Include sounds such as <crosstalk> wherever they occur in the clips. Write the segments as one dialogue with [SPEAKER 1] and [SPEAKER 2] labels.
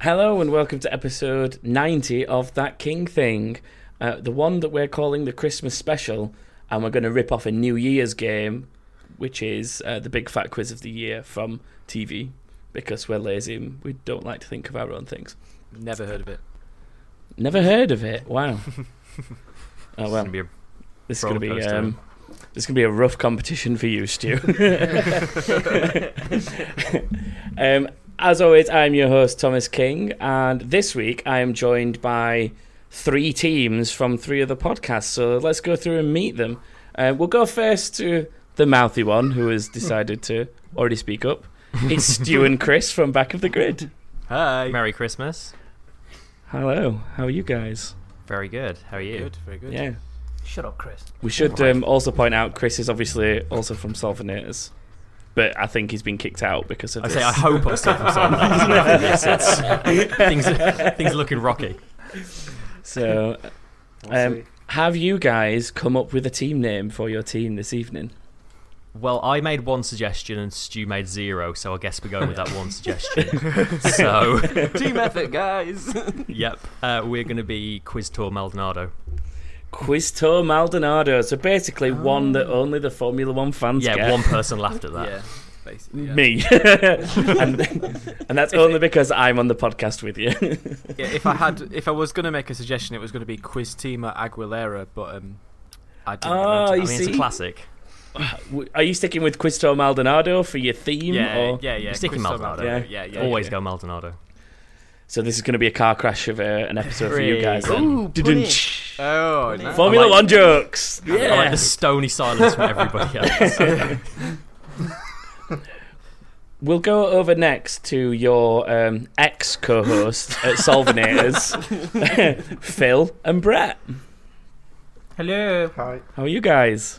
[SPEAKER 1] Hello and welcome to episode 90 of That King Thing, uh, the one that we're calling the Christmas special, and we're going to rip off a New Year's game, which is uh, the big fat quiz of the year from TV, because we're lazy and we don't like to think of our own things.
[SPEAKER 2] Never heard of it.
[SPEAKER 1] Never heard of it.
[SPEAKER 2] <laughs>
[SPEAKER 1] Wow. oh
[SPEAKER 2] It's
[SPEAKER 1] well,
[SPEAKER 2] gonna be a-
[SPEAKER 1] this is going to be
[SPEAKER 2] rollercoaster.
[SPEAKER 1] um, this is going to be a rough competition for you,
[SPEAKER 2] <laughs>
[SPEAKER 1] Stu. <laughs> um, as always, I'm your host Thomas King, and this week I am joined by three teams from three other podcasts. So let's go through and meet them. Uh, we'll go first to the mouthy one, who
[SPEAKER 2] <laughs>
[SPEAKER 1] has decided to already speak up. It's Stu and Chris from Back of the Grid.
[SPEAKER 2] Hi.
[SPEAKER 3] Merry Christmas.
[SPEAKER 1] Hello, how are you guys?
[SPEAKER 3] Very good. How are you?
[SPEAKER 2] Good, very good.
[SPEAKER 1] Yeah.
[SPEAKER 4] Shut up, Chris.
[SPEAKER 1] We should um, also point out Chris is obviously also from Solvenators, but I think he's been kicked out because of
[SPEAKER 3] I
[SPEAKER 1] this.
[SPEAKER 3] say I hope I'm still from Sunday. It's- it's- things, things looking rocky.
[SPEAKER 1] so, um, have you guys come up with a team name for your team this evening?
[SPEAKER 3] Well, I made one suggestion and Stu made zero, so I guess we're going with that one
[SPEAKER 4] <laughs>
[SPEAKER 3] suggestion. so,
[SPEAKER 4] Team effort, guys.
[SPEAKER 3] <laughs> yep, uh, we're going to be Quiz Tour Maldonado.
[SPEAKER 1] Quiz Tour Maldonado. So basically, one that only the Formula One fans
[SPEAKER 3] Yeah,
[SPEAKER 1] get.
[SPEAKER 3] one person laughed at that.
[SPEAKER 2] Yeah, basically.
[SPEAKER 1] <laughs>
[SPEAKER 2] yeah.
[SPEAKER 1] Me, <laughs> and, <laughs> and that's only because I'm on the podcast with you. <laughs>
[SPEAKER 2] Yeah, if I had, if I was going to make a suggestion, it was going to be Quiz Team at Aguilera, but um, I didn't. get around
[SPEAKER 1] Oh,
[SPEAKER 2] to
[SPEAKER 3] I
[SPEAKER 1] you
[SPEAKER 3] mean, it's
[SPEAKER 1] see?
[SPEAKER 3] a classic.
[SPEAKER 1] W- <sighs> Are you sticking with Quiz Tour Maldonado for your theme?
[SPEAKER 2] that. yeah,
[SPEAKER 1] or-
[SPEAKER 2] yeah, yeah.
[SPEAKER 3] You're sticking
[SPEAKER 2] Quiz Team
[SPEAKER 3] Maldonado.
[SPEAKER 2] Maldonado, Yeah, yeah.
[SPEAKER 3] Always
[SPEAKER 2] yeah.
[SPEAKER 3] go Maldonado.
[SPEAKER 1] So this is going to be a car crash of uh, an episode for you guys. Then.
[SPEAKER 4] Ooh, brilliant.
[SPEAKER 2] Oh, nice.
[SPEAKER 1] Formula
[SPEAKER 3] I like-
[SPEAKER 1] One jokes.
[SPEAKER 3] I like the stony silence from everybody else. <laughs>
[SPEAKER 1] We'll go over next to your um, ex co host at
[SPEAKER 3] <laughs>
[SPEAKER 1] Solvenators, <laughs> Phil and Brett.
[SPEAKER 4] Hello.
[SPEAKER 5] Hi.
[SPEAKER 1] How are you guys?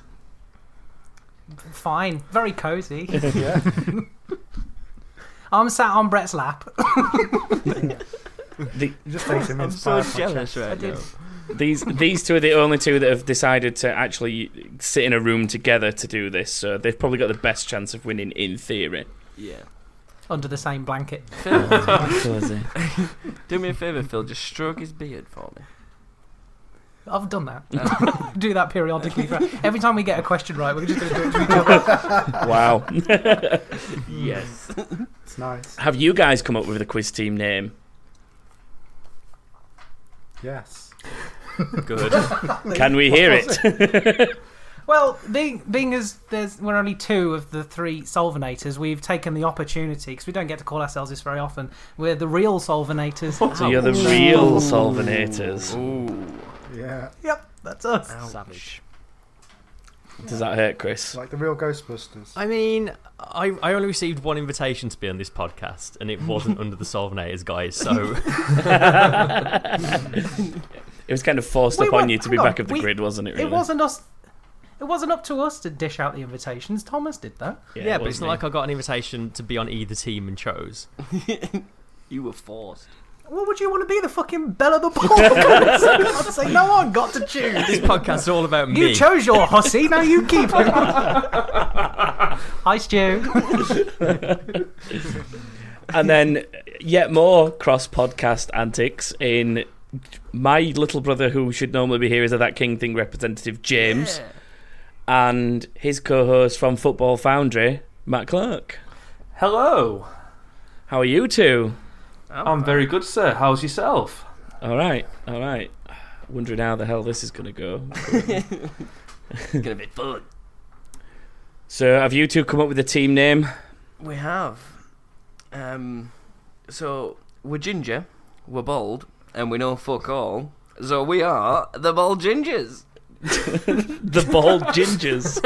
[SPEAKER 4] Fine. Very cozy.
[SPEAKER 5] <laughs>
[SPEAKER 4] I'm sat on Brett's lap.
[SPEAKER 1] <laughs>
[SPEAKER 4] <laughs>
[SPEAKER 1] The,
[SPEAKER 5] It just takes
[SPEAKER 2] <laughs>
[SPEAKER 5] a minute.
[SPEAKER 4] I did.
[SPEAKER 1] these these two are the only two that have decided to actually sit in a room together to do this, so they've probably got the best chance of winning in theory.
[SPEAKER 6] Yeah.
[SPEAKER 4] Under the same blanket.
[SPEAKER 6] Phil,
[SPEAKER 1] Cozy.
[SPEAKER 6] <laughs> do me a favour, Phil. Just stroke his beard for me.
[SPEAKER 4] <laughs> I've done that. <laughs> Do that periodically. for- Every time we get a question right, we're just going to do it to each other.
[SPEAKER 1] <laughs>
[SPEAKER 4] <laughs>
[SPEAKER 1] Wow.
[SPEAKER 6] Yes.
[SPEAKER 5] It's nice.
[SPEAKER 1] have you guys come up with the quiz team name?
[SPEAKER 5] Yes.
[SPEAKER 3] Good.
[SPEAKER 4] <laughs>
[SPEAKER 1] Can we hear it?
[SPEAKER 4] Well, being, being as there's, we're only two of the three Solvenators, we've taken the opportunity, because we don't get to call ourselves this very often, we're the real Solvenators.
[SPEAKER 1] <laughs> So you're the real Solvenators.
[SPEAKER 6] Ooh.
[SPEAKER 5] Yeah.
[SPEAKER 4] yep, that's us.
[SPEAKER 6] Savage.
[SPEAKER 1] Does that hurt,
[SPEAKER 5] It's
[SPEAKER 1] Chris?
[SPEAKER 5] <laughs> like the real Ghostbusters.
[SPEAKER 3] I mean, I, I only received one invitation to be on this podcast, and it wasn't under the Solvenators, guys. So
[SPEAKER 1] <laughs> It was kind of forced
[SPEAKER 4] We
[SPEAKER 1] upon
[SPEAKER 4] were-
[SPEAKER 1] you to be
[SPEAKER 4] hang on,
[SPEAKER 1] back of the
[SPEAKER 4] we-
[SPEAKER 1] grid, wasn't it? Really?
[SPEAKER 4] It wasn't us. It wasn't up to us to dish out the invitations. Thomas did that.
[SPEAKER 3] yeah, but it's
[SPEAKER 1] wasn't
[SPEAKER 3] not
[SPEAKER 1] it?
[SPEAKER 3] like I got an invitation to be on either team and
[SPEAKER 2] <laughs>
[SPEAKER 3] chose.
[SPEAKER 6] You were forced.
[SPEAKER 4] What would you want to be? The fucking bell of the <laughs> ball? I say no one got to choose.
[SPEAKER 3] This podcast's all about
[SPEAKER 2] <laughs>
[SPEAKER 4] You
[SPEAKER 3] me.
[SPEAKER 4] chose your hussy. Now you keep it. <laughs> Hi, Stu. <laughs>
[SPEAKER 1] <laughs> and then yet more cross podcast antics in my little brother, who should normally be here as a That King Thing representative, James, and his co host from Football Foundry, Matt Clark.
[SPEAKER 7] Hello.
[SPEAKER 1] How are you two?
[SPEAKER 7] I'm very good, sir. How's yourself?
[SPEAKER 1] All right, all right. Wondering how the hell this is
[SPEAKER 7] <laughs>
[SPEAKER 1] going to go. <laughs>
[SPEAKER 6] It's gonna be fun.
[SPEAKER 1] So, have you two come up with a team name?
[SPEAKER 6] We have. Um. So we're ginger, we're bald, and we know fuck all. So we are the bald
[SPEAKER 3] <laughs>
[SPEAKER 6] gingers.
[SPEAKER 1] The Bald Gingers.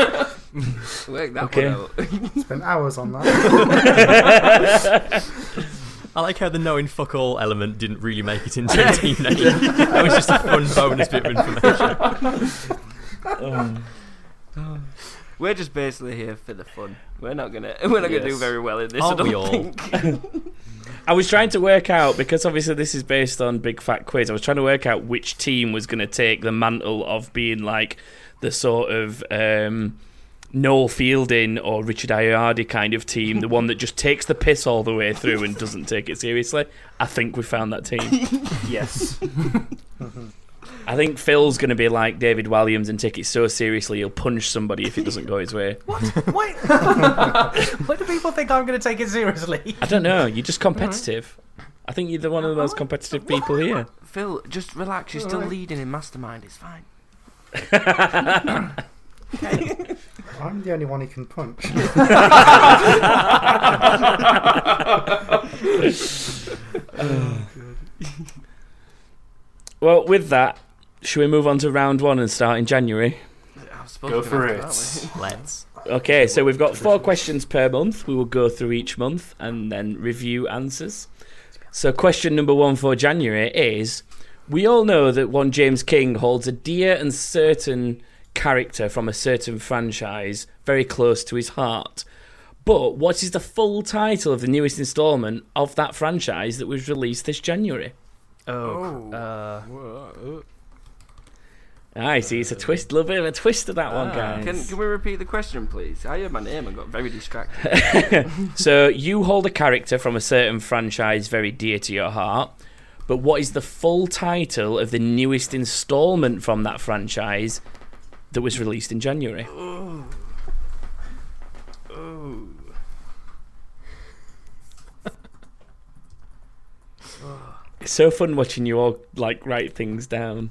[SPEAKER 6] Work that
[SPEAKER 1] Okay.
[SPEAKER 6] one
[SPEAKER 2] <laughs>
[SPEAKER 6] out.
[SPEAKER 5] Spent hours on that.
[SPEAKER 3] I like how the knowing fuck all element didn't really make it
[SPEAKER 2] <laughs>
[SPEAKER 3] into the <laughs> team name. that was just a fun bonus bit of information.
[SPEAKER 1] Um,
[SPEAKER 6] We're just basically here for the fun. We're not gonna. We're not gonna do
[SPEAKER 1] Yes.
[SPEAKER 6] very well in this.
[SPEAKER 3] Aren't
[SPEAKER 6] I
[SPEAKER 3] we
[SPEAKER 6] don't
[SPEAKER 3] all?
[SPEAKER 6] think.
[SPEAKER 3] <laughs>
[SPEAKER 1] I was trying to work out because obviously this is based on Big Fat Quiz. I was trying to work out which team was going to take the mantle of being like the sort of um, Noel Fielding or Richard Ayoade kind of team, the one that just takes the piss all the way through and doesn't take it seriously. I think we found that team.
[SPEAKER 7] Yes.
[SPEAKER 1] I think Phil's going to be like David Walliams and take it so seriously he'll punch somebody if it doesn't go his way.
[SPEAKER 4] What? Why? Why do people think I'm going to take it seriously?
[SPEAKER 1] I don't know. You're just competitive. I think you're the one of the most competitive people here.
[SPEAKER 6] Phil, just relax. You're still leading in Mastermind. It's fine.
[SPEAKER 5] I'm the only one he can punch.
[SPEAKER 1] Well, with that, should we move on to round one and start in January?
[SPEAKER 6] I was
[SPEAKER 7] Go
[SPEAKER 6] supposed to
[SPEAKER 7] for
[SPEAKER 6] after
[SPEAKER 7] it.
[SPEAKER 6] that,
[SPEAKER 2] <laughs>
[SPEAKER 3] Let's.
[SPEAKER 1] Okay, so we've got four questions per month. We will go through each month and then review answers. So, question number one for January is We all know that one James King holds a dear and certain character from a certain franchise very close to his heart. But what is the full title of the newest installment of that franchise that was released this January?
[SPEAKER 3] Oh.
[SPEAKER 6] Oh.
[SPEAKER 3] Uh,
[SPEAKER 2] Whoa.
[SPEAKER 1] I see, it's a twist, a little bit of a twist to that one,
[SPEAKER 6] Ah,
[SPEAKER 1] guys.
[SPEAKER 6] Can, can we repeat the question, please? I heard my name and got very distracted.
[SPEAKER 2] <laughs>
[SPEAKER 1] So you hold a character from a certain franchise very dear to your heart, but what is the full title of the newest installment from that franchise that was released in January?
[SPEAKER 6] Ooh. Ooh.
[SPEAKER 1] It's so fun watching you all like write things down.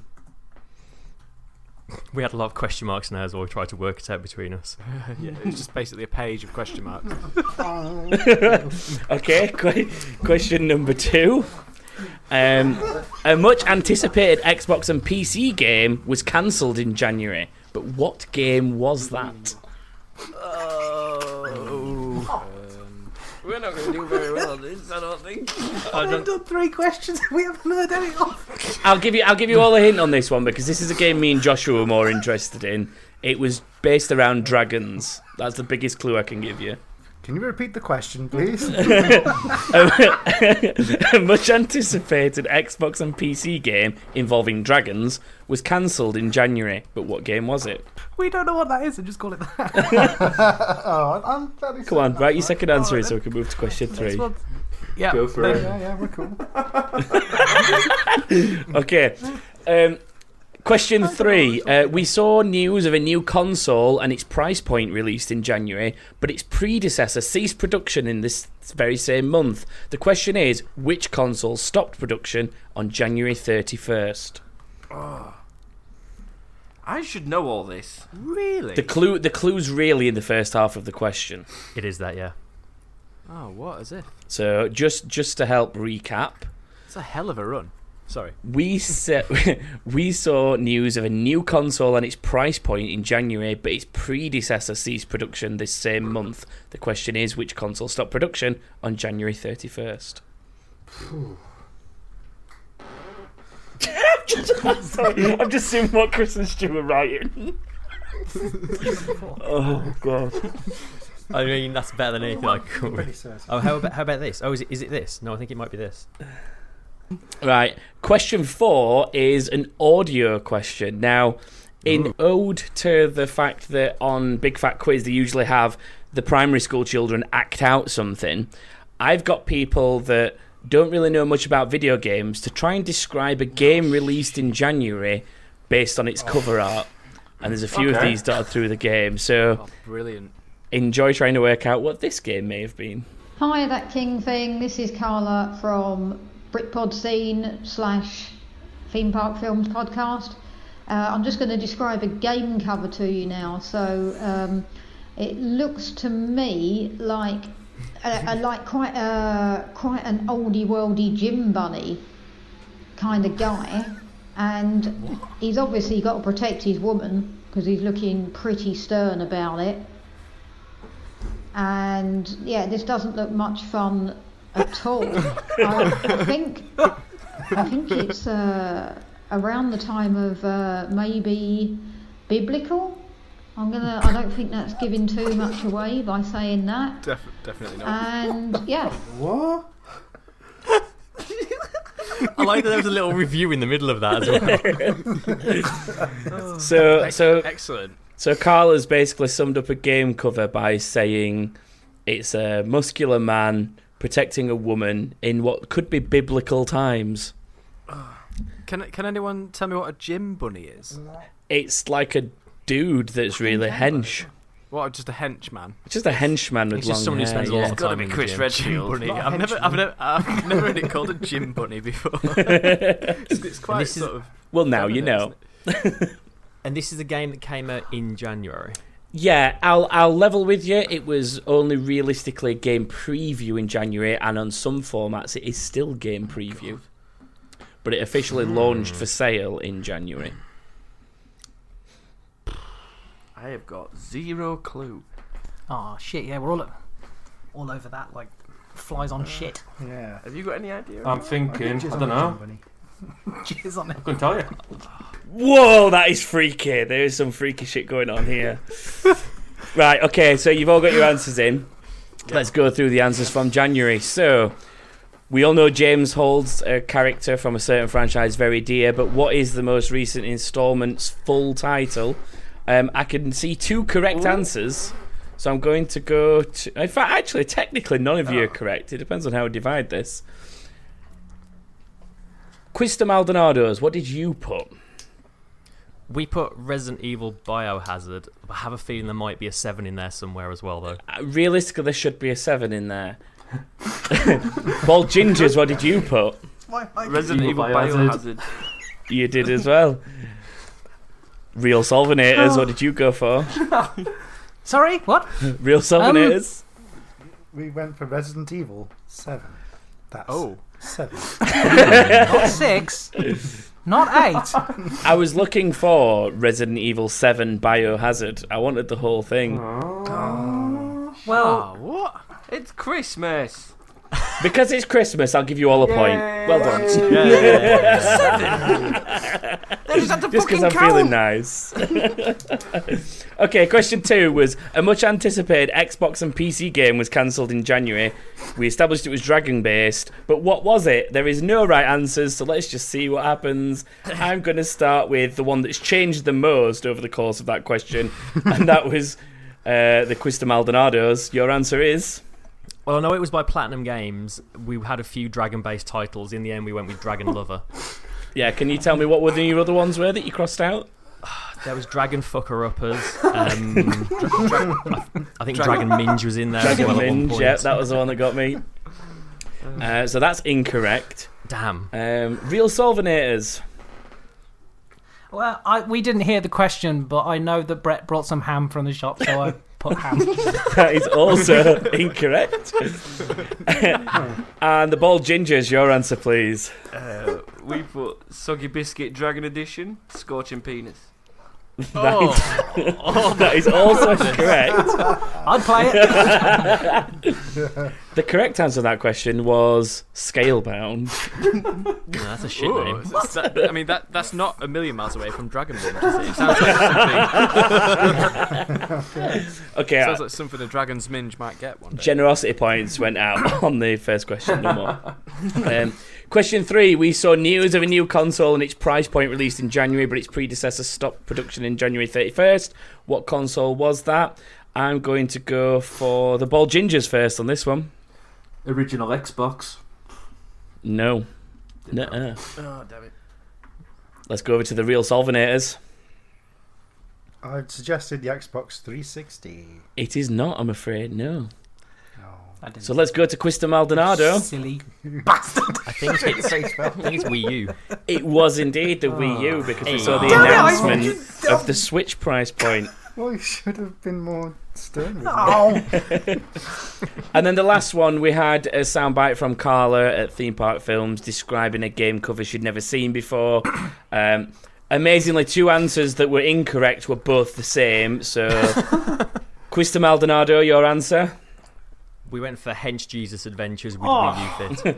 [SPEAKER 3] we had a lot of question marks in there as well. We tried to work it out between us.
[SPEAKER 2] <laughs> yeah, it's just basically a page of question marks.
[SPEAKER 1] <laughs> Okay, que- question number two. Um, a much anticipated Xbox and PC game was cancelled in January, but what game was that?
[SPEAKER 6] <laughs> Oh.
[SPEAKER 2] Um,
[SPEAKER 6] We're not going to do very well on this, I don't think.
[SPEAKER 2] Oh,
[SPEAKER 4] I've done three questions. and We haven't heard any of.
[SPEAKER 1] I'll give you I'll give you all a hint on this one because this is a game me and Joshua were more interested in. It was based around dragons. That's the biggest clue I can give you.
[SPEAKER 5] Can you repeat the question,
[SPEAKER 1] <laughs>
[SPEAKER 5] please?
[SPEAKER 1] a much anticipated Xbox and PC game involving dragons was cancelled in January. But what game was it?
[SPEAKER 4] We don't know what that is, and just call it that.
[SPEAKER 1] <laughs>
[SPEAKER 5] oh, I'm glad he
[SPEAKER 1] Come
[SPEAKER 5] said
[SPEAKER 1] on,
[SPEAKER 5] that,
[SPEAKER 1] write your
[SPEAKER 5] right?
[SPEAKER 1] second answer in so we can move to question
[SPEAKER 4] That's
[SPEAKER 1] three.
[SPEAKER 4] what- Yeah.
[SPEAKER 7] Go for
[SPEAKER 4] there-
[SPEAKER 7] it.
[SPEAKER 5] Yeah, yeah, we're cool.
[SPEAKER 1] Okay. Um, question three. Uh, we saw news of a new console and its price point released in January, but its predecessor ceased production in this very same month. The question is which console stopped production on January 31st?
[SPEAKER 6] Oh. I should know all this.
[SPEAKER 2] really?
[SPEAKER 1] The clue the clue's really in the first half of the question.
[SPEAKER 3] It is that, yeah.
[SPEAKER 2] oh, what is it?
[SPEAKER 1] So just just to help recap,
[SPEAKER 2] It's a hell of a run. Sorry.
[SPEAKER 1] We se- <laughs> we saw news of a new console and its price point in January, but its predecessor ceased production this same month. The question is, which console stopped production on January thirty first? <laughs> Sorry, I'm just seeing what Chris and Stu are
[SPEAKER 3] <laughs>
[SPEAKER 1] writing. oh god!
[SPEAKER 3] I mean, that's better than anything I could.
[SPEAKER 5] Pretty certain.
[SPEAKER 3] Oh, how about, how about this? Oh, is it, is it this? No, I think it might be this.
[SPEAKER 1] Right. Question four is an audio question. Now, in ode to the fact that on Big Fat Quiz they usually have the primary school children act out something, I've got people that don't really know much about video games to try and describe a game released in January based on its
[SPEAKER 2] Oh.
[SPEAKER 1] cover art. And there's a few of
[SPEAKER 7] Okay.
[SPEAKER 1] these dotted through the game. So
[SPEAKER 2] Oh, brilliant.
[SPEAKER 1] enjoy trying to work out what this game may have been.
[SPEAKER 8] Hi, that King thing. This is Carla from Britpod Scene slash Theme Park Films podcast. Uh, I'm just going to describe a game cover to you now. So um, it looks to me like a, a, like quite a, quite an oldie worldy gym bunny kind of guy, and he's obviously got to protect his woman because he's looking pretty stern about it and yeah, this doesn't look much fun at all. I, I think I think it's uh, around the time of uh, maybe biblical. I'm gonna. I don't think that's giving too much away by saying that.
[SPEAKER 2] Def- definitely not.
[SPEAKER 8] Uh, And yeah,
[SPEAKER 5] What?
[SPEAKER 3] I like that there was a
[SPEAKER 1] <laughs>
[SPEAKER 3] little review in the middle of that as
[SPEAKER 1] <laughs>
[SPEAKER 3] well.
[SPEAKER 1] So, so
[SPEAKER 2] Oh, Excellent.
[SPEAKER 1] So Carla's basically summed up a game cover by saying it's a muscular man protecting a woman in what could be biblical times.
[SPEAKER 2] Can can anyone tell me what a gym bunny is?
[SPEAKER 1] It's like a dude that's really hench.
[SPEAKER 2] What, just a henchman?
[SPEAKER 1] Just a henchman with
[SPEAKER 3] It's
[SPEAKER 1] long
[SPEAKER 3] just someone who
[SPEAKER 1] hair.
[SPEAKER 3] spends a
[SPEAKER 1] yeah.
[SPEAKER 3] lot
[SPEAKER 6] It's
[SPEAKER 3] of
[SPEAKER 6] got to
[SPEAKER 3] time
[SPEAKER 6] be
[SPEAKER 3] in the
[SPEAKER 6] Chris
[SPEAKER 3] gym.
[SPEAKER 6] Redfield.
[SPEAKER 2] Bunny.
[SPEAKER 5] not a
[SPEAKER 2] I've never, I've never, I've <laughs> never heard it called a gym bunny before.
[SPEAKER 1] <laughs>
[SPEAKER 2] it's, it's quite
[SPEAKER 3] this is-
[SPEAKER 2] sort of.
[SPEAKER 1] Well, now you
[SPEAKER 2] feminine,
[SPEAKER 1] know.
[SPEAKER 2] isn't it?
[SPEAKER 3] <laughs> And this is a game that came out in January.
[SPEAKER 1] Yeah, I'll I'll level with you. It was only realistically a game preview in January, and on some formats, it is still game preview. But it officially launched for sale in January.
[SPEAKER 6] I have got zero clue.
[SPEAKER 4] Oh shit! Yeah, we're all all over that like flies on shit.
[SPEAKER 5] Yeah.
[SPEAKER 6] Have you got any idea?
[SPEAKER 7] I'm thinking. I don't know.
[SPEAKER 4] <laughs> Cheers on it.
[SPEAKER 7] Couldn't tell you.
[SPEAKER 1] Whoa, that is freaky. There is some freaky shit going
[SPEAKER 7] <laughs>
[SPEAKER 1] on here. right, okay, so you've all got your answers in. Let's go through the answers from January. So, we all know James holds a character from a certain franchise very dear, but what is the most recent installment's full title? Um, I can see two correct answers. So I'm going to go to. In fact, actually, technically, none of you are correct. It depends on how we divide this. Quista Maldonado's, what did you put?
[SPEAKER 3] We put Resident Evil Biohazard. I have a feeling there might be a seven in there somewhere as well, though.
[SPEAKER 1] Uh, realistically, there should be a seven in there. <laughs> Bald gingers, what did you put?
[SPEAKER 6] Resident Evil
[SPEAKER 7] Evil Biohazard.
[SPEAKER 6] Biohazard.
[SPEAKER 1] You did as well. Real solvenators, what did you go for?
[SPEAKER 4] <laughs> Sorry, what?
[SPEAKER 1] Real solvenators.
[SPEAKER 5] Um, We went for Resident Evil 7. That's
[SPEAKER 2] Oh,
[SPEAKER 5] 7.
[SPEAKER 4] Not six. Not
[SPEAKER 1] <laughs>
[SPEAKER 4] eight.
[SPEAKER 1] I was looking for Resident Evil Seven Biohazard. I wanted the whole thing
[SPEAKER 4] Well,
[SPEAKER 2] ah, what?
[SPEAKER 6] It's Christmas.
[SPEAKER 1] because it's Christmas. I'll give you all a point. Well done.
[SPEAKER 6] <laughs> They just had to
[SPEAKER 1] Just because
[SPEAKER 6] fucking
[SPEAKER 1] I'm
[SPEAKER 6] count.
[SPEAKER 1] feeling nice. <laughs> okay, question two was a much anticipated Xbox and PC game was cancelled in January. We established it was Dragon based, but what was it? There is no right answers, so let's just see what
[SPEAKER 6] <laughs>
[SPEAKER 1] happens. I'm going to start with the one that's changed the most over the course of that question, and that was uh, the Quista Maldonados. Your answer is.
[SPEAKER 3] Well, I know it was by Platinum Games. We had a few Dragon based titles. In the end, we went with Dragon Lover.
[SPEAKER 1] Yeah, can you tell me what were the other ones were that you crossed out?
[SPEAKER 3] <sighs> There was Dragon Fucker
[SPEAKER 1] <laughs>
[SPEAKER 3] Uppers. Um, I think Dragon Minge was in there as well.
[SPEAKER 1] Dragon
[SPEAKER 3] at one
[SPEAKER 1] Minge,
[SPEAKER 3] point.
[SPEAKER 1] yeah, that was the one that got me. Uh, so that's incorrect.
[SPEAKER 3] Damn.
[SPEAKER 1] Um, real solvenators. <laughs>
[SPEAKER 4] well, I, we didn't hear the question, but I know that Brett brought some ham from the shop, so I put
[SPEAKER 1] <laughs>
[SPEAKER 4] ham.
[SPEAKER 1] That is
[SPEAKER 3] <laughs>
[SPEAKER 1] also incorrect. <laughs> and the bald gingers, your answer, please.
[SPEAKER 6] Uh, we put Soggy Biscuit Dragon Edition, Scorching Penis.
[SPEAKER 1] <laughs> That is-
[SPEAKER 6] Oh.
[SPEAKER 1] <laughs> that is
[SPEAKER 6] <laughs>
[SPEAKER 1] also correct.
[SPEAKER 4] I'd play it.
[SPEAKER 1] The correct answer to that question was scalebound.
[SPEAKER 3] No, that's a shit
[SPEAKER 2] Ooh,
[SPEAKER 3] name.
[SPEAKER 2] it's- that- I mean, that that's not a million miles away from Dragon Ball. Is it? it sounds like something.
[SPEAKER 1] <laughs>
[SPEAKER 2] <laughs>
[SPEAKER 1] Okay, uh,
[SPEAKER 2] Sounds like something a dragon's minge might get one day.
[SPEAKER 1] generosity points went out <coughs> on the first question. No more. Um, question three: We saw news of a new console and its price point released in January, but its predecessor stopped production in January thirty-first. What console was that? I'm going to go for the bald gingers first on this one.
[SPEAKER 7] Original Xbox.
[SPEAKER 1] No. Nuh-uh.
[SPEAKER 6] Oh, damn it.
[SPEAKER 1] Let's go over to the real solvenators.
[SPEAKER 5] I'd suggested the Xbox 360.
[SPEAKER 1] It is not, I'm afraid, no.
[SPEAKER 4] I didn't.
[SPEAKER 1] So let's go to Quista Maldonado.
[SPEAKER 4] Silly bastard.
[SPEAKER 3] I think it's, I think it's Wii U.
[SPEAKER 1] It was indeed the Wii U because we saw the
[SPEAKER 4] Damn it, I
[SPEAKER 1] announcement of the Switch price point.
[SPEAKER 5] Well, you should have been more stern with me. <laughs>
[SPEAKER 4] Oh,
[SPEAKER 1] And then the last one, we had a soundbite from Carla at Theme Park Films describing a game cover she'd never seen before.
[SPEAKER 7] <coughs>
[SPEAKER 1] Um, amazingly, two answers that were incorrect were both the
[SPEAKER 7] <laughs>
[SPEAKER 1] same. So, Quista Maldonado, your answer?
[SPEAKER 3] We went for Hench Jesus Adventures with
[SPEAKER 4] Oh.
[SPEAKER 3] Wii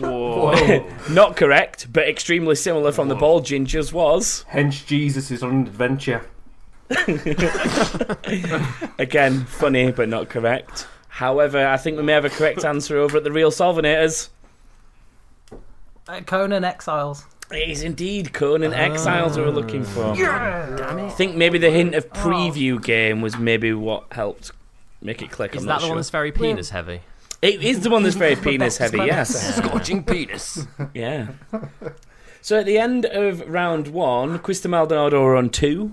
[SPEAKER 3] U
[SPEAKER 1] <laughs>
[SPEAKER 3] Fit.
[SPEAKER 1] Not correct, but extremely similar from the Ball Gingers was.
[SPEAKER 7] Hence, Jesus is on an adventure.
[SPEAKER 1] Again, funny but not correct. However, I think we may have a correct answer over at the Real Solvenators.
[SPEAKER 4] Uh, Conan Exiles.
[SPEAKER 1] It is indeed Conan Exiles we were looking for.
[SPEAKER 4] Yeah.
[SPEAKER 1] I think maybe the hint of preview game was maybe what helped make it click.
[SPEAKER 3] Is
[SPEAKER 1] I'm
[SPEAKER 3] that
[SPEAKER 1] not
[SPEAKER 3] the one
[SPEAKER 1] sure.
[SPEAKER 3] that's very penis heavy?
[SPEAKER 1] It is the one
[SPEAKER 6] <laughs>
[SPEAKER 1] that's very penis heavy. Yes.
[SPEAKER 6] Scorching penis.
[SPEAKER 1] <laughs> Yeah. So at the end of round one, Quista Maldonado are on two.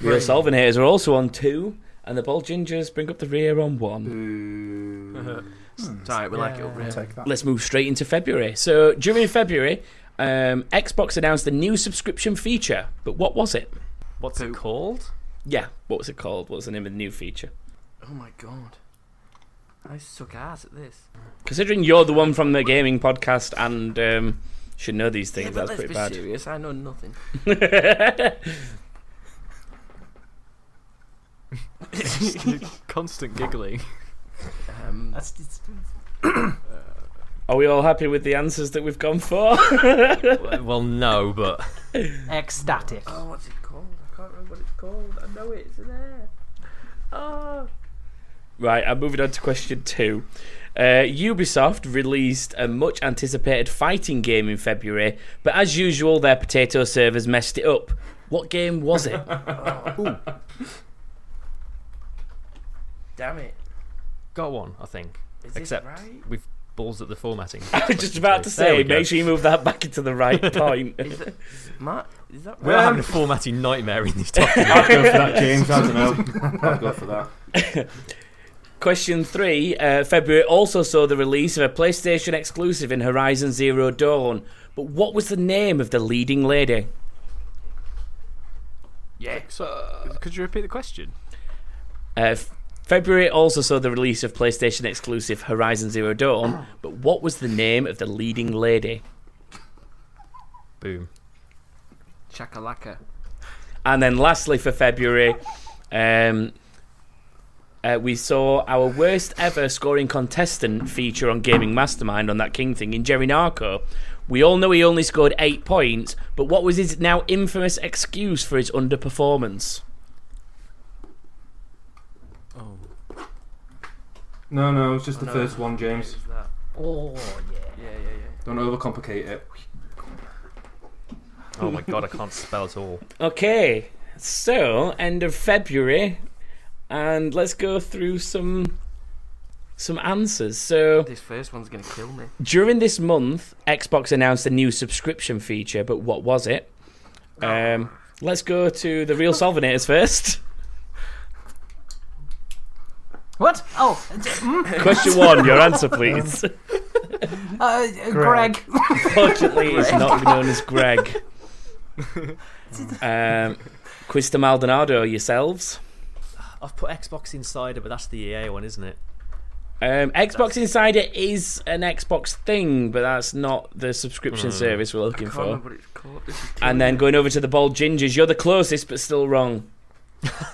[SPEAKER 1] Real Solvenators are also on two. And the Bald Gingers bring up the rear on one.
[SPEAKER 2] <laughs>
[SPEAKER 6] Tight, we like it over
[SPEAKER 5] I'll
[SPEAKER 6] here.
[SPEAKER 5] take that.
[SPEAKER 1] Let's move straight into February. So during February, um, Xbox announced a new subscription feature. But what was it?
[SPEAKER 3] What's it called?
[SPEAKER 1] Yeah, what was it called? What was the name of the new feature?
[SPEAKER 6] Oh my god. I suck ass at this.
[SPEAKER 1] Considering you're the one from the gaming podcast and um, should know these things,
[SPEAKER 6] yeah, but
[SPEAKER 1] that's
[SPEAKER 6] let's be
[SPEAKER 1] pretty bad.
[SPEAKER 6] serious. I know
[SPEAKER 1] <laughs>
[SPEAKER 6] nothing.
[SPEAKER 2] <laughs> Constant giggling.
[SPEAKER 6] Um,
[SPEAKER 4] That's, it's,
[SPEAKER 1] Are we all happy with the answers that we've gone for? <laughs>
[SPEAKER 3] Uh, well, no, but
[SPEAKER 4] ecstatic.
[SPEAKER 6] oh, what's it called? I can't remember what it's called. I know it. It's in there. Oh.
[SPEAKER 1] Right, I'm moving on to question two. Uh, Ubisoft released a much anticipated fighting game in February, but as usual, their potato servers messed it up. What game was it?
[SPEAKER 6] <laughs> Damn it.
[SPEAKER 3] got one, I think.
[SPEAKER 6] Is this
[SPEAKER 3] Except
[SPEAKER 6] right?
[SPEAKER 3] we've balls at the <laughs> formatting.
[SPEAKER 1] I was just about to
[SPEAKER 3] There we
[SPEAKER 1] say,
[SPEAKER 3] go.
[SPEAKER 1] make sure you move that back into
[SPEAKER 6] <laughs>
[SPEAKER 1] the right point.
[SPEAKER 6] Is Um, that Matt? Is that
[SPEAKER 3] We're
[SPEAKER 6] right?
[SPEAKER 3] having a formatting nightmare in these
[SPEAKER 1] <laughs>
[SPEAKER 3] documents.
[SPEAKER 7] I'd go for that, James. I don't know. I'd go for that.
[SPEAKER 1] <laughs> Question three uh, February also saw the release of a PlayStation exclusive in Horizon Zero Dawn, but what was the name of the leading lady?
[SPEAKER 6] yeah.
[SPEAKER 2] So, could you repeat the question?
[SPEAKER 1] Uh, F- February also saw the release of PlayStation exclusive Horizon Zero Dawn,
[SPEAKER 7] Oh.
[SPEAKER 1] but what was the name of the leading lady?
[SPEAKER 3] Boom.
[SPEAKER 6] Chakalaka.
[SPEAKER 1] And then lastly for February, um, uh, we saw our worst ever scoring contestant feature on Gaming Mastermind on that King thing in Jerry Narco. We all know he only scored eight points, but what was his now infamous excuse for his underperformance?
[SPEAKER 7] No, no, it's Oh. just
[SPEAKER 6] I
[SPEAKER 7] the
[SPEAKER 6] know
[SPEAKER 7] first one, James.
[SPEAKER 6] It's that.
[SPEAKER 4] Oh yeah.
[SPEAKER 6] Yeah, yeah, yeah.
[SPEAKER 7] Don't overcomplicate it.
[SPEAKER 3] Oh my god, I can't spell at all.
[SPEAKER 1] Okay, so end of February, and let's go through some some answers. So
[SPEAKER 6] This first one's going to kill me.
[SPEAKER 1] During this month, Xbox announced a new subscription feature, but what was it? Um, let's go to the real Solvenators first.
[SPEAKER 4] What? Oh, it's-
[SPEAKER 6] <laughs>
[SPEAKER 1] <laughs>
[SPEAKER 4] mm,
[SPEAKER 1] Question one, your answer,
[SPEAKER 4] <laughs>
[SPEAKER 1] <laughs> please.
[SPEAKER 4] uh, Greg.
[SPEAKER 1] Fortunately, it's not known as Greg. Um, Quista Maldonado, yourselves.
[SPEAKER 3] <laughs> I've put Xbox Insider, but that's the EA one, isn't it?
[SPEAKER 1] Um, Xbox Insider is an Xbox thing, but that's not the subscription
[SPEAKER 7] Hmm.
[SPEAKER 1] service we're
[SPEAKER 6] I
[SPEAKER 1] looking
[SPEAKER 6] can't
[SPEAKER 1] for.
[SPEAKER 6] remember what it's called. This is killing
[SPEAKER 1] And then
[SPEAKER 6] me.
[SPEAKER 1] going over to the Bald Gingers, you're the closest, but still wrong.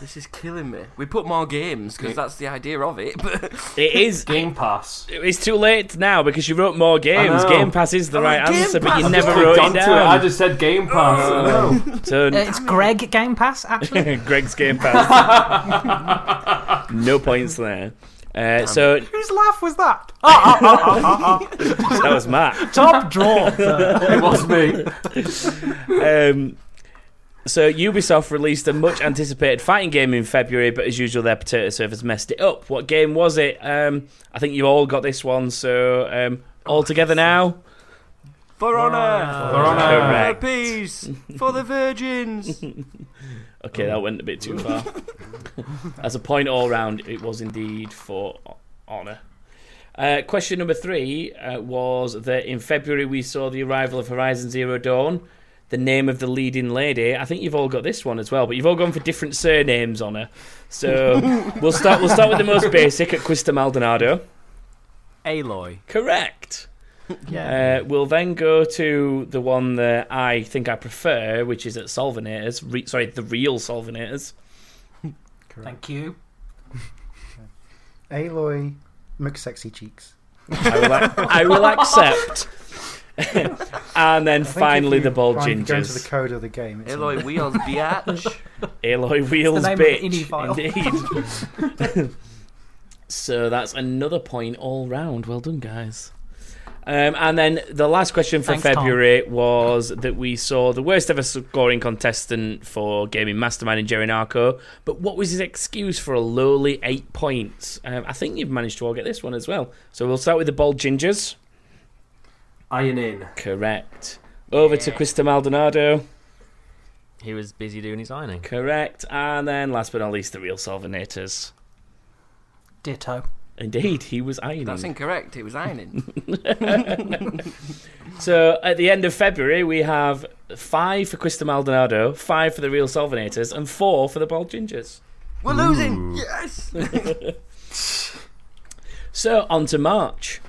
[SPEAKER 6] This is killing me. We put more games because that's the idea of it. <laughs> But
[SPEAKER 1] It is
[SPEAKER 7] Game Pass.
[SPEAKER 1] It's too late now because you wrote more games.
[SPEAKER 7] know.
[SPEAKER 1] Game Pass is the
[SPEAKER 6] Oh,
[SPEAKER 1] right
[SPEAKER 6] Game
[SPEAKER 1] answer, but
[SPEAKER 6] Pass. Oh,
[SPEAKER 1] you
[SPEAKER 6] I've
[SPEAKER 1] never
[SPEAKER 7] Just
[SPEAKER 1] wrote
[SPEAKER 7] clicked
[SPEAKER 1] it
[SPEAKER 7] onto it. I
[SPEAKER 1] down.
[SPEAKER 7] just said Game Pass. <laughs> No.
[SPEAKER 6] <laughs>
[SPEAKER 1] So <laughs>
[SPEAKER 4] <laughs> Uh, it's Greg Game Pass actually.
[SPEAKER 1] Greg's Game Pass.
[SPEAKER 6] <laughs>
[SPEAKER 1] no points there. Uh, so
[SPEAKER 4] Whose laugh was that? Ah, ah, ah, ah,
[SPEAKER 1] that was Matt.
[SPEAKER 4] ah. Top draw.
[SPEAKER 7] it was me.
[SPEAKER 1] Um, so Ubisoft released a much anticipated fighting game in February, but as usual, their potato servers messed it up. What game was it? Um, I think you all got this one. So um, all together now.
[SPEAKER 6] for honor,
[SPEAKER 7] For honor.
[SPEAKER 1] Correct.
[SPEAKER 6] for peace, for the virgins.
[SPEAKER 1] Okay, that went a bit too far. As a point all round, it was indeed for honour. Uh, question number three uh, was that in February we saw the arrival of Horizon Zero Dawn. The name of the leading lady. I think you've all got this one as well, but you've all gone for different surnames on her. So we'll start. We'll start with the most basic at Quista Maldonado.
[SPEAKER 2] Aloy.
[SPEAKER 5] <laughs>
[SPEAKER 1] Correct. Uh, we'll then go to the one that I think I prefer, which is at Solvenators. Re- sorry, the real Solvenators.
[SPEAKER 4] ah.
[SPEAKER 6] <laughs>
[SPEAKER 4] Thank you.
[SPEAKER 5] Aloy McSexy Cheeks.
[SPEAKER 1] I will, ac- I will accept. <laughs> and then
[SPEAKER 5] I think
[SPEAKER 1] finally,
[SPEAKER 5] if you
[SPEAKER 1] the bald
[SPEAKER 5] find- if you Go into the
[SPEAKER 1] gingers.
[SPEAKER 5] code of the game. It's in
[SPEAKER 6] Aloy wheels,
[SPEAKER 1] <laughs>
[SPEAKER 6] biatch.
[SPEAKER 1] Aloy wheels,
[SPEAKER 4] name of the indie file.
[SPEAKER 1] bitch.
[SPEAKER 6] <laughs>
[SPEAKER 1] Indeed. <laughs> so that's another point all round. Well done, guys. Um, and then the last question for
[SPEAKER 4] Thanks, Tom.
[SPEAKER 1] February was that we saw the worst ever scoring contestant for Gaming Mastermind in Jerry Narco. But what was his excuse for a lowly eight points? Um, I think you've managed to all get this one as well. So we'll start with the Bald Gingers.
[SPEAKER 7] Iron in.
[SPEAKER 1] Correct. Over to Krista Maldonado.
[SPEAKER 3] He was busy doing his ironing.
[SPEAKER 1] Correct. And then last but not least, the real Solvenators.
[SPEAKER 4] Ditto.
[SPEAKER 1] Indeed, he was ironing.
[SPEAKER 6] That's incorrect. It was ironing.
[SPEAKER 1] So at the end of February, we have five for Krista Maldonado, five for the Real Solvenators, and four for the Bald Gingers.
[SPEAKER 6] We're losing. Yes.
[SPEAKER 1] <laughs> So on to March.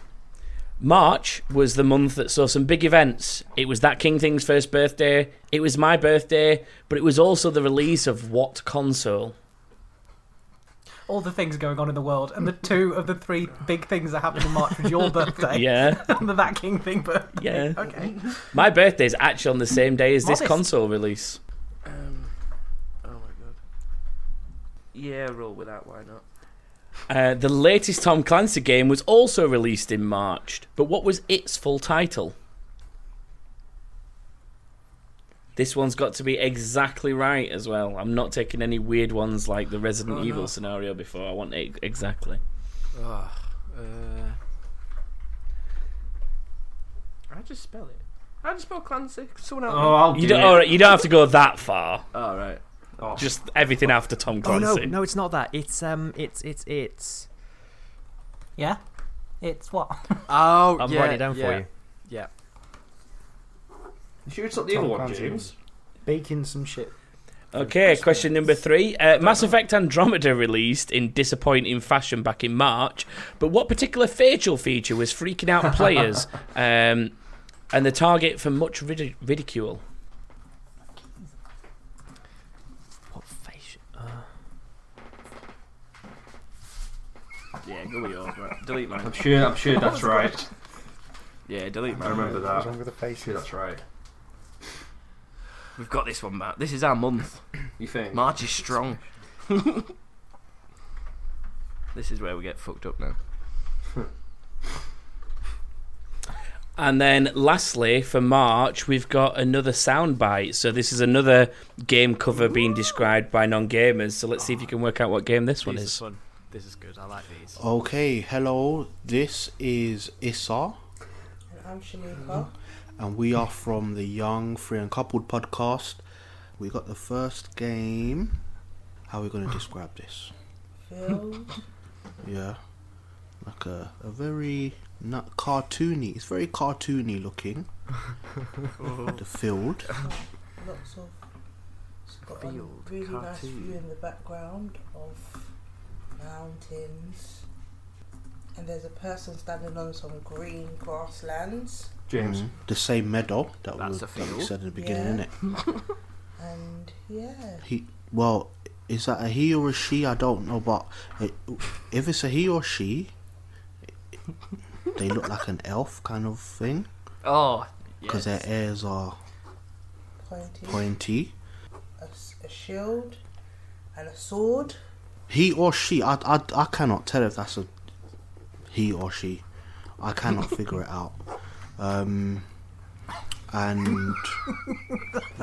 [SPEAKER 1] March was the month that saw some big events. It was that King Thing's first birthday. It was my birthday, but it was also the release of what console?
[SPEAKER 4] All the things going on in the world, and the two of the three big things that happened in March was
[SPEAKER 1] <laughs>
[SPEAKER 4] your birthday <laughs>
[SPEAKER 1] Yeah,
[SPEAKER 4] and the That King thing. But
[SPEAKER 1] yeah.
[SPEAKER 4] okay,
[SPEAKER 1] My birthday is actually on the same day as this
[SPEAKER 4] Modest.
[SPEAKER 1] console release.
[SPEAKER 6] um, oh my god. Yeah, roll with that. Why not?
[SPEAKER 1] Uh, the latest Tom Clancy game was also released in March, but what was its full title? This one's got to be exactly right as well. I'm not taking any weird ones like the Resident
[SPEAKER 6] Oh, no.
[SPEAKER 1] Evil scenario before. I want it exactly.
[SPEAKER 2] Ugh, uh,
[SPEAKER 6] How do you spell it? How do you spell Clancy? Can Someone else.
[SPEAKER 7] Oh, I'll do
[SPEAKER 1] You don't,
[SPEAKER 7] it.
[SPEAKER 1] all right, you don't have to go that far.
[SPEAKER 6] All right.
[SPEAKER 7] Oh,
[SPEAKER 1] Just everything after Tom Clancy.
[SPEAKER 3] Oh no, no, it's not that. It's um, it's it's <laughs> it's.
[SPEAKER 4] yeah, it's what
[SPEAKER 2] oh,
[SPEAKER 3] I'm
[SPEAKER 2] yeah,
[SPEAKER 3] writing it down
[SPEAKER 2] yeah.
[SPEAKER 3] for you.
[SPEAKER 7] you sure it's not the
[SPEAKER 5] Tom
[SPEAKER 7] other one,
[SPEAKER 5] Clancy.
[SPEAKER 7] James?
[SPEAKER 5] Baking some shit.
[SPEAKER 1] Okay, question number three. Uh, Mass Effect Andromeda released in disappointing fashion back in March, but what particular facial feature was freaking out players um, and the target for much rid- ridicule?
[SPEAKER 3] What face?
[SPEAKER 6] Yeah, go with yours. Right. Delete mine.
[SPEAKER 7] I'm sure. I'm
[SPEAKER 2] <laughs>
[SPEAKER 7] sure that's right.
[SPEAKER 6] Yeah, delete
[SPEAKER 7] I
[SPEAKER 6] mine.
[SPEAKER 7] remember
[SPEAKER 5] What's
[SPEAKER 7] that.
[SPEAKER 5] wrong with the
[SPEAKER 7] Sure,
[SPEAKER 5] faces? <laughs>
[SPEAKER 7] that's right.
[SPEAKER 6] We've got this one back. This is our month.
[SPEAKER 7] You think?
[SPEAKER 6] March is
[SPEAKER 7] <laughs>
[SPEAKER 6] strong. this is where we get fucked up now.
[SPEAKER 1] And then lastly, for March, we've got another soundbite. So this is another game cover being described by non gamers. So letlet's see if you can work out what game this one
[SPEAKER 2] These are
[SPEAKER 1] is. Oh.
[SPEAKER 2] fun. This is good. I like these.
[SPEAKER 9] Okay, hello. This is Issa, and we are from the Young Free and Coupled podcast. We got the first game. How are we going to describe this?
[SPEAKER 6] <laughs>
[SPEAKER 9] Yeah, like a, a very not cartoony. It's very cartoony
[SPEAKER 6] <laughs>
[SPEAKER 9] looking. the field.
[SPEAKER 10] lots of it's got
[SPEAKER 6] Field
[SPEAKER 10] a really nice
[SPEAKER 6] cartoon.
[SPEAKER 10] view in the background of mountains and there's a person standing on some green grasslands
[SPEAKER 7] James.
[SPEAKER 9] Mhm. The same meadow that, we,
[SPEAKER 6] That's a
[SPEAKER 9] that we
[SPEAKER 6] field.
[SPEAKER 9] said in the beginning,
[SPEAKER 10] Yeah.
[SPEAKER 9] innit?
[SPEAKER 10] and yeah
[SPEAKER 9] He well, is that a he or a she? I don't know, but it, if it's a he or she, they look like an elf kind of thing
[SPEAKER 6] Oh,
[SPEAKER 9] because
[SPEAKER 6] yes.
[SPEAKER 9] their ears are
[SPEAKER 10] pointing
[SPEAKER 9] pointy.
[SPEAKER 10] a, s- a shield and a sword
[SPEAKER 9] He or she, I, I, I cannot tell if that's a he or she. I cannot figure it out. Um, and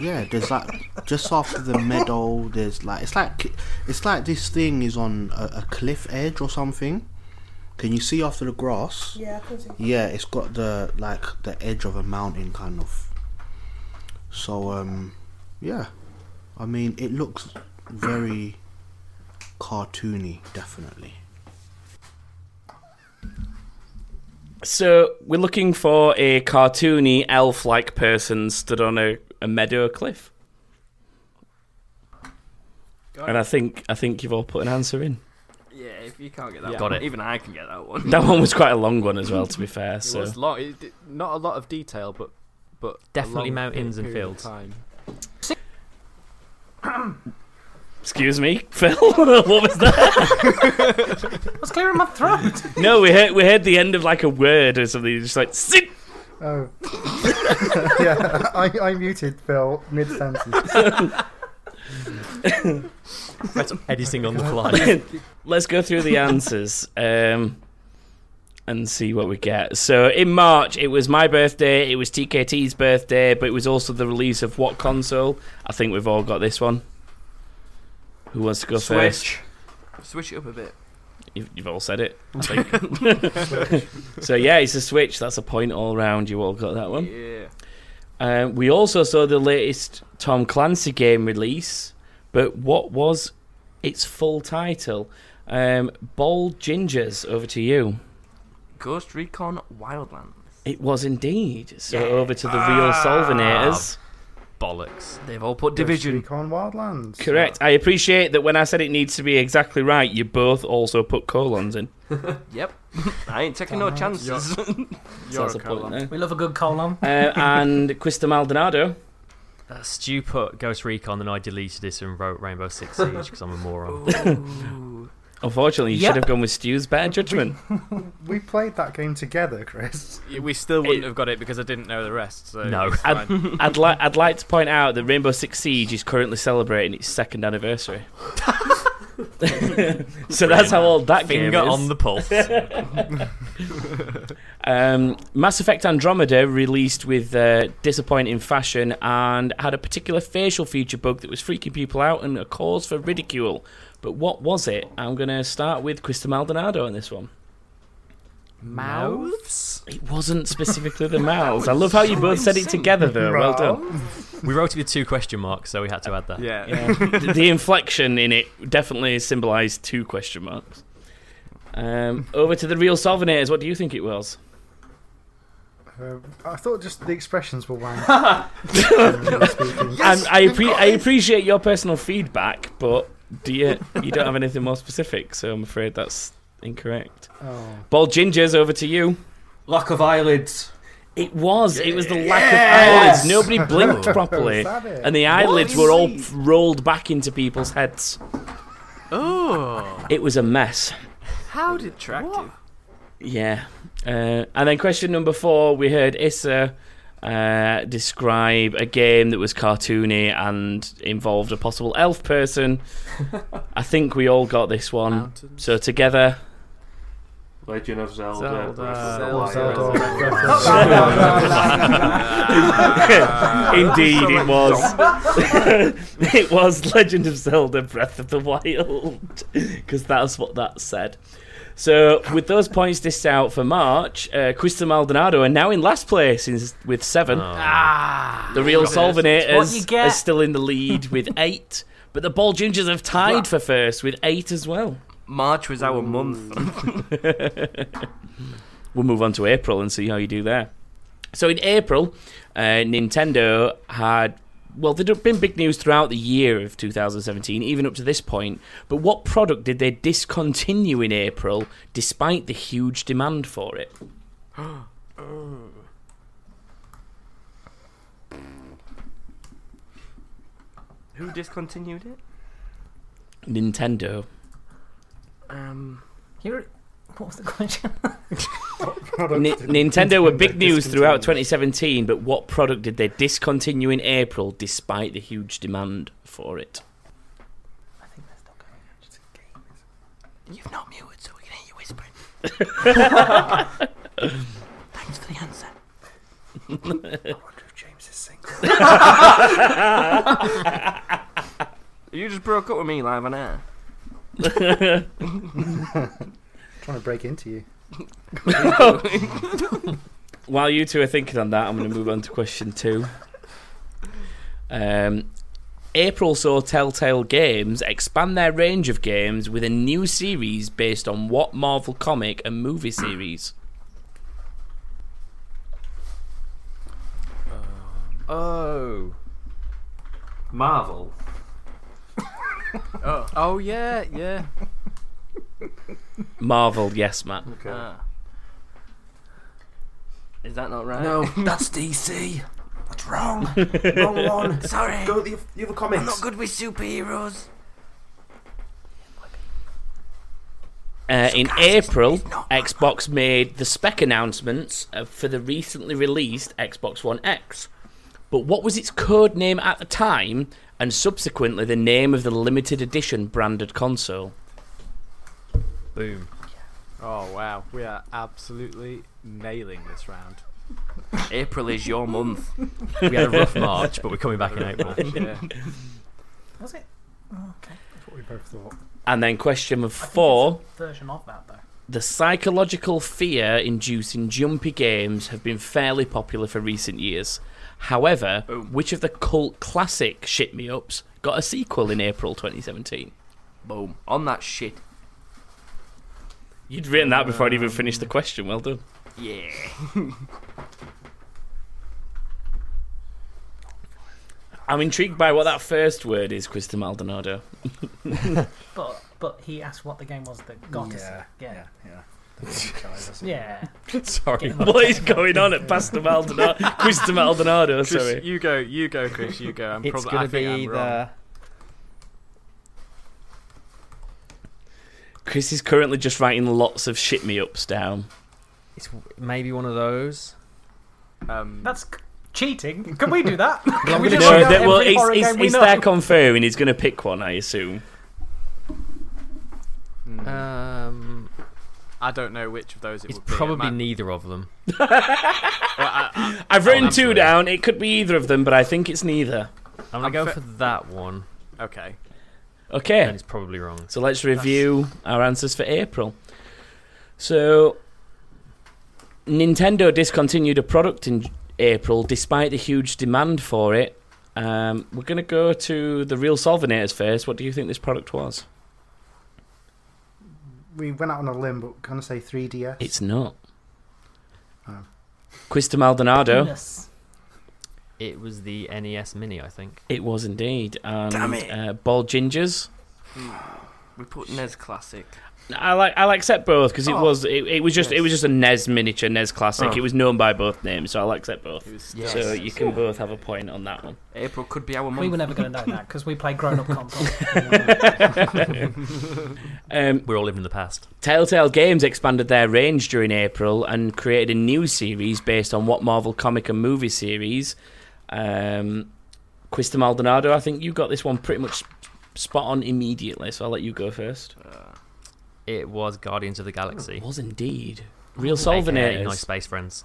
[SPEAKER 9] yeah, there's like just after the meadow, there's like it's like it's like this thing is on a, a cliff edge or something. Can you see after the grass?
[SPEAKER 10] yeah I can see
[SPEAKER 9] Yeah, it's got the like the edge of a mountain kind of. So um yeah. I mean it looks very cartoony, definitely.
[SPEAKER 1] So we're looking for a cartoony elf like person stood on a, a meadow cliff. And I think I think you've all put an answer in.
[SPEAKER 6] Yeah, if you can't get that
[SPEAKER 2] Yeah.
[SPEAKER 6] one,
[SPEAKER 3] Got it.
[SPEAKER 6] even I can get that one.
[SPEAKER 1] That one was quite a long one as well, to be fair.
[SPEAKER 2] It
[SPEAKER 1] So
[SPEAKER 2] was long. It, it- not a lot of detail, but but a
[SPEAKER 3] Definitely
[SPEAKER 2] long
[SPEAKER 3] mountains and
[SPEAKER 2] period of
[SPEAKER 3] fields.
[SPEAKER 2] Time.
[SPEAKER 1] excuse me, <laughs> Phil. what was that?
[SPEAKER 4] I was clearing my throat.
[SPEAKER 1] <laughs> No, we heard we heard the end of like a word or something. Just like sit.
[SPEAKER 5] Oh. yeah, I, I muted Phil
[SPEAKER 1] <laughs>
[SPEAKER 5] mid sentence.
[SPEAKER 3] Editing on the fly.
[SPEAKER 1] <laughs> Let's go through the answers. Um, and see what we get. So in March, it was my birthday, it was TKT's birthday, but it was also the release of what console? I think we've all got this one. Who wants to go first?
[SPEAKER 6] Switch it up a bit.
[SPEAKER 1] You've, you've all said it. I
[SPEAKER 6] <laughs>
[SPEAKER 1] think. so yeah, it's a Switch. That's a point all round. You all got that one.
[SPEAKER 6] Yeah.
[SPEAKER 1] Um, we also saw the latest Tom Clancy game release, but what was its full title? Um, Bald Gingers. Over to you.
[SPEAKER 6] Ghost Recon Wildlands.
[SPEAKER 1] It was indeed. So
[SPEAKER 6] Yeah.
[SPEAKER 1] over to the real
[SPEAKER 6] Ah.
[SPEAKER 1] Solvenators.
[SPEAKER 3] Bollocks.
[SPEAKER 6] They've all put division.
[SPEAKER 5] Recon Wildlands.
[SPEAKER 1] Correct. I appreciate that when I said it needs to be exactly right, you both also put colons in.
[SPEAKER 6] Yep. I ain't taking no
[SPEAKER 4] Damn.
[SPEAKER 6] chances.
[SPEAKER 1] So that's a point there.
[SPEAKER 4] We love a good colon. <laughs>
[SPEAKER 1] Uh, and Quista Maldonado.
[SPEAKER 3] Uh, Stu put Ghost Recon, and I deleted this and wrote Rainbow Six Siege <laughs> because I'm a moron.
[SPEAKER 6] Ooh.
[SPEAKER 1] Unfortunately, you
[SPEAKER 4] Yeah.
[SPEAKER 1] should have gone with Stu's better judgment.
[SPEAKER 5] We played that game together, Chris.
[SPEAKER 2] We still wouldn't have got it because I didn't know the rest. So
[SPEAKER 3] No.
[SPEAKER 2] it's
[SPEAKER 1] I'd,
[SPEAKER 2] fine.
[SPEAKER 1] <laughs> I'd, li- I'd like to point out that Rainbow Six Siege is currently celebrating its second anniversary. <laughs> so that's how old that
[SPEAKER 3] Finger
[SPEAKER 1] game is.
[SPEAKER 3] on
[SPEAKER 1] <laughs>
[SPEAKER 3] the pulse.
[SPEAKER 1] Um, Mass Effect Andromeda released with uh, disappointing fashion and had a particular facial feature bug that was freaking people out and a cause for ridicule. But what was it? I'm going to start with Krista Maldonado on this one.
[SPEAKER 2] Mouths?
[SPEAKER 1] It wasn't specifically the
[SPEAKER 3] <laughs>
[SPEAKER 1] mouths. I love how you both said it together, though. Well done.
[SPEAKER 3] we wrote it with two question marks, so we had to add that.
[SPEAKER 2] Yeah.
[SPEAKER 1] Yeah. <laughs>
[SPEAKER 3] <laughs>
[SPEAKER 1] the, the inflection in it definitely symbolised two question marks. Um, over to the real Solvenators. What do you think it was?
[SPEAKER 5] Uh, I thought just the expressions were <laughs> wank. Um, Generally speaking.
[SPEAKER 1] And I, appre- I appreciate your personal feedback, but do you you don't have anything more specific, so I'm afraid that's incorrect.
[SPEAKER 5] Oh.
[SPEAKER 1] Bald gingers, over to you.
[SPEAKER 7] Lack of eyelids.
[SPEAKER 1] It was. It was the lack
[SPEAKER 7] Yes!
[SPEAKER 1] of eyelids. <laughs> Nobody
[SPEAKER 2] <laughs>
[SPEAKER 1] blinked properly,
[SPEAKER 5] Savage.
[SPEAKER 1] and the eyelids
[SPEAKER 6] is
[SPEAKER 1] were all
[SPEAKER 6] it?
[SPEAKER 1] rolled back into people's heads.
[SPEAKER 2] Oh.
[SPEAKER 1] It was a mess.
[SPEAKER 2] How did attractive?
[SPEAKER 1] Yeah. Uh, and then question number four, we heard Issa uh, describe a game that was cartoony and involved a possible elf person. I think we all got this one.
[SPEAKER 2] Mountains.
[SPEAKER 1] So together,
[SPEAKER 7] Legend of Zelda.
[SPEAKER 2] Zelda.
[SPEAKER 7] Breath of the
[SPEAKER 2] Zelda.
[SPEAKER 7] Wild.
[SPEAKER 5] Zelda.
[SPEAKER 1] <laughs> indeed, it was. <laughs> it was Legend of Zelda: Breath of the Wild, because that's what that said. So, with those points dissed out for March, uh, Crystal Maldonado are now in last place in, with seven. The real
[SPEAKER 4] Oh. Ah. What you
[SPEAKER 1] Solvenators
[SPEAKER 4] get.
[SPEAKER 1] is still in the lead with eight, but the Ball Gingers have tied for first with eight as well.
[SPEAKER 6] March was our month.
[SPEAKER 1] we'll move on to April and see how you do there. So in April, uh, Nintendo had well, there'd been big news throughout the year of 2017, even up to this point. But what product did they discontinue in April, despite the huge demand for it?
[SPEAKER 6] <laughs> <gasps> Who discontinued it?
[SPEAKER 1] Nintendo.
[SPEAKER 6] Um.
[SPEAKER 4] You're, what was the question?
[SPEAKER 5] Product
[SPEAKER 1] Ni-
[SPEAKER 4] <laughs>
[SPEAKER 5] didn't
[SPEAKER 1] Nintendo were big
[SPEAKER 5] discontinue,
[SPEAKER 1] news throughout
[SPEAKER 5] discontinue.
[SPEAKER 1] 2017, but what product did they discontinue in April, despite the huge demand for it?
[SPEAKER 4] I think that's not going on. It's a game.
[SPEAKER 6] You've not muted, so we can hear you
[SPEAKER 1] <laughs>
[SPEAKER 6] whispering. Thanks for the answer.
[SPEAKER 4] I wonder if James is
[SPEAKER 1] <laughs>
[SPEAKER 4] single.
[SPEAKER 6] You just broke up with me live on air.
[SPEAKER 5] <laughs> Trying to break into you.
[SPEAKER 1] While you two are thinking on that, I'm going to move on to question two. Um, April saw Telltale Games expand their range of games with a new series based on what Marvel comic and movie series?
[SPEAKER 2] Oh.
[SPEAKER 6] <laughs>
[SPEAKER 7] Marvel.
[SPEAKER 2] Oh. Oh yeah, yeah.
[SPEAKER 1] Marvel, yes, Matt.
[SPEAKER 7] Okay.
[SPEAKER 6] Ah. Is that not right? <laughs>
[SPEAKER 7] no, that's DC. What's
[SPEAKER 2] <laughs>
[SPEAKER 7] wrong? wrong one.
[SPEAKER 6] Sorry.
[SPEAKER 7] Go to the, the other comics.
[SPEAKER 6] I'm not good with superheroes.
[SPEAKER 1] Uh, in April, Xbox made the spec announcements uh, for the recently released Xbox One X. But what was its code name at the time and subsequently the name of the limited edition branded console?
[SPEAKER 3] Boom.
[SPEAKER 2] Oh wow, we are absolutely nailing this round.
[SPEAKER 6] April is your
[SPEAKER 1] <laughs>
[SPEAKER 6] month.
[SPEAKER 3] We had
[SPEAKER 6] <laughs>
[SPEAKER 3] a rough March, but we're coming back in April.
[SPEAKER 4] Was it? Oh, okay.
[SPEAKER 5] That's what we both thought.
[SPEAKER 1] And then question of four.
[SPEAKER 4] Version of that, though.
[SPEAKER 1] The psychological fear inducing jumpy games have been fairly popular for recent years. However,
[SPEAKER 6] Oh.
[SPEAKER 1] which of the cult classic shit me ups got a sequel in April 2017?
[SPEAKER 6] Boom. On that shit.
[SPEAKER 1] You'd written that before I'd even finished the question. Well done.
[SPEAKER 6] Yeah. <laughs>
[SPEAKER 1] I'm intrigued by what that first word is,
[SPEAKER 6] <laughs>
[SPEAKER 1] Christa Maldonado.
[SPEAKER 4] But but he asked what the game was that got us.
[SPEAKER 5] Yeah,
[SPEAKER 4] Yeah.
[SPEAKER 5] yeah. The franchise, isn't it?
[SPEAKER 4] Yeah.
[SPEAKER 1] <laughs>
[SPEAKER 3] Sorry.
[SPEAKER 1] what is going on at Pastor Maldonado? Christa Maldonado,
[SPEAKER 2] Chris,
[SPEAKER 1] sorry.
[SPEAKER 2] you go, you go, Chris, you go. I'm
[SPEAKER 11] it's
[SPEAKER 2] probably I
[SPEAKER 11] going to
[SPEAKER 2] think
[SPEAKER 11] be
[SPEAKER 2] I'm wrong.
[SPEAKER 11] the.
[SPEAKER 1] Chris is currently just writing lots of shit me ups down.
[SPEAKER 11] It's maybe one of those.
[SPEAKER 2] Um,
[SPEAKER 4] That's c- cheating. Can we
[SPEAKER 5] <laughs>
[SPEAKER 4] do that? Can we
[SPEAKER 1] No,
[SPEAKER 4] just write down
[SPEAKER 1] that- well,
[SPEAKER 4] every
[SPEAKER 1] it's,
[SPEAKER 4] horror
[SPEAKER 1] it's,
[SPEAKER 4] game we
[SPEAKER 1] it's
[SPEAKER 4] know?
[SPEAKER 1] there conferring. He's going to pick one, I assume.
[SPEAKER 6] Mm.
[SPEAKER 11] Um,
[SPEAKER 2] I don't know which of those it
[SPEAKER 3] It's
[SPEAKER 2] would be. It
[SPEAKER 3] probably
[SPEAKER 2] might-
[SPEAKER 3] neither of them.
[SPEAKER 1] <laughs> I've written
[SPEAKER 3] I'm
[SPEAKER 1] two
[SPEAKER 3] sorry.
[SPEAKER 1] down. It could be either of them, but I think it's neither.
[SPEAKER 3] I'm gonna
[SPEAKER 2] I'm
[SPEAKER 3] go
[SPEAKER 2] fa-
[SPEAKER 3] for that one,
[SPEAKER 2] Okay.
[SPEAKER 1] Okay.
[SPEAKER 3] and it's probably wrong.
[SPEAKER 1] So let's review our answers for April. So, Nintendo discontinued a product in April despite the huge demand for it. Um, we're going to go to the real Solvenators first. What do you think this product was?
[SPEAKER 5] We went out on a limb, but can I say 3DS?
[SPEAKER 1] It's not.
[SPEAKER 6] Ah.
[SPEAKER 5] Oh.
[SPEAKER 1] Quista Maldonado.
[SPEAKER 4] Goodness.
[SPEAKER 3] It was the NES Mini, I think.
[SPEAKER 1] It was indeed. And,
[SPEAKER 6] Damn it.
[SPEAKER 1] Uh, Bald Gingers.
[SPEAKER 6] Hmm. We put NES Classic.
[SPEAKER 1] I like I'll accept both because it
[SPEAKER 6] Oh.
[SPEAKER 1] was it, it was just it was just a NES miniature NES classic.
[SPEAKER 6] Oh.
[SPEAKER 1] It was known by both names, so I'll accept both.
[SPEAKER 2] It was
[SPEAKER 6] Yes.
[SPEAKER 1] So you can both have a point on that one.
[SPEAKER 6] April could be our month.
[SPEAKER 4] We were never going to know that because we
[SPEAKER 6] <laughs>
[SPEAKER 4] play grown-up console.
[SPEAKER 1] Um,
[SPEAKER 3] We're all living in the past.
[SPEAKER 1] Telltale Games expanded their range during April and created a new series based on what Marvel comic and movie series. Um, Quista Maldonado, I think you got this one pretty much spot on immediately, so I'll let you go first.
[SPEAKER 4] Uh,
[SPEAKER 3] It was Guardians of the Galaxy.
[SPEAKER 1] It was indeed real
[SPEAKER 3] AKA
[SPEAKER 1] Solvenators.
[SPEAKER 3] Nice space friends.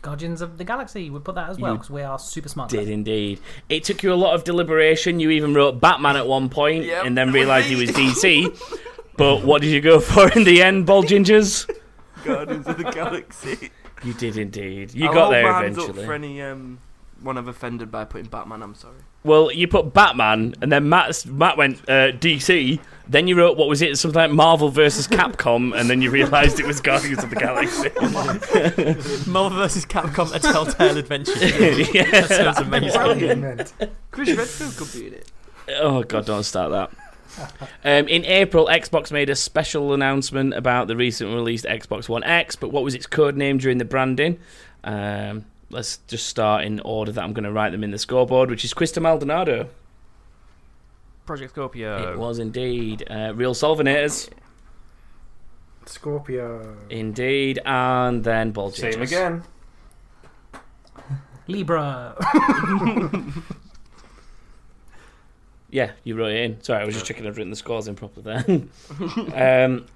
[SPEAKER 4] Guardians of the Galaxy. We put that as
[SPEAKER 1] You
[SPEAKER 4] well because we are super smart.
[SPEAKER 1] Did indeed. It took you a lot of deliberation. You even wrote Batman at one point
[SPEAKER 6] Yep,
[SPEAKER 1] and
[SPEAKER 6] that
[SPEAKER 1] then
[SPEAKER 6] was
[SPEAKER 1] realised he
[SPEAKER 6] me.
[SPEAKER 1] was DC. but what did you go <laughs> for in the end, Ball Gingers?
[SPEAKER 6] Guardians of the Galaxy.
[SPEAKER 1] You did indeed. You
[SPEAKER 6] I'll
[SPEAKER 1] got
[SPEAKER 6] hold
[SPEAKER 1] there
[SPEAKER 6] my hands Up for
[SPEAKER 1] eventually.
[SPEAKER 6] any um, one I've offended by putting Batman, I'm
[SPEAKER 2] <laughs>
[SPEAKER 6] sorry.
[SPEAKER 1] Well, you put Batman, and then Matt's, Matt went uh, DC. Then you wrote what was it? Something like Marvel versus Capcom, and then you realised it was Guardians of the Galaxy. <laughs>
[SPEAKER 3] Marvel vs. Capcom: A Telltale Adventure.
[SPEAKER 1] <laughs> Yeah.
[SPEAKER 3] that sounds
[SPEAKER 5] That's
[SPEAKER 3] amazing.
[SPEAKER 5] what you meant.
[SPEAKER 6] Chris Redfield could be in it.
[SPEAKER 1] Oh god, don't start that. Um, in April, Xbox made a special announcement about the recently released Xbox One X, but what was its code name during the branding? Um, let's just start in order that I'm going to write them in the scoreboard, which is Quista Maldonado.
[SPEAKER 3] Project Scorpio.
[SPEAKER 7] Oh.
[SPEAKER 1] It was indeed uh, Real Solvenators,
[SPEAKER 5] Scorpio.
[SPEAKER 1] indeed, and then Ball
[SPEAKER 7] Same
[SPEAKER 1] Gingers.
[SPEAKER 7] again.
[SPEAKER 4] Libra. <laughs>
[SPEAKER 1] Yeah, you wrote it in. Sorry, I was just checking I'd written the scores in properly there. <laughs> um,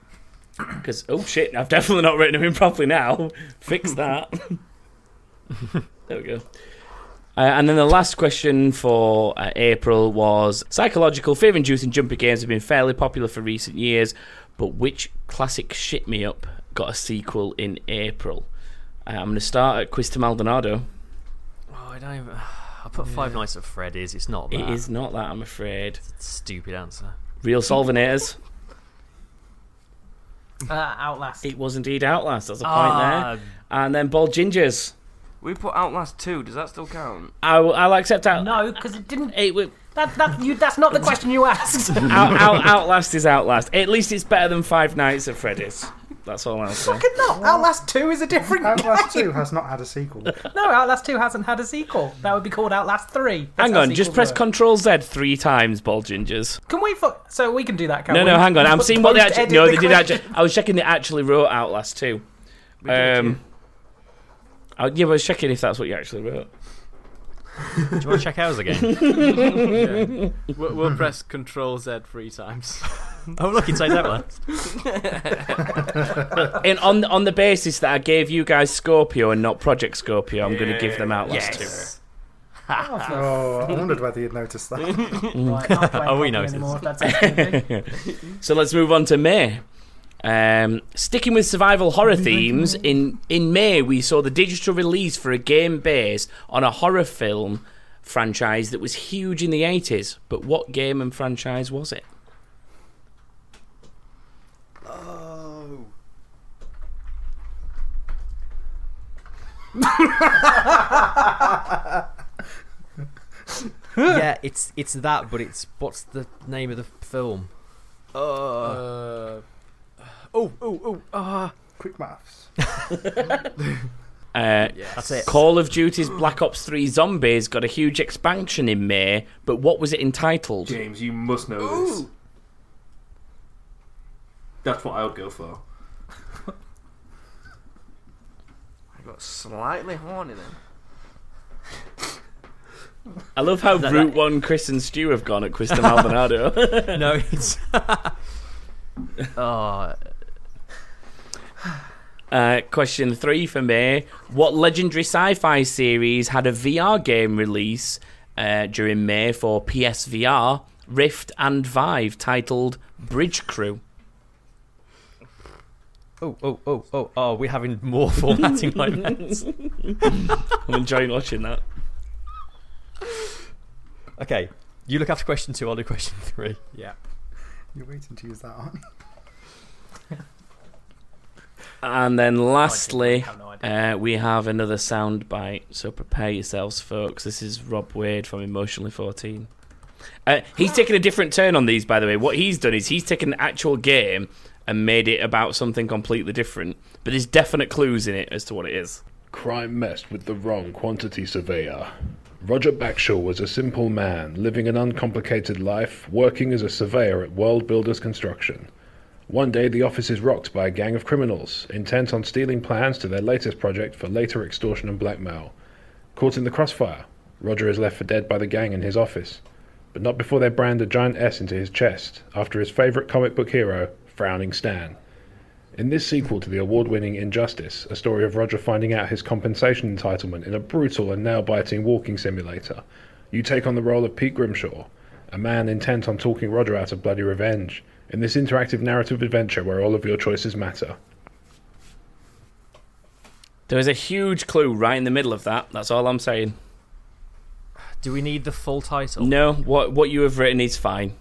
[SPEAKER 1] because oh shit, I've definitely not written them in properly now. <laughs> Fix that.
[SPEAKER 3] Oh,
[SPEAKER 1] there we go. Uh, and then the last question for uh, April was psychological fear inducing jumpy games have been fairly popular for recent years, but which classic shit me up got a sequel in April? Uh, I'm going to start at Quista Maldonado.
[SPEAKER 3] Oh, I don't even. <sighs> I put Five Nights at Freddy's. It's not that.
[SPEAKER 1] It is not that, I'm afraid.
[SPEAKER 3] It's a
[SPEAKER 1] <laughs>
[SPEAKER 3] stupid answer.
[SPEAKER 1] Real Solvenators.
[SPEAKER 4] uh, Outlast.
[SPEAKER 1] It was indeed Outlast. That's a point there.
[SPEAKER 3] Ah,
[SPEAKER 1] And then Bald Gingers.
[SPEAKER 6] We put Outlast 2, does that still count?
[SPEAKER 1] I will, I'll accept out.
[SPEAKER 4] No, because it didn't.
[SPEAKER 1] It, would-
[SPEAKER 4] That, that, you, that's not the question you asked.
[SPEAKER 1] <laughs> out, out, Outlast is Outlast. At least it's better than Five Nights at Freddy's. That's all I'll say.
[SPEAKER 4] Could not. Outlast 2 is a different
[SPEAKER 5] Outlast 2 has not had a sequel.
[SPEAKER 4] No, Outlast 2 hasn't had a sequel. That would be called Outlast 3. That's
[SPEAKER 1] Hang
[SPEAKER 4] how
[SPEAKER 1] on, just
[SPEAKER 4] sequels
[SPEAKER 1] press
[SPEAKER 4] work.
[SPEAKER 1] Control Z three times, Bald Gingers.
[SPEAKER 4] Can we fuck. So we can do that, can
[SPEAKER 1] No,
[SPEAKER 4] we?
[SPEAKER 1] no, hang on. I'm
[SPEAKER 4] <laughs> Post-
[SPEAKER 1] seeing what they
[SPEAKER 4] post-edit
[SPEAKER 1] actually. No,
[SPEAKER 4] the
[SPEAKER 1] they did
[SPEAKER 4] question. <laughs>
[SPEAKER 1] actually. I was checking they actually wrote Outlast too.
[SPEAKER 6] We did
[SPEAKER 1] Um, I, yeah, but I was checking if that's what you actually wrote.
[SPEAKER 3] <laughs> do
[SPEAKER 1] <laughs>
[SPEAKER 3] you want to check ours again?
[SPEAKER 2] We'll, we'll press Control Z three times.
[SPEAKER 3] <laughs> Oh, look, it says that one.
[SPEAKER 6] <laughs>
[SPEAKER 1] <laughs> and on on the basis that I gave you guys Scorpio and not Project Scorpio, I'm going to give them out last
[SPEAKER 5] Yes.
[SPEAKER 1] two.
[SPEAKER 5] <laughs> oh, I wondered whether you'd noticed <laughs> that.
[SPEAKER 1] <laughs> oh, we noticed. <laughs> so let's move on to May. Um, sticking with survival horror themes, in, in May we saw the digital release for a game based on a horror film franchise that was huge in the 80s. But what game and franchise was it?
[SPEAKER 9] <laughs>
[SPEAKER 7] Oh.
[SPEAKER 11] yeah, it's it's that, but it's what's the name of the film?
[SPEAKER 2] Uh, oh, oh, oh, ah.
[SPEAKER 5] Quick
[SPEAKER 6] <laughs>
[SPEAKER 5] maths.
[SPEAKER 1] Uh,
[SPEAKER 2] Yes. That's it.
[SPEAKER 1] Call of Duty's Black Ops 3 Zombies got a huge expansion in May, but what was it entitled?
[SPEAKER 12] James, you must know this. That's what I would go for.
[SPEAKER 6] I got slightly horny then.
[SPEAKER 1] I love how
[SPEAKER 6] That-
[SPEAKER 1] Route 1 Chris and Stu have gone at Quista Maldonado. <laughs>
[SPEAKER 3] no, it's.
[SPEAKER 1] oh. Uh, question three for me. What legendary sci fi series had a VR game release uh, during May for PSVR, Rift, and Vive titled Bridge Crew?
[SPEAKER 11] Oh, oh, oh, oh, oh, we're having
[SPEAKER 3] <laughs>
[SPEAKER 11] more formatting like that.
[SPEAKER 1] <laughs> I'm enjoying watching that.
[SPEAKER 3] Okay, you look after question two, I'll do question three.
[SPEAKER 2] Yeah.
[SPEAKER 5] You're waiting to use that on.
[SPEAKER 1] And then lastly,
[SPEAKER 5] have no
[SPEAKER 1] uh, we have another sound bite. So prepare yourselves, folks. This is Rob Wade from Emotionally 14. Uh, he's taken a different turn on these, by the way. What he's done is he's taken an actual game and made it about something completely different. But there's definite clues in it as to what it is.
[SPEAKER 13] Crime messed with the wrong quantity surveyor. Roger Backshall was a simple man, living an uncomplicated life, working as a surveyor at World Builders Construction. One day, the office is rocked by a gang of criminals, intent on stealing plans to their latest project for later extortion and blackmail. Caught in the crossfire, Roger is left for dead by the gang in his office, but not before they brand a giant S into his chest after his favourite comic book hero, Frowning Stan. In this sequel to the award winning Injustice, a story of Roger finding out his compensation entitlement in a brutal and nail biting walking simulator, you take on the role of Pete Grimshaw, a man intent on talking Roger out of bloody revenge, in this interactive narrative adventure where all of your choices matter.
[SPEAKER 1] There is a huge clue right in the middle of that. That's all I'm saying.
[SPEAKER 11] Do we need the full title?
[SPEAKER 1] No, what what you have written is fine.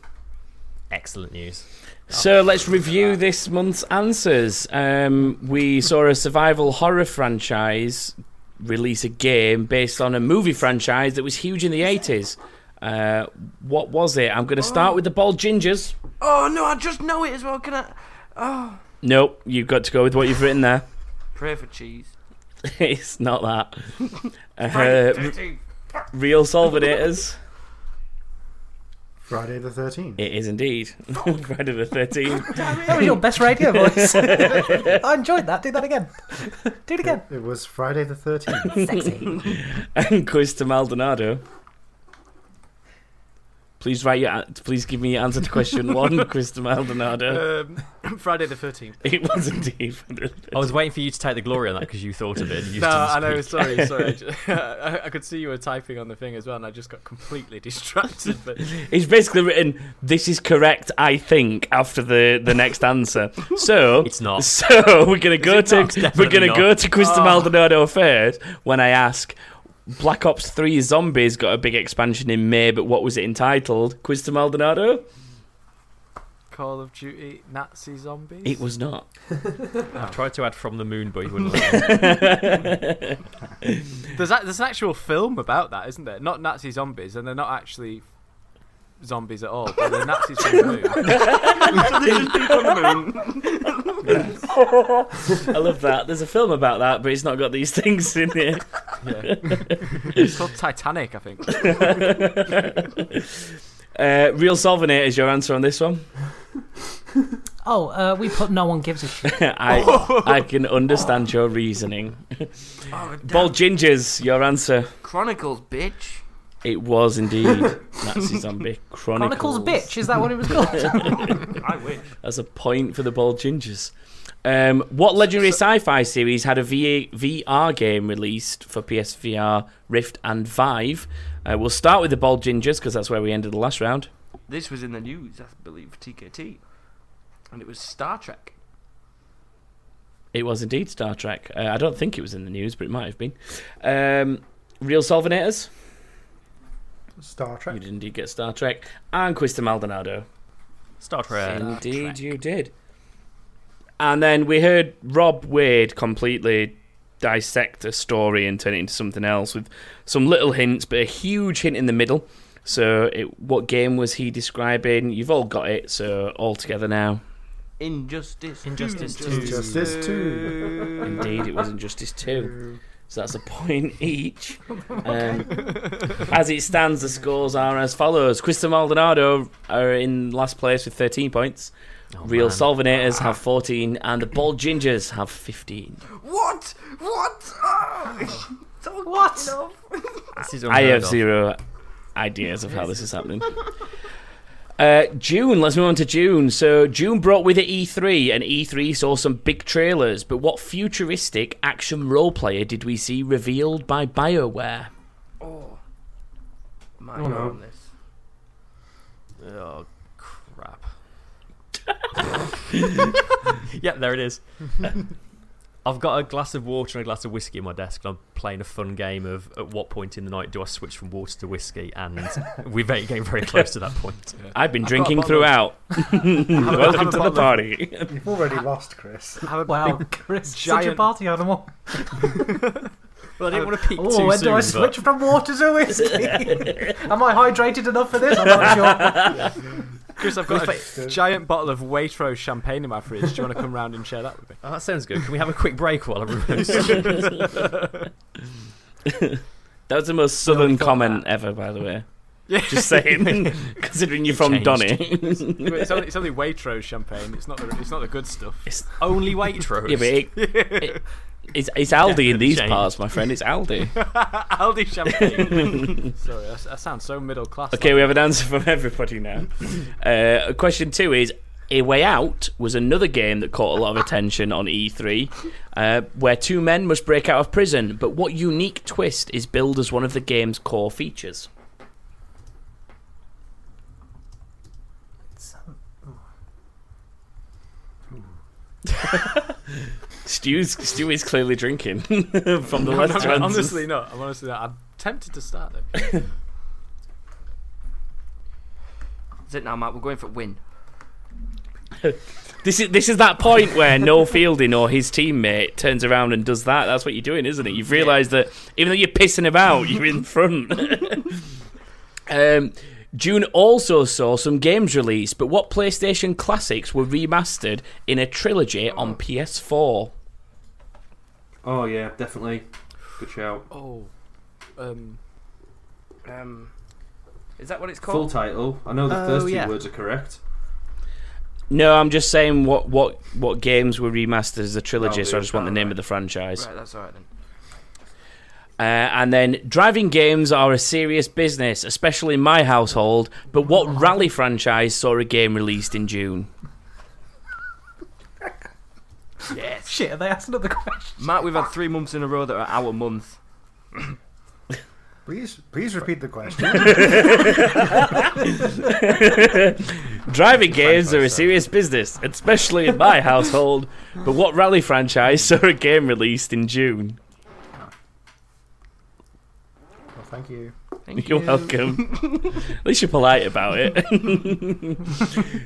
[SPEAKER 11] Excellent
[SPEAKER 1] <laughs>
[SPEAKER 11] news.
[SPEAKER 1] So let's review this month's answers. Um, we saw a survival horror franchise release a game based on a movie franchise that was huge in the 80s. Uh, what was it? I'm going to start with the Bald Gingers.
[SPEAKER 6] Oh no, I just know it as well. Can I? Oh,
[SPEAKER 1] Nope, you've got to go with what you've written there. <laughs>
[SPEAKER 6] pray for cheese.
[SPEAKER 1] it's not that. Uh, re- real Solvenators.
[SPEAKER 5] Friday the 13th.
[SPEAKER 1] It is indeed. <laughs> Friday the 13th.
[SPEAKER 4] That was your best
[SPEAKER 1] <laughs>
[SPEAKER 5] <laughs>
[SPEAKER 4] radio voice. I enjoyed that. Do that again. Do it again.
[SPEAKER 5] It was Friday the <laughs> 13th.
[SPEAKER 1] <laughs> and quiz to Maldonado. Please write your. an- Please give me your answer to
[SPEAKER 3] <laughs>
[SPEAKER 2] <laughs>
[SPEAKER 1] question one, quiz to Maldonado.
[SPEAKER 2] Um, Friday the 13th.
[SPEAKER 1] <laughs> It was indeed. Friday the 13th.
[SPEAKER 3] I was waiting for you to take the glory on that because you thought of it. And you
[SPEAKER 2] <laughs> No,
[SPEAKER 3] just
[SPEAKER 2] I know.
[SPEAKER 3] picked-
[SPEAKER 2] Sorry,
[SPEAKER 1] <laughs>
[SPEAKER 2] sorry. <laughs> I, I could see you were typing on the thing as well, and I just got completely <laughs> distracted.
[SPEAKER 1] <laughs>
[SPEAKER 2] But
[SPEAKER 1] It's basically written. This is correct, I think. After the the next answer,
[SPEAKER 3] <laughs>
[SPEAKER 1] so it's
[SPEAKER 3] not.
[SPEAKER 1] So we're gonna go
[SPEAKER 3] it
[SPEAKER 1] to
[SPEAKER 3] not? It's
[SPEAKER 1] we're
[SPEAKER 3] definitely
[SPEAKER 1] gonna
[SPEAKER 3] not.
[SPEAKER 1] go to quiz to
[SPEAKER 3] Oh.
[SPEAKER 1] Maldonado first. When I ask, Black Ops Three Zombies got a big expansion in May, but what was it entitled? Quiz to Maldonado.
[SPEAKER 2] Call of Duty Nazi zombies.
[SPEAKER 1] It was
[SPEAKER 2] <laughs>
[SPEAKER 1] not.
[SPEAKER 3] <laughs> I've tried to add from the moon, but you
[SPEAKER 1] <laughs>
[SPEAKER 3] wouldn't let me.
[SPEAKER 2] there's a, there's an actual film about that, isn't there? Not Nazi zombies, and they're not actually zombies at all. But they're Nazis from the moon. <laughs>
[SPEAKER 1] I
[SPEAKER 4] <laughs>
[SPEAKER 1] love that. There's a film about that, but it's not got these <laughs> things in it.
[SPEAKER 2] Yeah. It's called Titanic, I think.
[SPEAKER 1] <laughs> uh, Real Solvenator is your answer on this one.
[SPEAKER 4] Oh, uh, we put no one gives a shit.
[SPEAKER 1] <laughs> I, I can understand
[SPEAKER 2] Oh,
[SPEAKER 1] your reasoning. Bald Gingers, your answer.
[SPEAKER 6] Chronicles, bitch.
[SPEAKER 1] It was
[SPEAKER 4] <laughs>
[SPEAKER 1] indeed Nazi Zombie Chronicles.
[SPEAKER 4] Chronicles Bitch, is that what it was called? <laughs> I wish.
[SPEAKER 1] That's a point for the bald gingers. Um, what legendary sci-fi series had a VA, VR game released for PSVR, Rift, and Vive? Uh, we'll start with the bald gingers because that's where we ended the last round.
[SPEAKER 6] This was in the news, I believe, TKT, and it was Star Trek.
[SPEAKER 1] It was indeed Star Trek. Uh, I don't think it was in the news, but it might have been. Um, Real Solvenators.
[SPEAKER 5] Star Trek.
[SPEAKER 1] You did indeed get Star Trek. And Quista Maldonado.
[SPEAKER 3] Star Trek.
[SPEAKER 1] Indeed, you did. And then we heard Rob Wade completely dissect a story and turn it into something else with some little hints, but a huge hint in the middle. So, it, what game was he describing? You've all got it, so all together now.
[SPEAKER 6] Injustice.
[SPEAKER 11] Injustice
[SPEAKER 6] two.
[SPEAKER 11] two. Injustice
[SPEAKER 5] two.
[SPEAKER 1] Indeed, it was Injustice 2. So that's a point <laughs> each. Um, as it stands, the scores are as follows Crystal Maldonado are in last place with 13 points. Real
[SPEAKER 6] man.
[SPEAKER 1] Solvenators have 14, and the Bald Gingers have 15.
[SPEAKER 6] What? <laughs> What? Oh, it's all
[SPEAKER 4] what?
[SPEAKER 1] I have zero ideas of how this is happening. Uh, June, let's move on to June. So, June brought with it E3, and E3 saw some big trailers. But what futuristic action role player did we see revealed by BioWare? <laughs>
[SPEAKER 6] Oh, my
[SPEAKER 1] Oh, no.
[SPEAKER 6] goodness.
[SPEAKER 3] Oh <laughs> crap. yeah, there
[SPEAKER 1] <laughs>
[SPEAKER 3] it is. I've got a glass of water and a glass of whiskey in my desk, and I'm playing a fun game of at what point in the night do I switch from water to whiskey,
[SPEAKER 1] <laughs>
[SPEAKER 3] and we're very- getting very close to that point.
[SPEAKER 1] I've been drinking
[SPEAKER 3] <laughs>
[SPEAKER 4] <laughs>
[SPEAKER 1] throughout. <laughs> Welcome to the party.
[SPEAKER 5] You've already lost, Chris.
[SPEAKER 4] wow, Chris, such a
[SPEAKER 5] giant-
[SPEAKER 4] party animal.
[SPEAKER 3] Well, I didn't want to peek
[SPEAKER 4] Oh, when do I switch from water to whiskey?
[SPEAKER 2] <laughs>
[SPEAKER 4] Am I hydrated enough for this? I'm not sure.
[SPEAKER 2] Chris, I've got a giant bottle of Waitrose champagne in my fridge. Do you want to come round and share that with me?
[SPEAKER 3] Oh, that sounds good. Can we have a quick break while I
[SPEAKER 2] <laughs>
[SPEAKER 3] reverse?
[SPEAKER 1] That was the most southern comment ever, by the way.
[SPEAKER 2] Yeah.
[SPEAKER 1] Just
[SPEAKER 2] <laughs>
[SPEAKER 1] saying, <laughs> considering you're from Donny. <laughs>
[SPEAKER 2] it's, it's only, it's only Waitrose champagne. It's not the it's not the good stuff.
[SPEAKER 1] It's
[SPEAKER 3] only Waitrose.
[SPEAKER 1] Yeah, but it-
[SPEAKER 2] <laughs>
[SPEAKER 1] it- it's, it's Aldi in these
[SPEAKER 2] Shame.
[SPEAKER 1] parts, my friend. It's Aldi.
[SPEAKER 2] Aldi champagne. Sorry, I, s- I sound so middle class.
[SPEAKER 1] Okay, we have an answer from <laughs> everybody now. Uh, question two is A Way Out was another game that caught a lot of attention on E3, uh, where two men must break out of prison. But what unique twist is billed as one of the game's core features? Stu's, Stu is clearly drinking <laughs> from the
[SPEAKER 2] I'm
[SPEAKER 1] last answers.
[SPEAKER 2] not- honestly not. I'm honestly not. I'm tempted to start though.
[SPEAKER 6] Is it now, Matt? We're going for win.
[SPEAKER 1] This is this is that point where Noel Fielding or his teammate turns around and does that. That's what you're doing, isn't it? You've realised that even though you're pissing about, you're in front. <laughs> um, June also saw some games released, but what PlayStation classics were remastered in a trilogy on PS4?
[SPEAKER 12] Oh yeah, definitely. Good shout.
[SPEAKER 2] Oh, um,
[SPEAKER 6] um, is that what it's
[SPEAKER 12] Full
[SPEAKER 6] called?
[SPEAKER 12] title. I know the
[SPEAKER 6] Oh,
[SPEAKER 12] first two
[SPEAKER 6] yeah.
[SPEAKER 12] words are correct.
[SPEAKER 1] No, I'm just saying what what what games were remastered as a trilogy,
[SPEAKER 6] Oh,
[SPEAKER 1] so I just want the
[SPEAKER 6] oh,
[SPEAKER 1] name of the franchise.
[SPEAKER 6] Right, that's alright then.
[SPEAKER 1] Uh, and then driving games are a serious business, especially in my household. But what rally franchise saw a game released in June?
[SPEAKER 6] Yes.
[SPEAKER 4] Shit, are they asked another question?
[SPEAKER 6] Matt, we've had three months in a row that are our month.
[SPEAKER 5] <laughs> Please, please repeat the
[SPEAKER 4] <laughs>
[SPEAKER 5] question.
[SPEAKER 6] <laughs>
[SPEAKER 1] driving games are a serious business, especially in my household. But what rally franchise saw a game released in June?
[SPEAKER 5] Well, thank you.
[SPEAKER 1] You're welcome. At least you're polite about it. <laughs>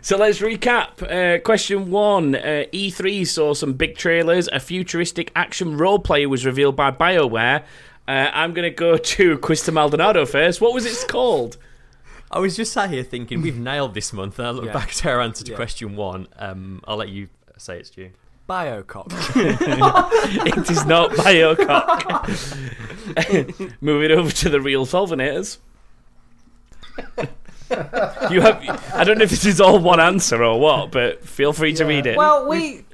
[SPEAKER 1] so let's recap. Uh, question one uh, E3 saw some big trailers. A futuristic action role player was revealed by BioWare. Uh, I'm going to go to <laughs> Quista Maldonado first. What was it called?
[SPEAKER 3] <laughs> I was just sat here thinking we've nailed this month, and I look
[SPEAKER 2] Yeah.
[SPEAKER 3] back to our answer to
[SPEAKER 2] Yeah.
[SPEAKER 3] question one. Um, I'll let you say it's due. <laughs>
[SPEAKER 1] <laughs>
[SPEAKER 2] Biocop.
[SPEAKER 1] it is not Biocock. <laughs> Moving over to the real Solvenators. <laughs> you have. I don't know if this is all one answer or what, but feel free to read it.
[SPEAKER 4] Well, we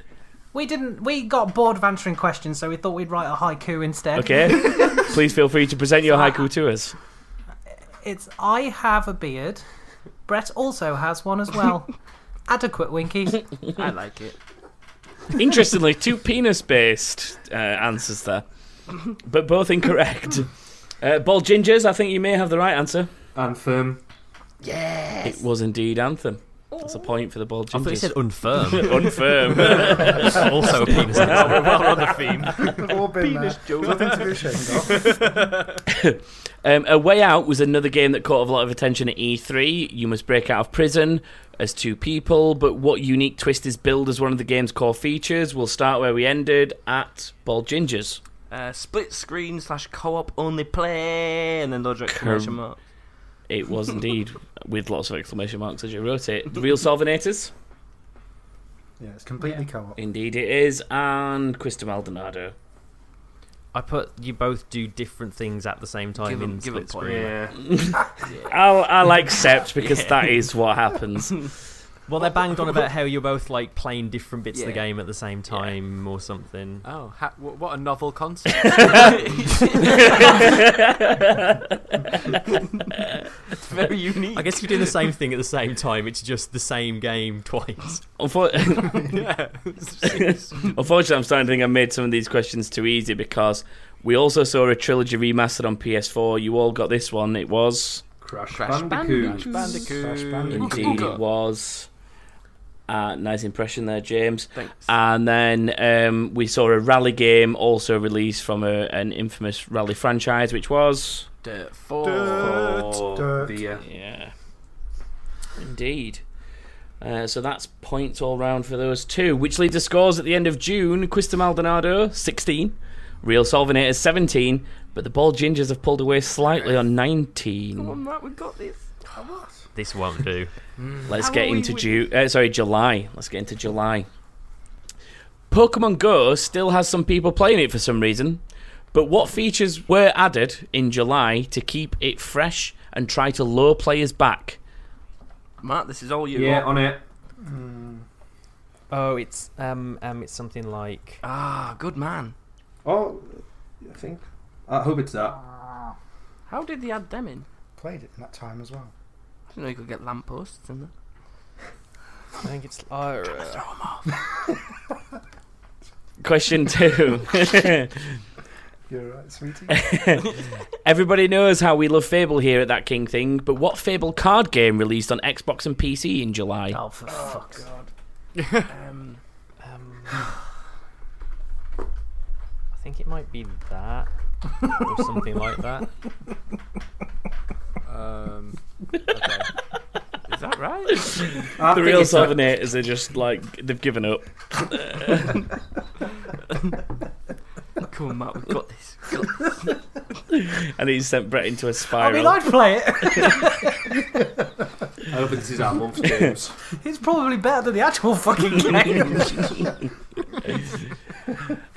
[SPEAKER 4] we didn't we got bored of answering questions, so we <laughs> thought we'd write a haiku instead.
[SPEAKER 1] Okay. Please feel free to present your haiku to us.
[SPEAKER 4] It's I have a beard. Brett also has one as well. Adequate, Winky.
[SPEAKER 6] I like it.
[SPEAKER 1] Interestingly, two penis based uh, answers there, but both incorrect. Uh, Bald Gingers, I think you may have the right answer.
[SPEAKER 12] Anthem.
[SPEAKER 1] Yes. It was indeed Anthem. That's a point for the Bald
[SPEAKER 3] I
[SPEAKER 1] Gingers.
[SPEAKER 3] thought you said unfirm.
[SPEAKER 1] <laughs> unfirm.
[SPEAKER 3] <laughs> Also a
[SPEAKER 1] <laughs>
[SPEAKER 3] penis. Well, we're well on the theme.
[SPEAKER 5] We've all been
[SPEAKER 3] Penis
[SPEAKER 5] there.
[SPEAKER 3] joke.
[SPEAKER 5] Nothing to be ashamed of.
[SPEAKER 1] <laughs> um, a Way Out was another game that caught a lot of attention at E3. You must break out of prison as two people, but what unique twist is billed as one of the game's core features? We'll start where we ended at Bald Gingers.
[SPEAKER 6] <laughs> Uh, split screen slash co-op only play, and then they'll direct
[SPEAKER 1] Cor-
[SPEAKER 6] commercial mark.
[SPEAKER 1] It was indeed with lots of exclamation marks as you wrote it. The real Solvenators?
[SPEAKER 5] Yeah, it's completely co-op.
[SPEAKER 1] Indeed it is. And Quista Maldonado.
[SPEAKER 3] I put you both do different things at the same time
[SPEAKER 1] Give 'em-
[SPEAKER 3] in
[SPEAKER 1] give 'em
[SPEAKER 3] split screen.
[SPEAKER 1] I'll, I'll
[SPEAKER 3] <laughs>
[SPEAKER 1] accept because
[SPEAKER 3] Yeah.
[SPEAKER 1] that is what happens.
[SPEAKER 3] <laughs>
[SPEAKER 6] <laughs>
[SPEAKER 3] Well, they banged on about how you're both like playing different bits of the
[SPEAKER 2] Yeah.
[SPEAKER 3] game at the same time or something.
[SPEAKER 2] Oh, ha- wh- what a novel concept!
[SPEAKER 3] it's
[SPEAKER 2] very unique.
[SPEAKER 3] I guess if you're doing the
[SPEAKER 6] <laughs>
[SPEAKER 3] same thing at the same time, it's just the same
[SPEAKER 1] <laughs>
[SPEAKER 3] game twice.
[SPEAKER 1] Unfor- <laughs> Unfortunately, I'm starting to think I made some of these questions too easy because we also saw a trilogy remastered on PS4. You all got this one. It was
[SPEAKER 12] Crash,
[SPEAKER 2] Crash
[SPEAKER 12] Bandicoot.
[SPEAKER 2] Bandicoot. Crash Bandicoot.
[SPEAKER 1] Indeed, it was. Uh, nice impression there, James. And then um, we saw a rally game also released from a, an infamous rally franchise, which was
[SPEAKER 6] Dirt four.
[SPEAKER 12] Dirt.
[SPEAKER 6] uh,
[SPEAKER 1] Yeah. Indeed. Uh, so that's points all round for those two, which leads to scores at the end of June. Quista Maldonado, 16. Real Solvenator, 17. But the Bald Gingers have pulled away slightly on 19.
[SPEAKER 6] Come on, Matt, we got this. Come on.
[SPEAKER 3] This won't do.
[SPEAKER 6] Mm.
[SPEAKER 1] Let's
[SPEAKER 6] How
[SPEAKER 1] get
[SPEAKER 6] are we
[SPEAKER 1] into
[SPEAKER 6] win-
[SPEAKER 1] June. Uh, sorry, July. Let's get into July. Pokemon Go still has some people playing it for some reason, but what features were added in July to keep it fresh and try to lure players back?
[SPEAKER 6] Matt, this is all you.
[SPEAKER 12] Yeah, on it.
[SPEAKER 3] <laughs> Oh, it's um um it's something like
[SPEAKER 6] Ah, good man.
[SPEAKER 12] Oh, I think. I hope it's that.
[SPEAKER 6] How did they add them in?
[SPEAKER 5] Played it in that time as well. <laughs>
[SPEAKER 6] I didn't know you could get lampposts in there.
[SPEAKER 3] I think it's Lyra.
[SPEAKER 1] Question two. <laughs>
[SPEAKER 5] You're right, sweetie.
[SPEAKER 1] Everybody knows how we love Fable here at that King thing, but what Fable card game released on Xbox and PC in July? <laughs>
[SPEAKER 4] Oh, for fuck's
[SPEAKER 6] God. um,
[SPEAKER 3] um, I think it might be that or something like
[SPEAKER 12] <laughs>
[SPEAKER 3] that.
[SPEAKER 2] Um,
[SPEAKER 6] Is that
[SPEAKER 1] <laughs>
[SPEAKER 6] right?
[SPEAKER 1] the real Solvenators are just like they've given
[SPEAKER 6] <laughs>
[SPEAKER 1] up.
[SPEAKER 6] Come on, Matt, we've got this. We've got this.
[SPEAKER 1] <laughs> and he sent Brett into a
[SPEAKER 4] I
[SPEAKER 1] spiral.
[SPEAKER 4] mean, I'd
[SPEAKER 1] <laughs>
[SPEAKER 4] play it.
[SPEAKER 12] I hope this is our
[SPEAKER 1] <laughs>
[SPEAKER 12] month's games.
[SPEAKER 4] it's probably better than the actual fucking game.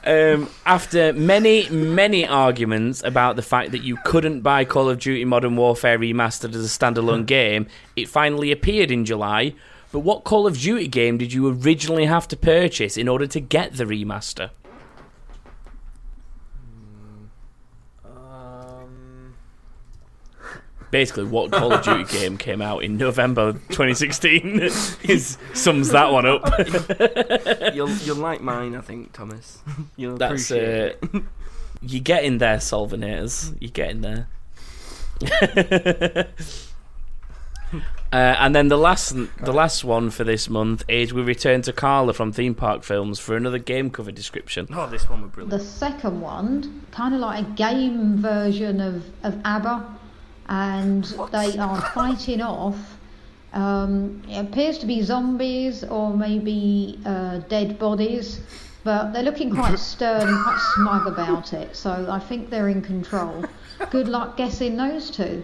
[SPEAKER 2] <laughs>
[SPEAKER 1] um, after many, many arguments about the fact that you couldn't buy Call of Duty Modern Warfare Remastered as a standalone game, it finally appeared in July. But what Call of Duty game did you originally have to purchase in order to get the remaster?
[SPEAKER 3] Um,
[SPEAKER 1] Basically, what Call of Duty game came out in November 2016 is, sums that one up.
[SPEAKER 6] you'll you'll like mine, I think, Thomas. You'll
[SPEAKER 1] That's
[SPEAKER 6] appreciate
[SPEAKER 1] uh, <laughs> you get in there, Solvenators. You get in there. <laughs> uh, and then the last, the last one for this month is we return to Carla from Theme Park Films for another game cover description.
[SPEAKER 6] Oh, this one was
[SPEAKER 8] The second one, kind of like a game version of, of ABBA, and they are fighting off. Um, it appears to be zombies or maybe uh, dead bodies, but they're looking quite stern and quite smug about it, so I think they're in control. Good luck guessing those two.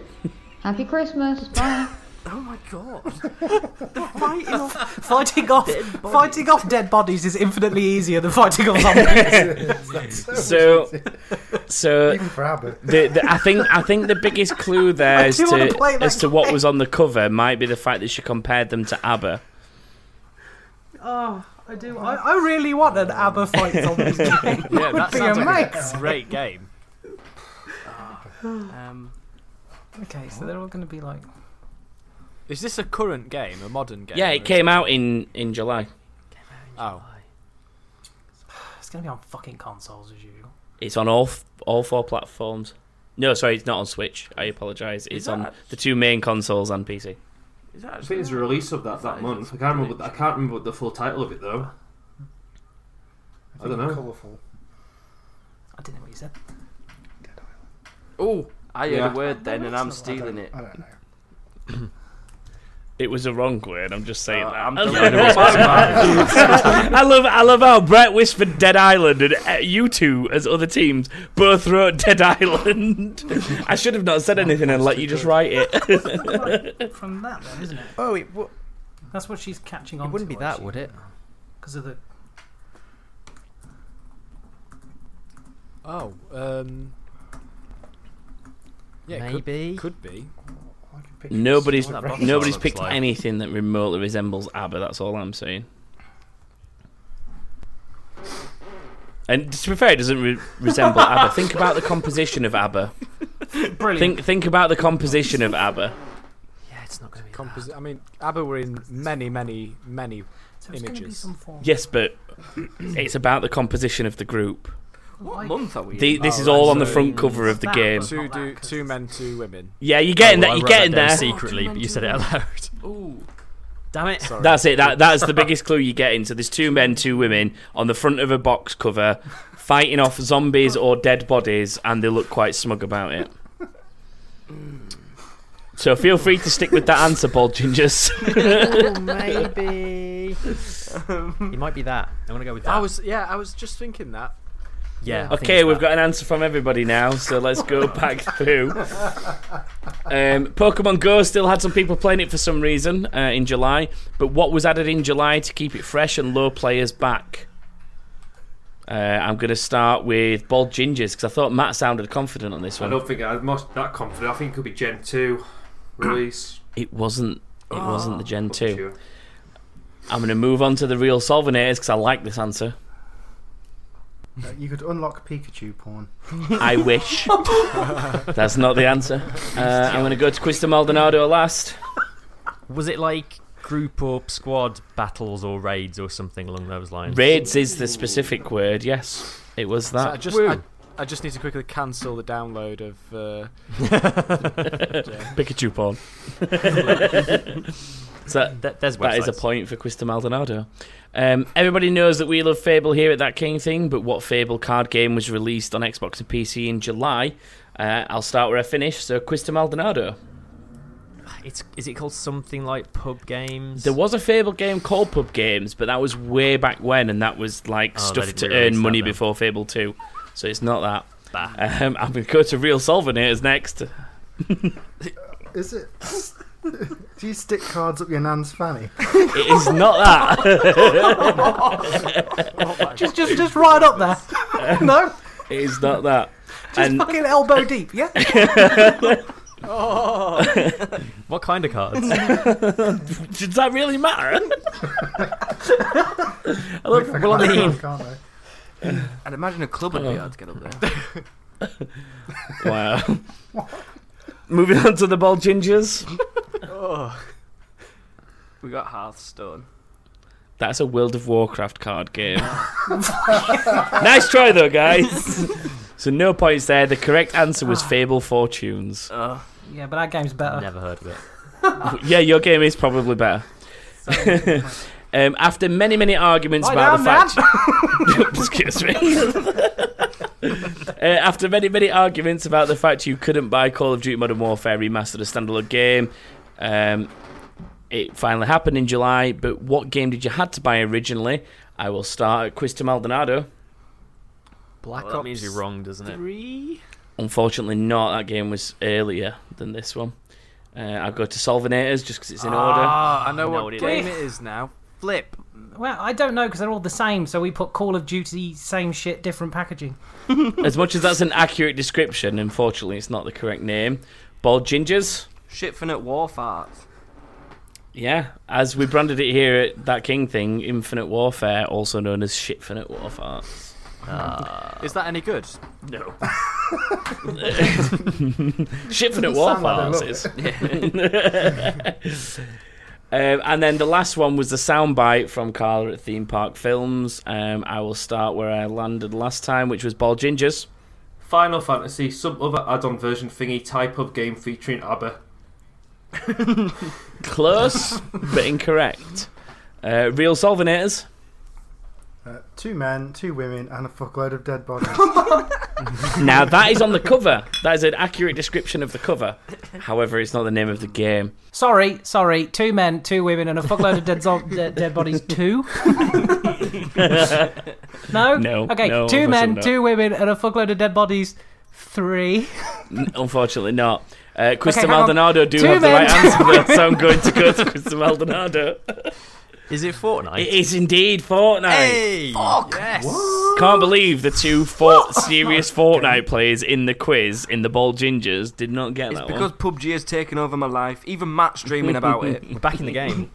[SPEAKER 8] Happy Christmas. Bye.
[SPEAKER 6] Oh my god.
[SPEAKER 4] fighting off, fighting off, fighting off dead bodies is infinitely easier than fighting off zombies.
[SPEAKER 1] <laughs>
[SPEAKER 4] <laughs>
[SPEAKER 1] So, so
[SPEAKER 5] for ABBA.
[SPEAKER 1] the, the, I think I think the biggest clue there
[SPEAKER 4] <laughs> I
[SPEAKER 1] as
[SPEAKER 4] do wanna
[SPEAKER 1] to
[SPEAKER 4] play that
[SPEAKER 1] as to what was on the cover might be the fact that she compared them to ABBA.
[SPEAKER 4] oh, I do. I, I really want an ABBA fight <laughs> zombies game.
[SPEAKER 2] <laughs> yeah,
[SPEAKER 4] would
[SPEAKER 2] that
[SPEAKER 4] be
[SPEAKER 2] sounds
[SPEAKER 4] amazing.
[SPEAKER 2] like a great game.
[SPEAKER 6] Um,
[SPEAKER 4] Okay, so they're all going to be like.
[SPEAKER 2] Is this a current game, a modern game?
[SPEAKER 1] Yeah,
[SPEAKER 2] or
[SPEAKER 1] it
[SPEAKER 2] is
[SPEAKER 1] came out in in July.
[SPEAKER 2] Oh,
[SPEAKER 4] It's going to be on fucking consoles as usual.
[SPEAKER 1] It's on all f- all four platforms. No, sorry, it's not on Switch. I apologise. It's on the two main consoles and PC.
[SPEAKER 12] I think there's a release of that that month. I can't remember. what- I can't remember what the full title of it though. I don't know.
[SPEAKER 5] Colourful.
[SPEAKER 4] I didn't know what you said.
[SPEAKER 6] Oh, I heard
[SPEAKER 1] Yeah.
[SPEAKER 6] a word then,
[SPEAKER 1] No,
[SPEAKER 6] and
[SPEAKER 1] it's
[SPEAKER 6] I'm
[SPEAKER 1] not. I
[SPEAKER 6] stealing it.
[SPEAKER 5] I don't know.
[SPEAKER 1] It was a wrong word. I'm just saying that.
[SPEAKER 6] Uh,
[SPEAKER 1] <laughs>
[SPEAKER 6] I'm
[SPEAKER 1] I
[SPEAKER 6] delighted
[SPEAKER 1] love-
[SPEAKER 6] with
[SPEAKER 1] <laughs>
[SPEAKER 6] my
[SPEAKER 1] I love I love how Brett whispered Dead Island and uh, you two as other teams both wrote Dead Island. <laughs> I should have not said anything and let you just write it. <laughs>
[SPEAKER 4] Right, <laughs> From that, then, isn't it?
[SPEAKER 11] Oh, it. W-
[SPEAKER 4] That's what she's catching
[SPEAKER 11] It
[SPEAKER 4] on.
[SPEAKER 11] wouldn't be that, would it?
[SPEAKER 4] Because of the.
[SPEAKER 2] oh, um, yeah, it could-
[SPEAKER 11] Maybe.
[SPEAKER 2] could, be.
[SPEAKER 1] nobody's
[SPEAKER 2] What that box
[SPEAKER 1] nobody's
[SPEAKER 2] looks
[SPEAKER 1] picked
[SPEAKER 2] like.
[SPEAKER 1] anything that remotely resembles ABBA. That's all I'm saying. And to be fair, it doesn't re-
[SPEAKER 6] <laughs>
[SPEAKER 1] resemble ABBA. Think about the composition of ABBA.
[SPEAKER 4] Brilliant.
[SPEAKER 1] Think think about the composition of ABBA.
[SPEAKER 11] Yeah, it's not going to
[SPEAKER 2] be. Composi- I mean, ABBA were in many, many, many
[SPEAKER 4] So it's gonna be
[SPEAKER 2] images.
[SPEAKER 4] some form-
[SPEAKER 1] Yes, but it's about the composition of the group.
[SPEAKER 6] What month are we?
[SPEAKER 1] The-
[SPEAKER 6] in? Oh,
[SPEAKER 1] this
[SPEAKER 2] Oh,
[SPEAKER 1] is all on the front cover of the game.
[SPEAKER 2] Two, do, two men, two women.
[SPEAKER 1] Yeah, you're getting
[SPEAKER 2] Oh, well,
[SPEAKER 1] that.
[SPEAKER 2] I
[SPEAKER 1] You're
[SPEAKER 2] wrote that
[SPEAKER 1] getting
[SPEAKER 2] down
[SPEAKER 1] there
[SPEAKER 2] secretly, but you said it out loud.
[SPEAKER 6] Ooh.
[SPEAKER 11] Damn it.
[SPEAKER 1] That's it. That
[SPEAKER 4] <laughs>
[SPEAKER 1] that's the biggest clue you get. So there's two men, two women on the front of a box cover, fighting off zombies or dead bodies, and they look quite smug about it. So feel free to stick with that answer, bald gingers.
[SPEAKER 4] Oh,
[SPEAKER 1] <laughs>
[SPEAKER 11] maybe. it might be that. I'm going to go with that.
[SPEAKER 2] I was, yeah, I was just thinking that.
[SPEAKER 11] Yeah. I think
[SPEAKER 1] Okay,
[SPEAKER 11] it's
[SPEAKER 1] we've got an answer from everybody now, so let's go back
[SPEAKER 2] <laughs>
[SPEAKER 1] through.
[SPEAKER 5] Uh,
[SPEAKER 1] Um, Pokemon Go still had some people playing it for some reason uh, in July, but what was added in July to keep it fresh and lure players back? Uh, I'm going to start with Bald Gingers because I thought Matt sounded confident on this
[SPEAKER 12] I
[SPEAKER 1] one.
[SPEAKER 12] don't think I'm most that confident. I think it could be Gen two release.
[SPEAKER 1] It wasn't. It wasn't the Gen
[SPEAKER 12] wasn't
[SPEAKER 1] two. I'm going to move on to the real Solvenators because I like this answer.
[SPEAKER 5] Uh, You could unlock Pikachu porn.
[SPEAKER 1] I
[SPEAKER 5] <laughs>
[SPEAKER 1] wish. That's not the answer. Uh, I'm going to go to Quista Maldonado last.
[SPEAKER 3] <coughs> Was it like group or squad battles or raids or something along those lines?
[SPEAKER 1] Raids is the specific word. Yes, it was
[SPEAKER 2] So I
[SPEAKER 1] that.
[SPEAKER 2] just, I, I just need to quickly cancel the download of uh, yeah.
[SPEAKER 1] Pikachu porn. <laughs> so
[SPEAKER 3] Th- there's
[SPEAKER 1] that is a
[SPEAKER 3] websites.
[SPEAKER 1] point for Quista Maldonado. Um, everybody knows that we love Fable here at That King thing, but what Fable card game was released on Xbox and PC in July? Uh, I'll start where I finished. So Quista Maldonado.
[SPEAKER 3] It's is it called something like pub games?
[SPEAKER 1] There was a Fable game called Pub Games, but that was way back when, and that was like
[SPEAKER 3] Oh, they
[SPEAKER 1] stuff
[SPEAKER 3] didn't
[SPEAKER 1] to
[SPEAKER 3] re-release
[SPEAKER 1] earn money
[SPEAKER 3] that then.
[SPEAKER 1] before Fable 2. So it's not that. Um, I'm going to go to Real Solvenators next.
[SPEAKER 5] Is it? <laughs> Do you stick cards up your nan's fanny?
[SPEAKER 1] It is not
[SPEAKER 3] <laughs>
[SPEAKER 1] that.
[SPEAKER 5] <laughs>
[SPEAKER 4] Just, just, just right up there. <laughs> no,
[SPEAKER 1] It is not <laughs> that.
[SPEAKER 4] just
[SPEAKER 1] And-
[SPEAKER 4] fucking elbow
[SPEAKER 2] <laughs>
[SPEAKER 4] deep. Yeah. <laughs> Oh.
[SPEAKER 3] Oh.
[SPEAKER 1] <laughs>
[SPEAKER 3] what kind of cards?
[SPEAKER 1] Does that really matter? I love,
[SPEAKER 5] They
[SPEAKER 1] well, I
[SPEAKER 5] can't-
[SPEAKER 1] mean,
[SPEAKER 5] can't they?
[SPEAKER 6] I'd imagine a club would be hard to get up there.
[SPEAKER 1] <laughs> wow.
[SPEAKER 6] <laughs>
[SPEAKER 1] Moving on to the bald gingers.
[SPEAKER 2] <laughs> oh,
[SPEAKER 6] we got
[SPEAKER 2] <laughs>
[SPEAKER 6] Hearthstone.
[SPEAKER 1] That's a World of Warcraft card game. nice try
[SPEAKER 6] <laughs>
[SPEAKER 1] though, guys. so no points there. The correct answer
[SPEAKER 6] Ah.
[SPEAKER 1] was Fable Fortunes.
[SPEAKER 4] Yeah, but our game's better.
[SPEAKER 3] Never heard of
[SPEAKER 1] <laughs>
[SPEAKER 3] it.
[SPEAKER 4] <laughs>
[SPEAKER 1] yeah, your game is probably better. <laughs> um, after many, many arguments
[SPEAKER 2] Oh,
[SPEAKER 4] Lie
[SPEAKER 1] about
[SPEAKER 4] down,
[SPEAKER 1] the fact. <laughs>
[SPEAKER 2] <laughs>
[SPEAKER 1] Excuse me. Uh, after many, many arguments about the fact you couldn't buy Call of Duty Modern Warfare Remastered, a standalone game, um, it finally happened in July. But what game did you had to buy originally? I will start at Quiz to Maldonado.
[SPEAKER 2] Black
[SPEAKER 3] Well, that
[SPEAKER 2] Ops
[SPEAKER 3] means you're wrong, doesn't it?
[SPEAKER 2] Three.
[SPEAKER 1] Unfortunately, not. That game was earlier than this one. Uh, I'll go to Solvenators just because it's in
[SPEAKER 2] Ah, I
[SPEAKER 1] order.
[SPEAKER 2] know what
[SPEAKER 1] it is.
[SPEAKER 2] game it is now. Flip.
[SPEAKER 4] Well, I don't know because they're all the same. So we put Call of Duty, same shit, different packaging.
[SPEAKER 1] <laughs> As much as that's an accurate description, unfortunately, it's not the correct name. Bald Gingers.
[SPEAKER 6] Shitfinite Warfart.
[SPEAKER 1] Yeah, as we branded it here at that King thing, Infinite Warfare, also known
[SPEAKER 2] Ah.
[SPEAKER 1] as Shitfinite Warfare.
[SPEAKER 2] <laughs> Is that any good?
[SPEAKER 1] <laughs> No. Shipping
[SPEAKER 7] Doesn't
[SPEAKER 1] at war
[SPEAKER 7] sound like I love
[SPEAKER 1] parties.
[SPEAKER 7] it.
[SPEAKER 1] <laughs> Um, and then the last one was the soundbite from Carla at Theme Park Films. Um, I will start where I landed last time, which was Ball Gingers.
[SPEAKER 12] Final Fantasy, some other add-on version thingy type of game featuring ABBA.
[SPEAKER 1] <laughs> Close, but incorrect. Uh, Real Solvenators.
[SPEAKER 5] Uh, two men, two women, and a fuckload of dead bodies.
[SPEAKER 1] Now, that is on the cover. That is an accurate description of the cover. However, it's not the name of the game.
[SPEAKER 4] <laughs> Sorry, sorry. Two men, two women, and a fuckload
[SPEAKER 1] <laughs>
[SPEAKER 4] of dead, zo- dead, dead bodies. Two? no?
[SPEAKER 1] No,
[SPEAKER 4] Okay,
[SPEAKER 1] no,
[SPEAKER 4] two men,
[SPEAKER 1] unfortunately not.
[SPEAKER 4] two women, and a fuckload of dead bodies. Three. <laughs>
[SPEAKER 1] N- <laughs> Unfortunately, not. Uh, Crystal
[SPEAKER 4] hang on.
[SPEAKER 1] Maldonado do
[SPEAKER 4] Two
[SPEAKER 1] have the
[SPEAKER 4] men,
[SPEAKER 1] right
[SPEAKER 4] two
[SPEAKER 1] answer,
[SPEAKER 4] <laughs> women.
[SPEAKER 1] though, so I'm going to go to Crystal Maldonado.
[SPEAKER 3] Is it Fortnite?
[SPEAKER 1] It is indeed <laughs>
[SPEAKER 2] <laughs>
[SPEAKER 1] Fortnite.
[SPEAKER 3] Hey! Fuck! Yes!
[SPEAKER 1] Can't believe the two
[SPEAKER 4] <laughs>
[SPEAKER 1] for- serious Fortnite players in the quiz, in the Ball Gingers, did not get that
[SPEAKER 6] Because
[SPEAKER 1] one.
[SPEAKER 6] PUBG has taken over my life. Even Matt's dreaming about
[SPEAKER 2] <laughs>
[SPEAKER 6] it.
[SPEAKER 1] We're
[SPEAKER 3] back in
[SPEAKER 12] <laughs>
[SPEAKER 3] the game.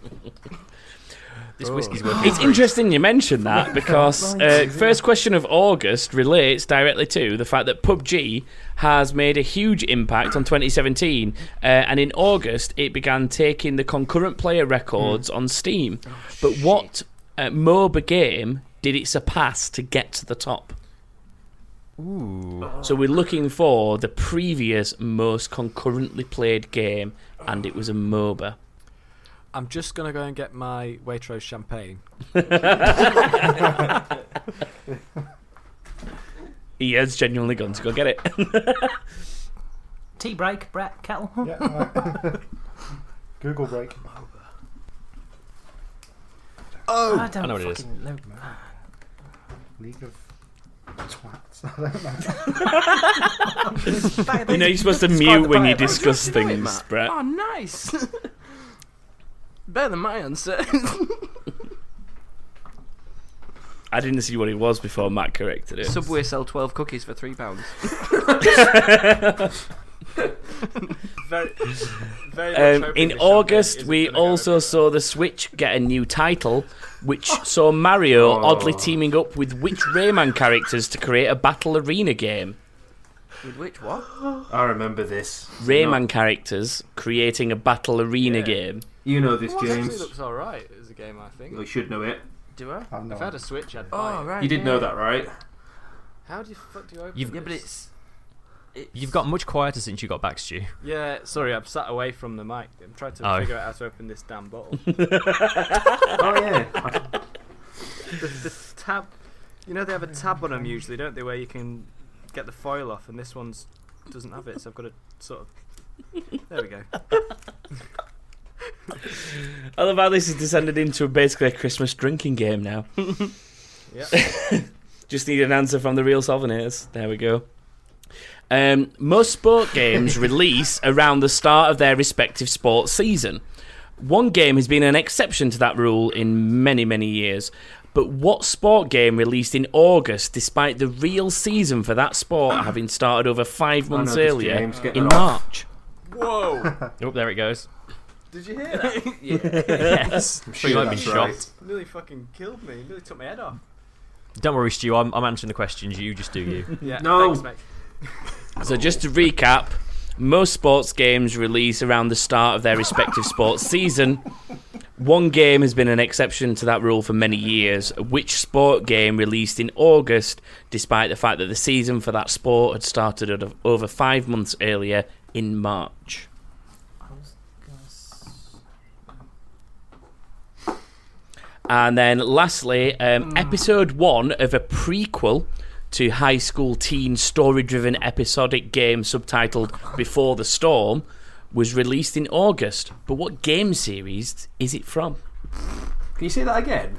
[SPEAKER 1] <gasps>
[SPEAKER 3] This whiskey's working.
[SPEAKER 1] It's interesting you mention that because uh,
[SPEAKER 3] Right.
[SPEAKER 1] first question of August relates directly to the fact that PUBG has made a huge impact on 2017, uh, and in August it began taking the concurrent player records on Steam. but what uh, MOBA game did it surpass to get to the top?
[SPEAKER 3] Ooh.
[SPEAKER 1] So we're looking for the previous most concurrently played game, and it was a MOBA.
[SPEAKER 2] Oh. I'm just gonna go and get my Waitrose champagne.
[SPEAKER 1] He has genuinely gone to go get it. <laughs>
[SPEAKER 4] Tea break, Brett, kettle.
[SPEAKER 5] <laughs> Google break.
[SPEAKER 4] Oh, <laughs> I don't
[SPEAKER 5] I know what it is.
[SPEAKER 4] fucking know.
[SPEAKER 5] League of twats. I don't know.
[SPEAKER 1] you know you're supposed to mute when you discuss things, Brett.
[SPEAKER 6] <laughs> Oh,
[SPEAKER 2] <laughs>
[SPEAKER 6] nice. Better than my answer.
[SPEAKER 1] I didn't see what it was before Matt corrected it.
[SPEAKER 6] Subway sell 12 cookies for £3. pounds.
[SPEAKER 2] <laughs> Very, very
[SPEAKER 1] Um, in August, we also saw the Switch get a new title, which saw Mario
[SPEAKER 12] Oh.
[SPEAKER 1] oddly teaming up with which Rayman characters to create a battle arena game.
[SPEAKER 6] With which what?
[SPEAKER 12] I remember this.
[SPEAKER 1] Rayman characters creating a battle arena game.
[SPEAKER 12] You know this
[SPEAKER 2] Well, it
[SPEAKER 12] game.
[SPEAKER 2] actually looks alright as a game, I think.
[SPEAKER 12] You should know it.
[SPEAKER 6] Do I?
[SPEAKER 12] I've no
[SPEAKER 2] if I had a Switch, I'd
[SPEAKER 6] Oh,
[SPEAKER 2] buy it.
[SPEAKER 6] right.
[SPEAKER 12] You did
[SPEAKER 6] yeah.
[SPEAKER 12] know that, right?
[SPEAKER 2] How do you fuck do you open
[SPEAKER 3] You've- Yeah,
[SPEAKER 2] this?
[SPEAKER 3] but
[SPEAKER 6] it's-
[SPEAKER 3] You've got much quieter since you got back, Stu.
[SPEAKER 2] Yeah, sorry, I'm sat away from the mic. I'm trying to
[SPEAKER 3] Oh.
[SPEAKER 2] figure out how to open this damn bottle.
[SPEAKER 12] oh
[SPEAKER 2] yeah. the, the tab, you know they have a tab on them usually, don't they, where you can get the foil off, and this one's doesn't have it, so I've got to sort of. There we go.
[SPEAKER 1] I love how this has descended into basically a Christmas drinking game now. <laughs> Just need an answer from the real Solvenators. There we go. Um, most sport
[SPEAKER 12] <laughs>
[SPEAKER 1] games release around the start of their respective sports season. One game has been an exception to that rule in many, many years. But what sport game released in August despite the real season for that sport having started over five
[SPEAKER 12] know
[SPEAKER 1] months
[SPEAKER 12] this
[SPEAKER 1] earlier
[SPEAKER 12] game's getting
[SPEAKER 1] in
[SPEAKER 12] off.
[SPEAKER 1] March?
[SPEAKER 2] Whoa!
[SPEAKER 3] <laughs> Oh, there it goes.
[SPEAKER 2] Did you hear that?
[SPEAKER 3] Yeah. <laughs> Yes.
[SPEAKER 2] <laughs>
[SPEAKER 3] I'm sure You might be that's right. shocked.
[SPEAKER 2] Nearly fucking killed me. Nearly took my head off.
[SPEAKER 3] Don't worry, Stu. I'm, I'm answering the questions. You just do you.
[SPEAKER 2] Yeah.
[SPEAKER 12] No.
[SPEAKER 2] Thanks, mate.
[SPEAKER 1] So just to recap, most sports games release around the start of their respective sports season. One game has been an exception to that rule for many years. Which sport game released in August, despite the fact that the season for that sport had started at- over five months earlier in March? And then lastly, um, episode one of a prequel to high school teen story driven episodic game subtitled Before the Storm was released in August. But what game series is it from?
[SPEAKER 12] Can you say that again?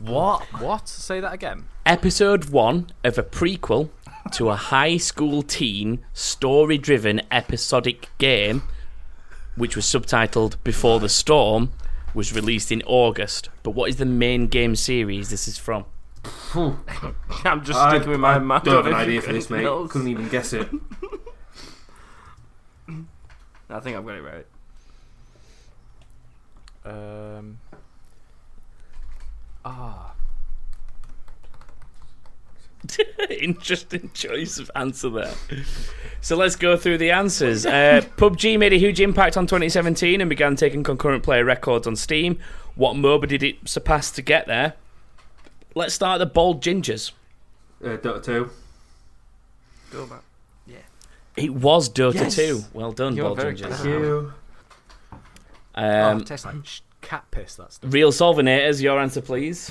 [SPEAKER 3] What?
[SPEAKER 2] What? Say that again.
[SPEAKER 1] Episode one of a prequel to a high school teen story driven episodic game, which was subtitled Before the Storm, was released in August. But what is the main game series this is from?
[SPEAKER 6] <laughs> I'm just
[SPEAKER 12] I-
[SPEAKER 6] sticking with my
[SPEAKER 12] I
[SPEAKER 6] math.
[SPEAKER 12] don't have
[SPEAKER 6] if
[SPEAKER 12] an
[SPEAKER 6] you
[SPEAKER 12] idea for
[SPEAKER 6] can
[SPEAKER 12] this, mate.
[SPEAKER 6] tell.
[SPEAKER 12] <laughs> Couldn't even guess it.
[SPEAKER 6] I think I've got it right.
[SPEAKER 2] Um. Ah.
[SPEAKER 1] <laughs> Interesting choice of answer there. So let's go through the answers. Uh, PUBG made a huge impact on 2017 and began taking concurrent player records on Steam. What MOBA did it surpass to get there? Let's start the Bald Gingers.
[SPEAKER 12] Uh, Dota 2.
[SPEAKER 2] Go back.
[SPEAKER 1] It was Dota
[SPEAKER 2] Yes.
[SPEAKER 1] 2. Well done,
[SPEAKER 2] You are
[SPEAKER 1] Bald
[SPEAKER 2] very
[SPEAKER 1] Gingers.
[SPEAKER 2] clever. Thank you.
[SPEAKER 1] Um,
[SPEAKER 2] oh, it tastes like sh- cat piss. That
[SPEAKER 6] <laughs>
[SPEAKER 2] stuff.
[SPEAKER 1] Real Solvenators, your answer, please.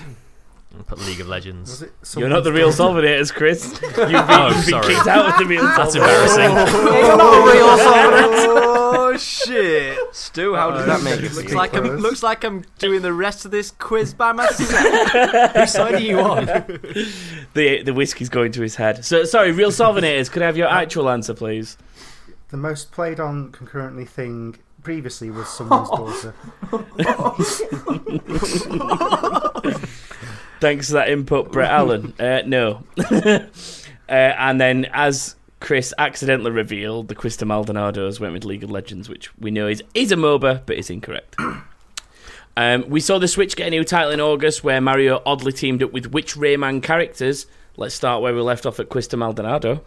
[SPEAKER 3] Put League of Legends.
[SPEAKER 1] You're not the real Solvenators, Chris. You've been, <laughs>
[SPEAKER 3] Oh,
[SPEAKER 1] you've been
[SPEAKER 3] sorry.
[SPEAKER 1] kicked out of the <laughs> real Solvenators.
[SPEAKER 3] That's embarrassing.
[SPEAKER 2] <laughs> You're not a real
[SPEAKER 1] <laughs>
[SPEAKER 2] Oh shit,
[SPEAKER 6] Stu, how does that make you
[SPEAKER 2] looks
[SPEAKER 6] feel?
[SPEAKER 2] like I'm looks like I'm doing the rest of this quiz by myself.
[SPEAKER 1] Whose side are you on? <laughs> The the whiskey's going to his head. So sorry, real Solvenators. Could I have your
[SPEAKER 2] Uh,
[SPEAKER 1] actual answer, please?
[SPEAKER 5] The most played on concurrently thing previously was
[SPEAKER 4] <laughs>
[SPEAKER 1] <laughs>
[SPEAKER 5] someone's daughter.
[SPEAKER 1] Thanks for that input, Brett Allen. Uh, no. <laughs> uh, and then, as Chris accidentally revealed, the Quista Maldonados went with League of Legends, which we know is, is a MOBA, but it's incorrect. <clears throat> um, we saw the Switch get a new title in August where Mario oddly teamed up with which Rayman characters? Let's start where we left off at Quista Maldonado.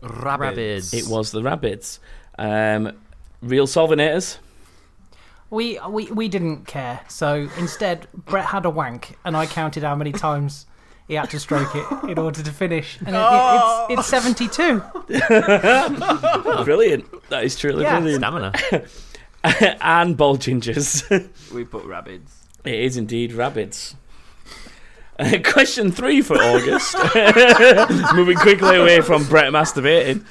[SPEAKER 3] Rabbids.
[SPEAKER 1] It was the Rabbids. Um, real Solvenators.
[SPEAKER 4] We, we we didn't care, so instead Brett had a wank, and I counted how many times he had to stroke it in order to finish, and it, it, it's it's seventy two.
[SPEAKER 1] <laughs> brilliant. That is truly
[SPEAKER 4] Yeah.
[SPEAKER 1] brilliant. Stamina. <laughs> and ball <laughs> gingers.
[SPEAKER 6] We put rabbits.
[SPEAKER 1] It is indeed rabbits. Uh, <laughs> question three for August. <laughs> Moving quickly away from Brett masturbating.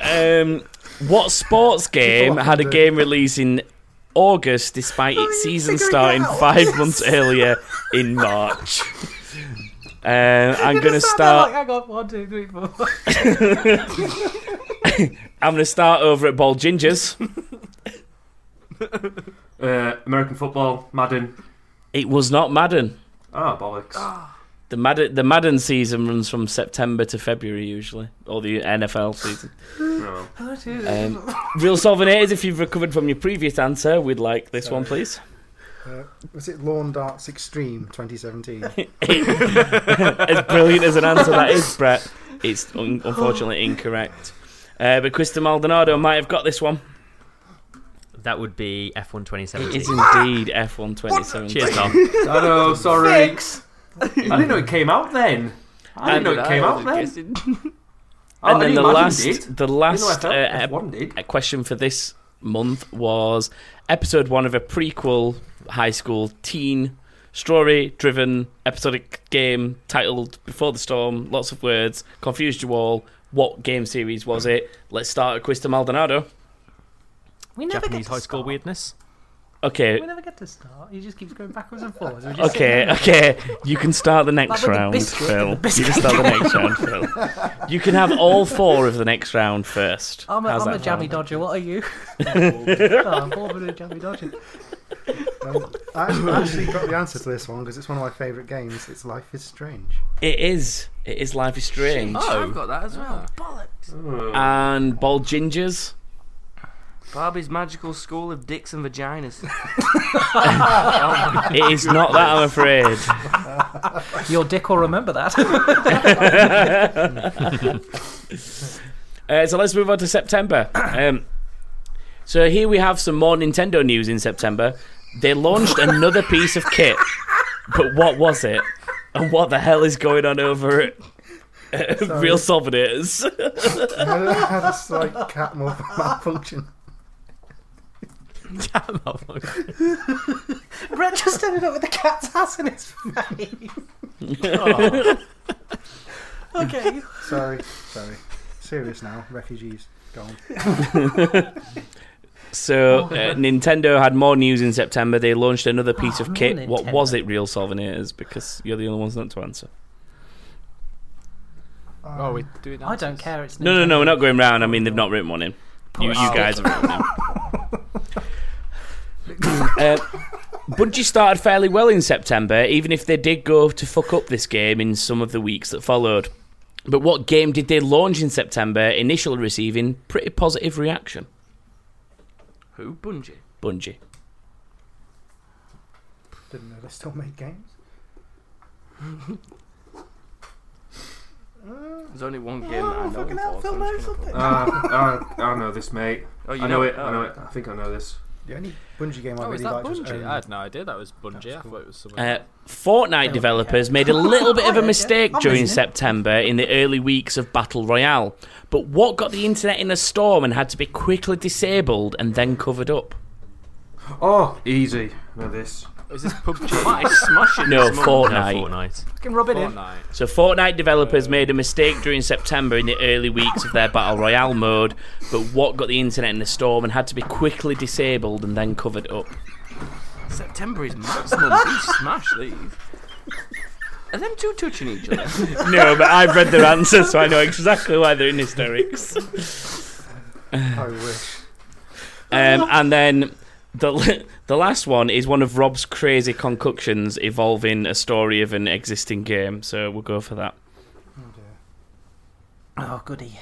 [SPEAKER 1] Um, what sports game had a game release in August despite its season starting five months earlier in March? Um, I'm going to start.
[SPEAKER 4] I got one, two,
[SPEAKER 1] <laughs>
[SPEAKER 4] three, four.
[SPEAKER 1] I'm going to start over at Ball Gingers.
[SPEAKER 12] <laughs> Uh, American football, Madden.
[SPEAKER 1] It was not Madden.
[SPEAKER 12] Ah, bollocks.
[SPEAKER 1] The Madden, the Madden season runs from September to February usually, or the NFL season.
[SPEAKER 12] <laughs>
[SPEAKER 1] Um, real souvenirs, if you've recovered from your previous answer, we'd like this one, please.
[SPEAKER 5] Uh, was it Lawn Darts Extreme 2017?
[SPEAKER 1] <laughs> as brilliant as an answer that
[SPEAKER 5] <laughs>
[SPEAKER 1] is, Brett, it's un- unfortunately incorrect. Uh, but Krista Maldonado might have got this one.
[SPEAKER 3] That would be F1 2017.
[SPEAKER 1] It is indeed F1 2017.
[SPEAKER 3] Cheers, Tom.
[SPEAKER 12] I know, sorry. I didn't know it came out then. I
[SPEAKER 1] And-
[SPEAKER 12] didn't know it came
[SPEAKER 1] I
[SPEAKER 12] out
[SPEAKER 1] was
[SPEAKER 12] then. Oh,
[SPEAKER 1] and
[SPEAKER 12] I
[SPEAKER 1] then
[SPEAKER 12] didn't
[SPEAKER 1] the
[SPEAKER 12] imagine
[SPEAKER 1] last,
[SPEAKER 12] it did.
[SPEAKER 1] the
[SPEAKER 12] Didn't know
[SPEAKER 1] last uh,
[SPEAKER 12] I felt
[SPEAKER 1] ep- uh, question for this month was episode one of a prequel high school teen story-driven episodic game titled "Before the Storm." Lots of words confused you all. What game series was it? Let's start at Quista Maldonado.
[SPEAKER 4] We never
[SPEAKER 3] Japanese
[SPEAKER 4] get
[SPEAKER 3] high
[SPEAKER 4] to
[SPEAKER 3] school weirdness.
[SPEAKER 1] Okay,
[SPEAKER 4] We never get to start. He just keeps going backwards and forwards. We just sit
[SPEAKER 1] okay,
[SPEAKER 4] there.
[SPEAKER 1] okay. You can start the next
[SPEAKER 4] Like with the
[SPEAKER 1] round,
[SPEAKER 4] biscuit,
[SPEAKER 1] Phil.
[SPEAKER 4] the
[SPEAKER 1] You can
[SPEAKER 4] biscuit.
[SPEAKER 1] start the next round, Phil. You can have all four of the next round first.
[SPEAKER 4] <laughs> I'm a,
[SPEAKER 1] How's
[SPEAKER 4] I'm a
[SPEAKER 1] that
[SPEAKER 4] jammy
[SPEAKER 1] sound?
[SPEAKER 4] dodger. What
[SPEAKER 1] <laughs>
[SPEAKER 4] are you? oh, I'm a jammy dodger.
[SPEAKER 5] Um, I actually got the answer to this one because it's one of my favourite games. It's Life is Strange.
[SPEAKER 1] It is. It is Life is Strange.
[SPEAKER 6] Oh,
[SPEAKER 4] Oh,
[SPEAKER 6] I've got that as well.
[SPEAKER 12] Oh.
[SPEAKER 6] Bollocks.
[SPEAKER 1] And Bald
[SPEAKER 4] <laughs>
[SPEAKER 1] Gingers.
[SPEAKER 6] Barbie's Magical School of Dicks
[SPEAKER 12] <laughs>
[SPEAKER 6] and Vaginas. <laughs>
[SPEAKER 1] It is not that,
[SPEAKER 12] Oh
[SPEAKER 1] I'm afraid.
[SPEAKER 4] <laughs> Your dick will
[SPEAKER 1] <laughs>
[SPEAKER 4] remember that.
[SPEAKER 1] Uh, so let's move on to September. Um, so here we have some more Nintendo news in September. They launched another piece of kit, but what was it? And what the hell is going on over at uh,
[SPEAKER 5] Sorry.
[SPEAKER 1] Real Souvenirs?
[SPEAKER 5] I don't know how this like cat <laughs> mal- malfunction.
[SPEAKER 4] Brett just ended up with a cat's ass in his face. Oh. okay.
[SPEAKER 5] <laughs> Sorry, sorry. Serious now. Refugees. Go on.
[SPEAKER 1] So
[SPEAKER 4] Oh.
[SPEAKER 1] uh, Nintendo had more news in September. They launched another piece of
[SPEAKER 4] Oh,
[SPEAKER 1] kit. What
[SPEAKER 4] Nintendo.
[SPEAKER 1] was it, Real Souvenirs? Because you're the only ones not to answer.
[SPEAKER 2] oh, we doing
[SPEAKER 4] I don't care. It's
[SPEAKER 1] No, no, no. We're not going round. I mean, they've not written one in. You, you
[SPEAKER 4] Oh.
[SPEAKER 1] guys have written one. in. uh, Bungie started fairly well in September, even if they did go to fuck up this game in some of the weeks that followed. But what game did they launch in September, initially receiving pretty positive reaction?
[SPEAKER 6] Who? Bungie.
[SPEAKER 1] Bungie.
[SPEAKER 5] Didn't know they still make games.
[SPEAKER 6] There's only one
[SPEAKER 2] Oh,
[SPEAKER 6] game that I know. Fucking hell, Phil
[SPEAKER 12] <laughs> Uh, I, I know this, mate.
[SPEAKER 6] Oh, you
[SPEAKER 12] I know,
[SPEAKER 6] know
[SPEAKER 12] it.
[SPEAKER 6] it.
[SPEAKER 12] I know
[SPEAKER 6] Oh.
[SPEAKER 12] it. I think I know this.
[SPEAKER 5] The only Bungie game I
[SPEAKER 2] Oh, is
[SPEAKER 5] really
[SPEAKER 2] that
[SPEAKER 5] like was
[SPEAKER 2] Bungie?
[SPEAKER 5] um,
[SPEAKER 2] I had no idea that was Bungie. I thought it was someone.
[SPEAKER 1] Uh, Fortnite developers made a little bit of
[SPEAKER 2] <laughs>
[SPEAKER 1] a mistake
[SPEAKER 2] I'm
[SPEAKER 1] during
[SPEAKER 2] listening.
[SPEAKER 1] September in the early weeks of Battle Royale, but what got the internet in a storm and had to be quickly disabled and then covered up?
[SPEAKER 12] Oh, easy. I know this.
[SPEAKER 6] Oh,
[SPEAKER 2] Is this
[SPEAKER 1] <laughs>
[SPEAKER 2] PUBG? Might I smash it
[SPEAKER 1] No,
[SPEAKER 2] this morning?
[SPEAKER 1] Fortnite.
[SPEAKER 4] <laughs> Fucking rub it
[SPEAKER 2] Fortnite.
[SPEAKER 1] So Fortnite developers made a mistake during September in the early weeks of their Battle Royale mode, but what got the internet in a storm and had to be quickly disabled and then covered
[SPEAKER 5] <laughs>
[SPEAKER 1] up?
[SPEAKER 6] September is maximum. You smash these. Are them two touching each other?
[SPEAKER 1] <laughs> No, but I've read their answer, so I know exactly why they're in hysterics.
[SPEAKER 5] I wish.
[SPEAKER 1] Um, and then the <laughs> the last one is one of Rob's crazy concoctions evolving a story of an existing game. So we'll go for that.
[SPEAKER 4] Oh, goody.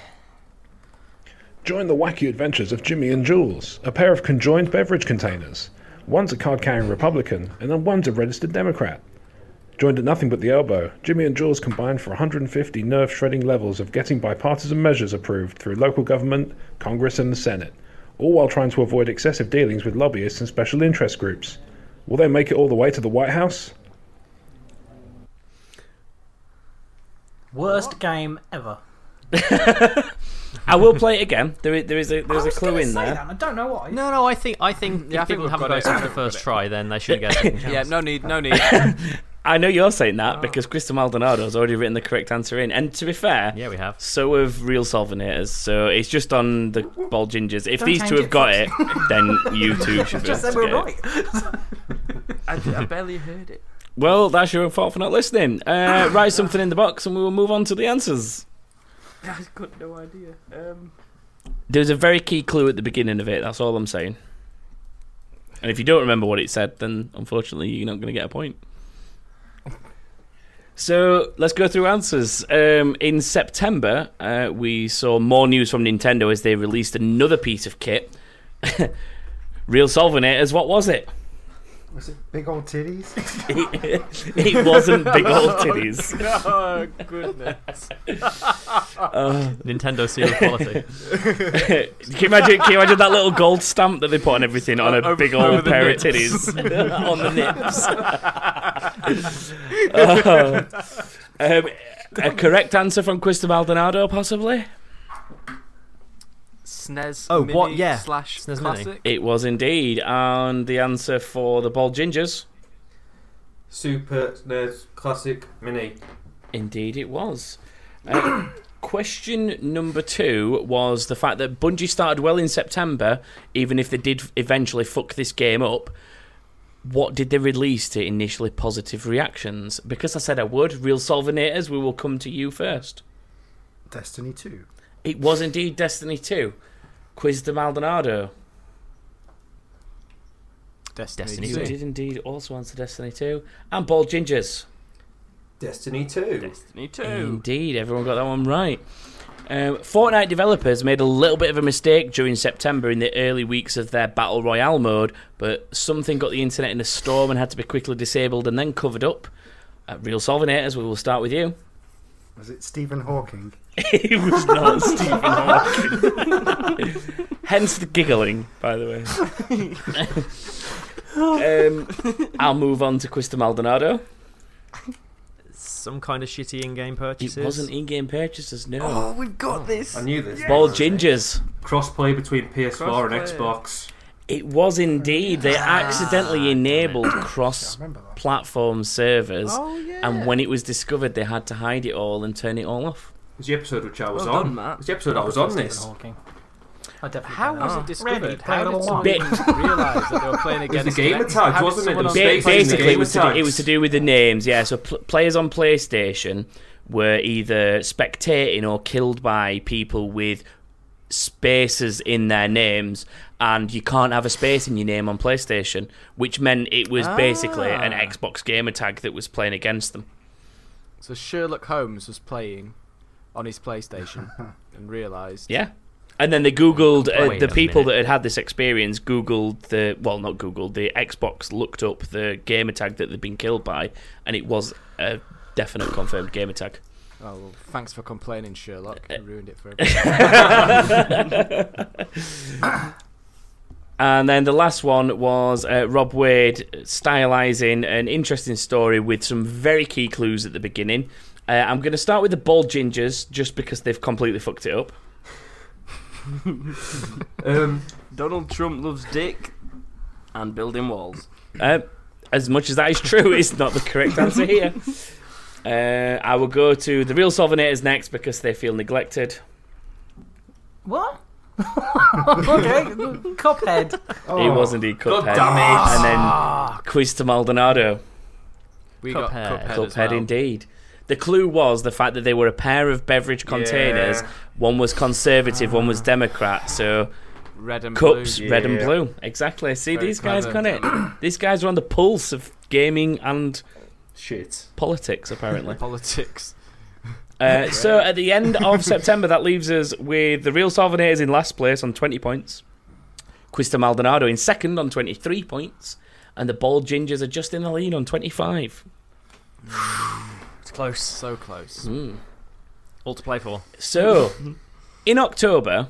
[SPEAKER 13] Join the wacky adventures of Jimmy and Jules, a pair of conjoined beverage containers. One's a card carrying Republican, and then one's a registered Democrat. Joined at nothing but the elbow, Jimmy and Jules combine for 150 nerve shredding levels of getting bipartisan measures approved through local government, Congress, and the Senate, all while trying to avoid excessive dealings with lobbyists and special interest groups. Will they make it all the way to the White House?
[SPEAKER 4] Worst game ever.
[SPEAKER 1] I will play it again. There, i- there is a there's a
[SPEAKER 4] was
[SPEAKER 1] clue
[SPEAKER 4] gonna
[SPEAKER 1] in
[SPEAKER 4] say
[SPEAKER 1] there.
[SPEAKER 4] that, I don't know why.
[SPEAKER 3] No, no, I think I think
[SPEAKER 4] Yeah, I
[SPEAKER 3] if
[SPEAKER 4] think
[SPEAKER 3] people
[SPEAKER 4] we've
[SPEAKER 3] haven't
[SPEAKER 4] got
[SPEAKER 3] got
[SPEAKER 4] it.
[SPEAKER 3] it on the first try, then they shouldn't get a second chance.
[SPEAKER 6] yeah, no need,
[SPEAKER 3] <laughs>
[SPEAKER 6] no need.
[SPEAKER 1] I know you're saying
[SPEAKER 3] Oh.
[SPEAKER 1] that because Crystal Maldonado's already written the correct answer in. And to be fair, yeah,
[SPEAKER 3] we have.
[SPEAKER 1] So have Real Solvenators. So it's just on the Bald Gingers. If
[SPEAKER 6] Don't
[SPEAKER 1] these
[SPEAKER 6] change
[SPEAKER 1] two have
[SPEAKER 6] it
[SPEAKER 1] got it,
[SPEAKER 6] first.
[SPEAKER 1] then
[SPEAKER 6] <laughs>
[SPEAKER 1] you two should be
[SPEAKER 6] Just said
[SPEAKER 1] able to
[SPEAKER 6] we're
[SPEAKER 1] get it.
[SPEAKER 6] right. I, I barely heard it. <laughs>
[SPEAKER 1] Well, that's your own fault for not listening. Uh, write something in the box, and we will move on to the answers.
[SPEAKER 6] I've got no idea. Um,
[SPEAKER 1] There's a very key clue at the beginning of it. That's all I'm saying. And if you don't remember what it said, then unfortunately you're not going to get a point. So let's go through answers. Um, in September, uh, we saw more news from Nintendo as they released another piece of kit. <laughs> Real Solvenators, what was
[SPEAKER 3] <laughs>
[SPEAKER 1] it?
[SPEAKER 5] Was it big old titties?
[SPEAKER 1] it wasn't big old <laughs>
[SPEAKER 5] <laughs>
[SPEAKER 6] <laughs>
[SPEAKER 1] titties.
[SPEAKER 2] oh
[SPEAKER 1] <laughs>
[SPEAKER 2] goodness.
[SPEAKER 1] Uh,
[SPEAKER 3] Nintendo seal of quality.
[SPEAKER 1] can, you imagine, can you imagine that little gold stamp that they put on everything on a
[SPEAKER 3] Over-
[SPEAKER 1] big
[SPEAKER 3] over
[SPEAKER 1] old
[SPEAKER 3] the
[SPEAKER 1] pair
[SPEAKER 6] <laughs>
[SPEAKER 1] of
[SPEAKER 3] nips. <laughs>
[SPEAKER 1] titties? on the nips. <laughs> Oh. Um, a correct answer from Crystal Maldonado, possibly?
[SPEAKER 6] SNES.
[SPEAKER 3] Oh,
[SPEAKER 6] Mini
[SPEAKER 3] what? Yeah.
[SPEAKER 6] Slash
[SPEAKER 3] SNES Mini.
[SPEAKER 6] classic.
[SPEAKER 1] It was indeed. And the answer for the Bald Gingers?
[SPEAKER 12] Super SNES Classic Mini.
[SPEAKER 1] Indeed, it was. Uh, <coughs> question number two was the fact that Bungie started well in September, even if they did eventually fuck this game up. What did they release to initially positive reactions? Because I said I would, real solvenators, we will come to you first.
[SPEAKER 5] Destiny 2.
[SPEAKER 1] It was indeed Destiny 2. Quiz de Maldonado.
[SPEAKER 2] Destiny,
[SPEAKER 1] You did indeed also answer Destiny 2. And Bald Gingers.
[SPEAKER 12] Destiny 2.
[SPEAKER 6] Destiny 2.
[SPEAKER 1] Indeed, everyone got that one right. Um, Fortnite developers made a little bit of a mistake during September in the early weeks of their Battle Royale mode, but something got the internet in a storm and had to be quickly disabled and then covered up. Uh, Real Solvenators, we will start with you.
[SPEAKER 5] Was it Stephen Hawking?
[SPEAKER 1] <laughs> it was not Stephen Hawking. Hence the giggling, by the way. um, I'll move on to Quista Maldonado.
[SPEAKER 3] Some kind of shitty in-game purchases.
[SPEAKER 1] It wasn't in-game purchases, no.
[SPEAKER 6] Oh, we've got this.
[SPEAKER 12] I knew this.
[SPEAKER 1] Bald gingers.
[SPEAKER 12] Crossplay between PS4 and Xbox.
[SPEAKER 1] It was indeed. They
[SPEAKER 6] Ah.
[SPEAKER 1] accidentally enabled cross platform servers.
[SPEAKER 6] Oh,
[SPEAKER 1] And when it was discovered, they had to hide it all and turn it all off.
[SPEAKER 12] It was the episode which I was
[SPEAKER 6] Well done,
[SPEAKER 12] on.
[SPEAKER 6] Matt.
[SPEAKER 12] It was the episode I was on this. Ah,
[SPEAKER 4] I definitely
[SPEAKER 6] How
[SPEAKER 4] don't
[SPEAKER 6] was
[SPEAKER 4] know.
[SPEAKER 6] it discovered? How
[SPEAKER 4] Randy, play
[SPEAKER 6] did
[SPEAKER 4] it
[SPEAKER 6] someone
[SPEAKER 4] along.
[SPEAKER 6] even realise that they were
[SPEAKER 12] <laughs>
[SPEAKER 6] playing
[SPEAKER 12] It was the
[SPEAKER 6] against
[SPEAKER 12] game
[SPEAKER 6] Xbox?
[SPEAKER 12] attack,
[SPEAKER 6] How did
[SPEAKER 12] wasn't it?
[SPEAKER 6] someone
[SPEAKER 12] The
[SPEAKER 6] on
[SPEAKER 12] mistake Stay
[SPEAKER 6] Xbox
[SPEAKER 1] Ba-
[SPEAKER 12] playing the
[SPEAKER 1] basically, it
[SPEAKER 12] game
[SPEAKER 1] was, to do,
[SPEAKER 12] attacks.
[SPEAKER 1] it was to do with the names. Yeah, so pl- players on PlayStation were either spectating or killed by people with spaces in their names, and you can't have a space in your name on PlayStation, which meant it was basically an
[SPEAKER 2] Ah.
[SPEAKER 1] Xbox gamer tag that was playing against them.
[SPEAKER 2] So Sherlock Holmes was playing on
[SPEAKER 12] <laughs>
[SPEAKER 2] his PlayStation and realised.
[SPEAKER 1] Yeah. And then they Googled uh,
[SPEAKER 2] Wait
[SPEAKER 1] the
[SPEAKER 2] a
[SPEAKER 1] people
[SPEAKER 2] minute.
[SPEAKER 1] that had had this experience. Googled the well, not Googled the Xbox. Looked up the gamer tag that they'd been killed by, and it was a definite confirmed gamer tag.
[SPEAKER 2] Oh well, thanks for complaining, Sherlock.
[SPEAKER 1] Eh.
[SPEAKER 2] You
[SPEAKER 1] <laughs>
[SPEAKER 2] ruined it for everyone.
[SPEAKER 1] And then the last one was uh, Rob Wade stylizing an interesting story with some very key clues at the beginning. Uh, I'm going to start with the bald gingers just because they've completely fucked
[SPEAKER 6] <laughs>
[SPEAKER 1] it up.
[SPEAKER 6] um, Donald Trump loves dick and building walls.
[SPEAKER 1] Uh, as much as that is true, it's not the correct answer here. Uh, I will go to the real Solvenators next because they feel neglected.
[SPEAKER 4] <laughs> What? okay, <laughs> Cuphead.
[SPEAKER 12] Oh.
[SPEAKER 1] He was indeed
[SPEAKER 4] God
[SPEAKER 1] Cuphead.
[SPEAKER 4] damn it.
[SPEAKER 1] And then Quiz to Maldonado.
[SPEAKER 2] We got Cuphead. Cuphead as
[SPEAKER 1] Cuphead
[SPEAKER 2] well.
[SPEAKER 1] indeed. The clue was the fact that they were a pair of beverage containers.
[SPEAKER 2] Yeah.
[SPEAKER 1] One was conservative, one was Democrat. So
[SPEAKER 2] Red and
[SPEAKER 1] cups,
[SPEAKER 2] blue.
[SPEAKER 1] red and
[SPEAKER 2] Yeah.
[SPEAKER 1] blue. Exactly. See,
[SPEAKER 2] Very
[SPEAKER 1] these guys got
[SPEAKER 2] clever.
[SPEAKER 1] it. <clears throat> these guys are on the pulse of gaming and
[SPEAKER 12] shit
[SPEAKER 1] politics, apparently.
[SPEAKER 2] Politics.
[SPEAKER 1] Uh, so at the end of September, that leaves us with the Real Souvenirs in last place on 20 points, Quista Maldonado in second on 23 points, and the Bald Gingers are just in the lead on 25.
[SPEAKER 3] It's close.
[SPEAKER 2] So close.
[SPEAKER 3] All to play for.
[SPEAKER 1] Hmm. So in October,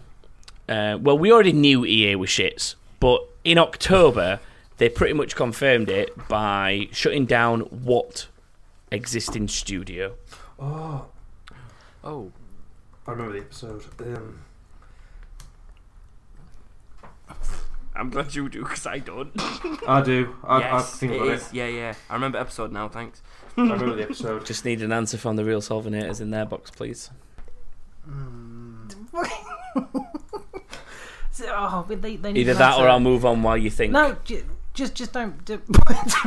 [SPEAKER 1] uh, well, we already knew EA was shits, but in October, they pretty much confirmed it by shutting down what existing studio.
[SPEAKER 12] Oh,
[SPEAKER 2] oh,
[SPEAKER 12] I remember the episode. Um,
[SPEAKER 6] <laughs> I'm glad you do because I don't.
[SPEAKER 12] I do. I- I think
[SPEAKER 6] it
[SPEAKER 12] about
[SPEAKER 6] is. Yeah, yeah. I remember episode now. Thanks.
[SPEAKER 2] <laughs>
[SPEAKER 1] Just need an answer from the real Solvenators in their box, please.
[SPEAKER 4] So- oh, but they- they need
[SPEAKER 1] Either
[SPEAKER 4] an
[SPEAKER 1] that or
[SPEAKER 4] answer.
[SPEAKER 1] I'll move on while you think.
[SPEAKER 4] No, ju- just just don't. do- <laughs>
[SPEAKER 1] <laughs> Just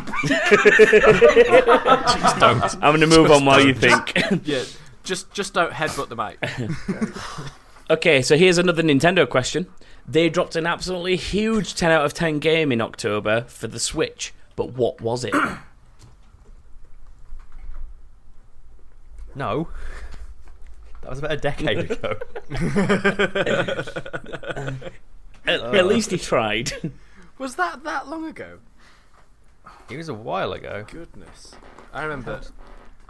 [SPEAKER 1] don't. I'm gonna move on while you think.
[SPEAKER 2] yeah, just just don't headbutt the
[SPEAKER 1] <laughs>
[SPEAKER 2] mic.
[SPEAKER 1] Okay, so here's another Nintendo question. They dropped an absolutely huge 10 out of 10 game in October for the Switch, but what was it?
[SPEAKER 3] No. <laughs> That was about a decade ago.
[SPEAKER 1] <laughs> at,
[SPEAKER 3] Uh,
[SPEAKER 1] at least he tried.
[SPEAKER 2] Was that that long ago?
[SPEAKER 3] It was a while ago.
[SPEAKER 2] Goodness, I remember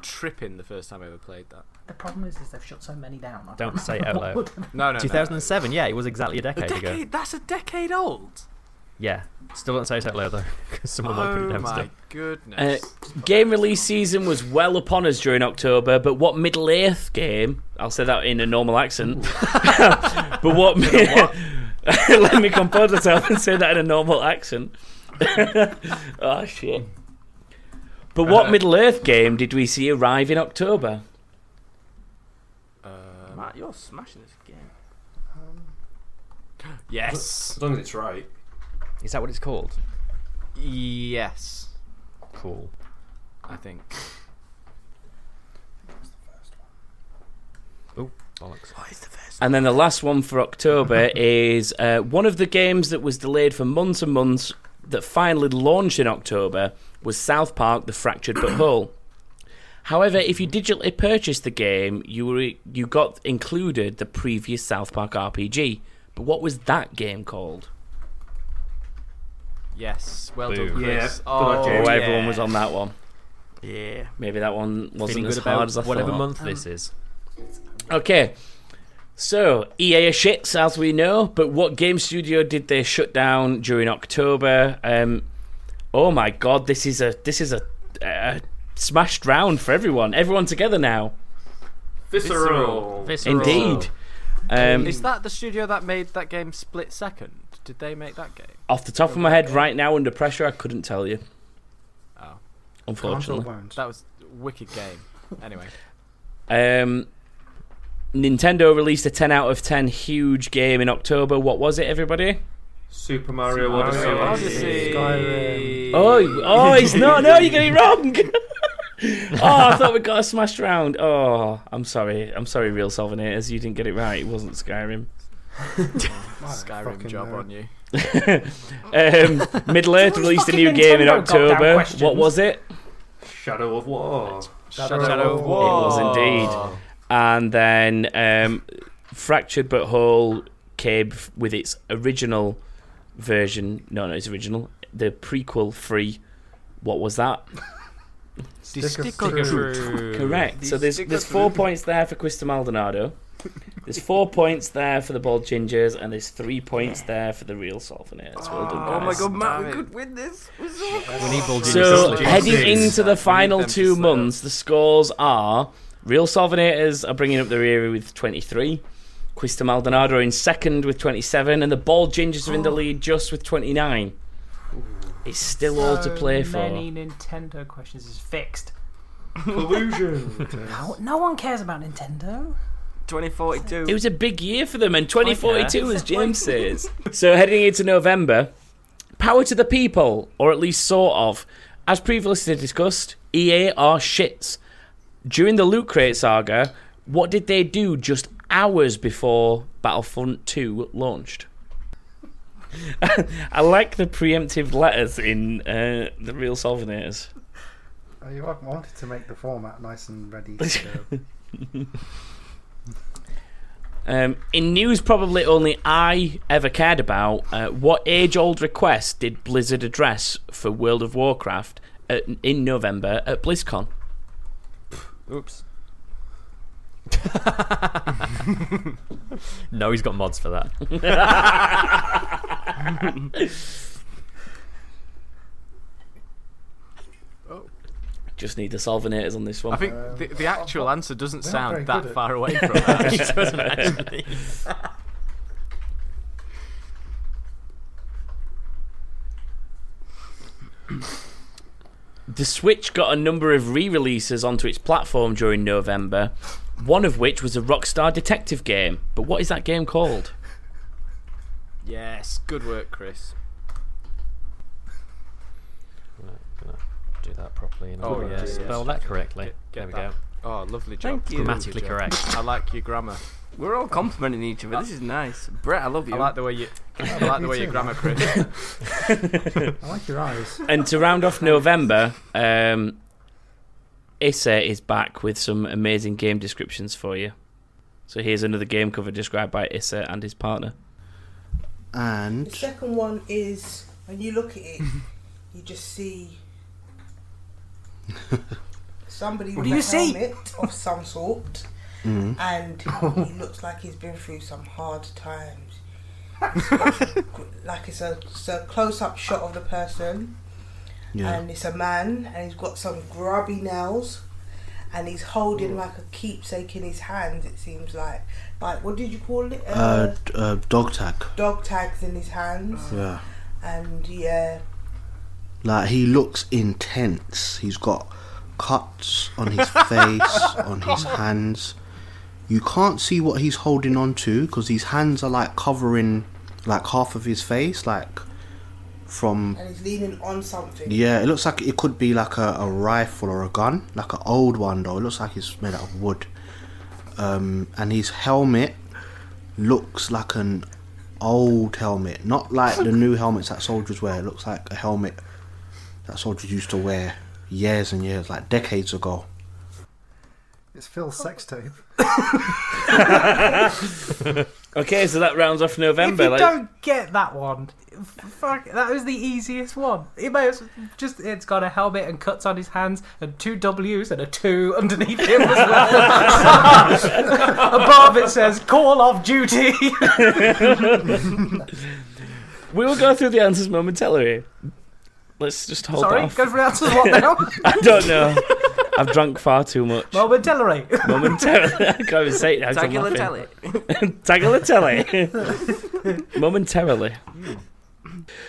[SPEAKER 2] tripping the first time I ever played that.
[SPEAKER 4] The problem is, is they've shut so many down. I
[SPEAKER 3] Don't say it out
[SPEAKER 4] know what
[SPEAKER 3] loud.
[SPEAKER 4] would-
[SPEAKER 1] <laughs>
[SPEAKER 2] No, no, no.
[SPEAKER 3] 2007, yeah, it was exactly a decade, ago.
[SPEAKER 2] That's a decade old.
[SPEAKER 3] Yeah. Still don't say it out loud, though, 'cause someone might put it
[SPEAKER 2] Oh
[SPEAKER 3] down
[SPEAKER 2] my
[SPEAKER 3] still.
[SPEAKER 1] Uh,
[SPEAKER 2] goodness.
[SPEAKER 1] game release season was well upon us during October, but what Middle Earth game? I'll say that in a normal accent. <laughs> but
[SPEAKER 3] <laughs>
[SPEAKER 1] what? <laughs> let me compose myself and say that in a normal accent. <laughs> oh shit! But what
[SPEAKER 3] Uh-huh.
[SPEAKER 6] Uh,
[SPEAKER 1] Middle Earth game did we see arrive in October?
[SPEAKER 2] Um,
[SPEAKER 6] Matt, you're smashing this game.
[SPEAKER 2] <gasps> Yes.
[SPEAKER 12] As long as it's right.
[SPEAKER 3] Is that what it's called?
[SPEAKER 2] Yes,
[SPEAKER 3] Cool.
[SPEAKER 2] I think.
[SPEAKER 3] Oh, bollocks.
[SPEAKER 1] And then the last one for October is uh, one of the games that was delayed for months and months that finally launched in October was South Park: The Fractured
[SPEAKER 3] <clears throat>
[SPEAKER 1] But Whole. However, if you digitally purchased the game, you were you got included the previous South Park RPG. But what was that game called?
[SPEAKER 2] Yes. Well
[SPEAKER 1] Boo.
[SPEAKER 2] done, Chris.
[SPEAKER 1] Yeah, good
[SPEAKER 2] Oh,
[SPEAKER 1] on James. Oh,
[SPEAKER 2] yeah.
[SPEAKER 1] everyone was on that one.
[SPEAKER 6] Yeah.
[SPEAKER 1] Maybe that one wasn't
[SPEAKER 3] Feeling
[SPEAKER 1] as
[SPEAKER 3] good
[SPEAKER 1] hard
[SPEAKER 3] about
[SPEAKER 1] as I
[SPEAKER 3] whatever
[SPEAKER 1] thought.
[SPEAKER 3] month this is.
[SPEAKER 1] Okay. So, EA are shits, as we know, but what game studio did they shut down during October? Um, oh my god, this is a this is a, a smashed round for everyone. Everyone together now.
[SPEAKER 12] Visceral.
[SPEAKER 1] Indeed. Um,
[SPEAKER 2] is that the studio that made that game Split Second? Did they make that game?
[SPEAKER 1] off the top of my head, right now, under pressure, I couldn't tell you.
[SPEAKER 2] Oh.
[SPEAKER 1] Unfortunately.
[SPEAKER 2] That was a wicked game. Anyway.
[SPEAKER 1] Um, Nintendo released a 10 out of 10 huge game in October. What was it, everybody?
[SPEAKER 12] Super Mario
[SPEAKER 2] Super
[SPEAKER 12] Odyssey.
[SPEAKER 2] Mario Odyssey. Skyrim.
[SPEAKER 1] Oh, you- oh, he's not. No, you're getting it wrong. <laughs> oh, I thought we got a smashed round. Oh, I'm sorry. I'm sorry, real Solvenators. You didn't get it right. It wasn't Skyrim. <laughs>
[SPEAKER 2] Skyrim job on you.
[SPEAKER 1] um, Middle Earth
[SPEAKER 2] Someone's
[SPEAKER 1] released a
[SPEAKER 2] fucking
[SPEAKER 1] new game in
[SPEAKER 2] Nintendo goddamn
[SPEAKER 1] October.
[SPEAKER 2] questions.
[SPEAKER 1] What was it?
[SPEAKER 12] Shadow of War.
[SPEAKER 2] Shadow of
[SPEAKER 1] It was indeed.
[SPEAKER 6] Oh.
[SPEAKER 1] And then um, Fractured But Whole came f- with its original version. No, no, it's original. The prequel free. What was that? The sticker fruit. Correct. so there's there's four points there for Quista Maldonado. There's four points there for the bald gingers, and there's three points there for the real Solvenators. Well done,
[SPEAKER 6] Oh
[SPEAKER 1] guys.
[SPEAKER 6] my god, Matt, we could win this. We're so close.
[SPEAKER 1] So heading into the final two months, the scores are Real Solvenators are bringing up the rear with 23. Quista Maldonado are in second with 27, and the Bald Gingers are in the lead just with 29. It's still all to
[SPEAKER 4] So
[SPEAKER 1] play for.
[SPEAKER 4] Many Nintendo questions is fixed. <laughs>
[SPEAKER 1] Collusion.
[SPEAKER 4] no, no one cares about Nintendo.
[SPEAKER 6] 2042.
[SPEAKER 1] It was a big year for them, and 2042,
[SPEAKER 4] Okay.
[SPEAKER 1] as James
[SPEAKER 2] <laughs>
[SPEAKER 1] says. So, heading into November, power to the people, or at least sort of. As previously discussed, EA are shits. During the Loot Crate saga, what did they do just hours before Battlefront 2 launched? <laughs> I like the preemptive letters in uh, the real Solvenators.
[SPEAKER 5] Oh, you I wanted to make the format nice and ready to
[SPEAKER 1] <laughs>
[SPEAKER 5] go.
[SPEAKER 1] Um, in news probably only I ever cared about, uh, what age old request did Blizzard address for World of Warcraft at, in November at BlizzCon?
[SPEAKER 3] Oops. <laughs> no, he's got mods for that.
[SPEAKER 1] Just need the Solvenators on this one.
[SPEAKER 2] I think the, the actual answer doesn't
[SPEAKER 1] We're not very
[SPEAKER 2] sound that
[SPEAKER 1] good at-
[SPEAKER 2] far <laughs> away from that.
[SPEAKER 1] It doesn't actually. The Switch got a number of re releases onto its platform during November, one of which was a Rockstar detective game. But what is that game called?
[SPEAKER 2] Yes, good work, Chris.
[SPEAKER 3] Right, gonna do that properly. And
[SPEAKER 2] Oh,
[SPEAKER 3] oh, yeah,
[SPEAKER 2] yes,
[SPEAKER 3] spell
[SPEAKER 2] yes.
[SPEAKER 3] that correctly.
[SPEAKER 2] Get-
[SPEAKER 3] there
[SPEAKER 2] get
[SPEAKER 3] we
[SPEAKER 2] that.
[SPEAKER 3] go.
[SPEAKER 2] Oh, lovely job.
[SPEAKER 3] Thank you. Grammatically correct.
[SPEAKER 2] I like your grammar.
[SPEAKER 6] We're all complimenting each other. This is nice. Brett, I love you.
[SPEAKER 2] I like the way you. <laughs> I like the way your grammar, <laughs> Chris.
[SPEAKER 5] I like your eyes.
[SPEAKER 1] And to round off November, um, Issa is back with some amazing game descriptions for you. So here's another game cover described by Issa and his partner.
[SPEAKER 9] And
[SPEAKER 10] <laughs> The second one is when you look
[SPEAKER 4] <laughs>
[SPEAKER 10] at it, you just see somebody
[SPEAKER 4] What
[SPEAKER 10] with
[SPEAKER 4] do you
[SPEAKER 10] a
[SPEAKER 4] see? Mm-hmm.
[SPEAKER 10] helmet of some sort,
[SPEAKER 4] <laughs>
[SPEAKER 9] Mhm.
[SPEAKER 10] and he looks like he's been through some hard times. It's got- like it's a, it's a close-up shot of the person,
[SPEAKER 9] Yeah.
[SPEAKER 10] and it's a man, and he's got some grubby nails. And he's holding like a keepsake in his hand. It seems like, like what did you call it?
[SPEAKER 9] uh, d- uh, dog tag.
[SPEAKER 10] dog tags in his hands.
[SPEAKER 9] Yeah.
[SPEAKER 10] And yeah,
[SPEAKER 9] Like he looks intense. He's got cuts on his face, on his hands. You can't see what he's holding on to because his hands are like covering like half of his face, like from
[SPEAKER 10] and he's leaning on something.
[SPEAKER 9] yeah. It looks like it could be like a, a rifle or a gun, like an old one though. It looks like it's made out of wood. Um, and his helmet looks like an old helmet, not like the new helmets that soldiers wear. It looks like a helmet that soldiers used to wear years and years, like decades ago.
[SPEAKER 5] It's Phil's sex <laughs> tape. Um,
[SPEAKER 1] Okay, so that rounds off November.
[SPEAKER 4] If you
[SPEAKER 1] Like-
[SPEAKER 4] don't get that one, f- fuck, that was the easiest one. It may as just it's got a helmet and cuts on his hands and two W's and a two underneath him as well. <laughs> Above it says "Call of <laughs> Duty."
[SPEAKER 1] <laughs> we will go through the answers momentarily. Let's just hold
[SPEAKER 4] Sorry,
[SPEAKER 1] off.
[SPEAKER 4] go for the answers. What now?
[SPEAKER 1] <laughs> I don't know. I've drunk far too much.
[SPEAKER 4] Momentarily.
[SPEAKER 1] Momentarily.
[SPEAKER 4] <laughs>
[SPEAKER 1] I can't even say it now. 'cause I'm
[SPEAKER 6] Tagliatelle.
[SPEAKER 1] laughing. Tagliatelle. <laughs> Momentarily.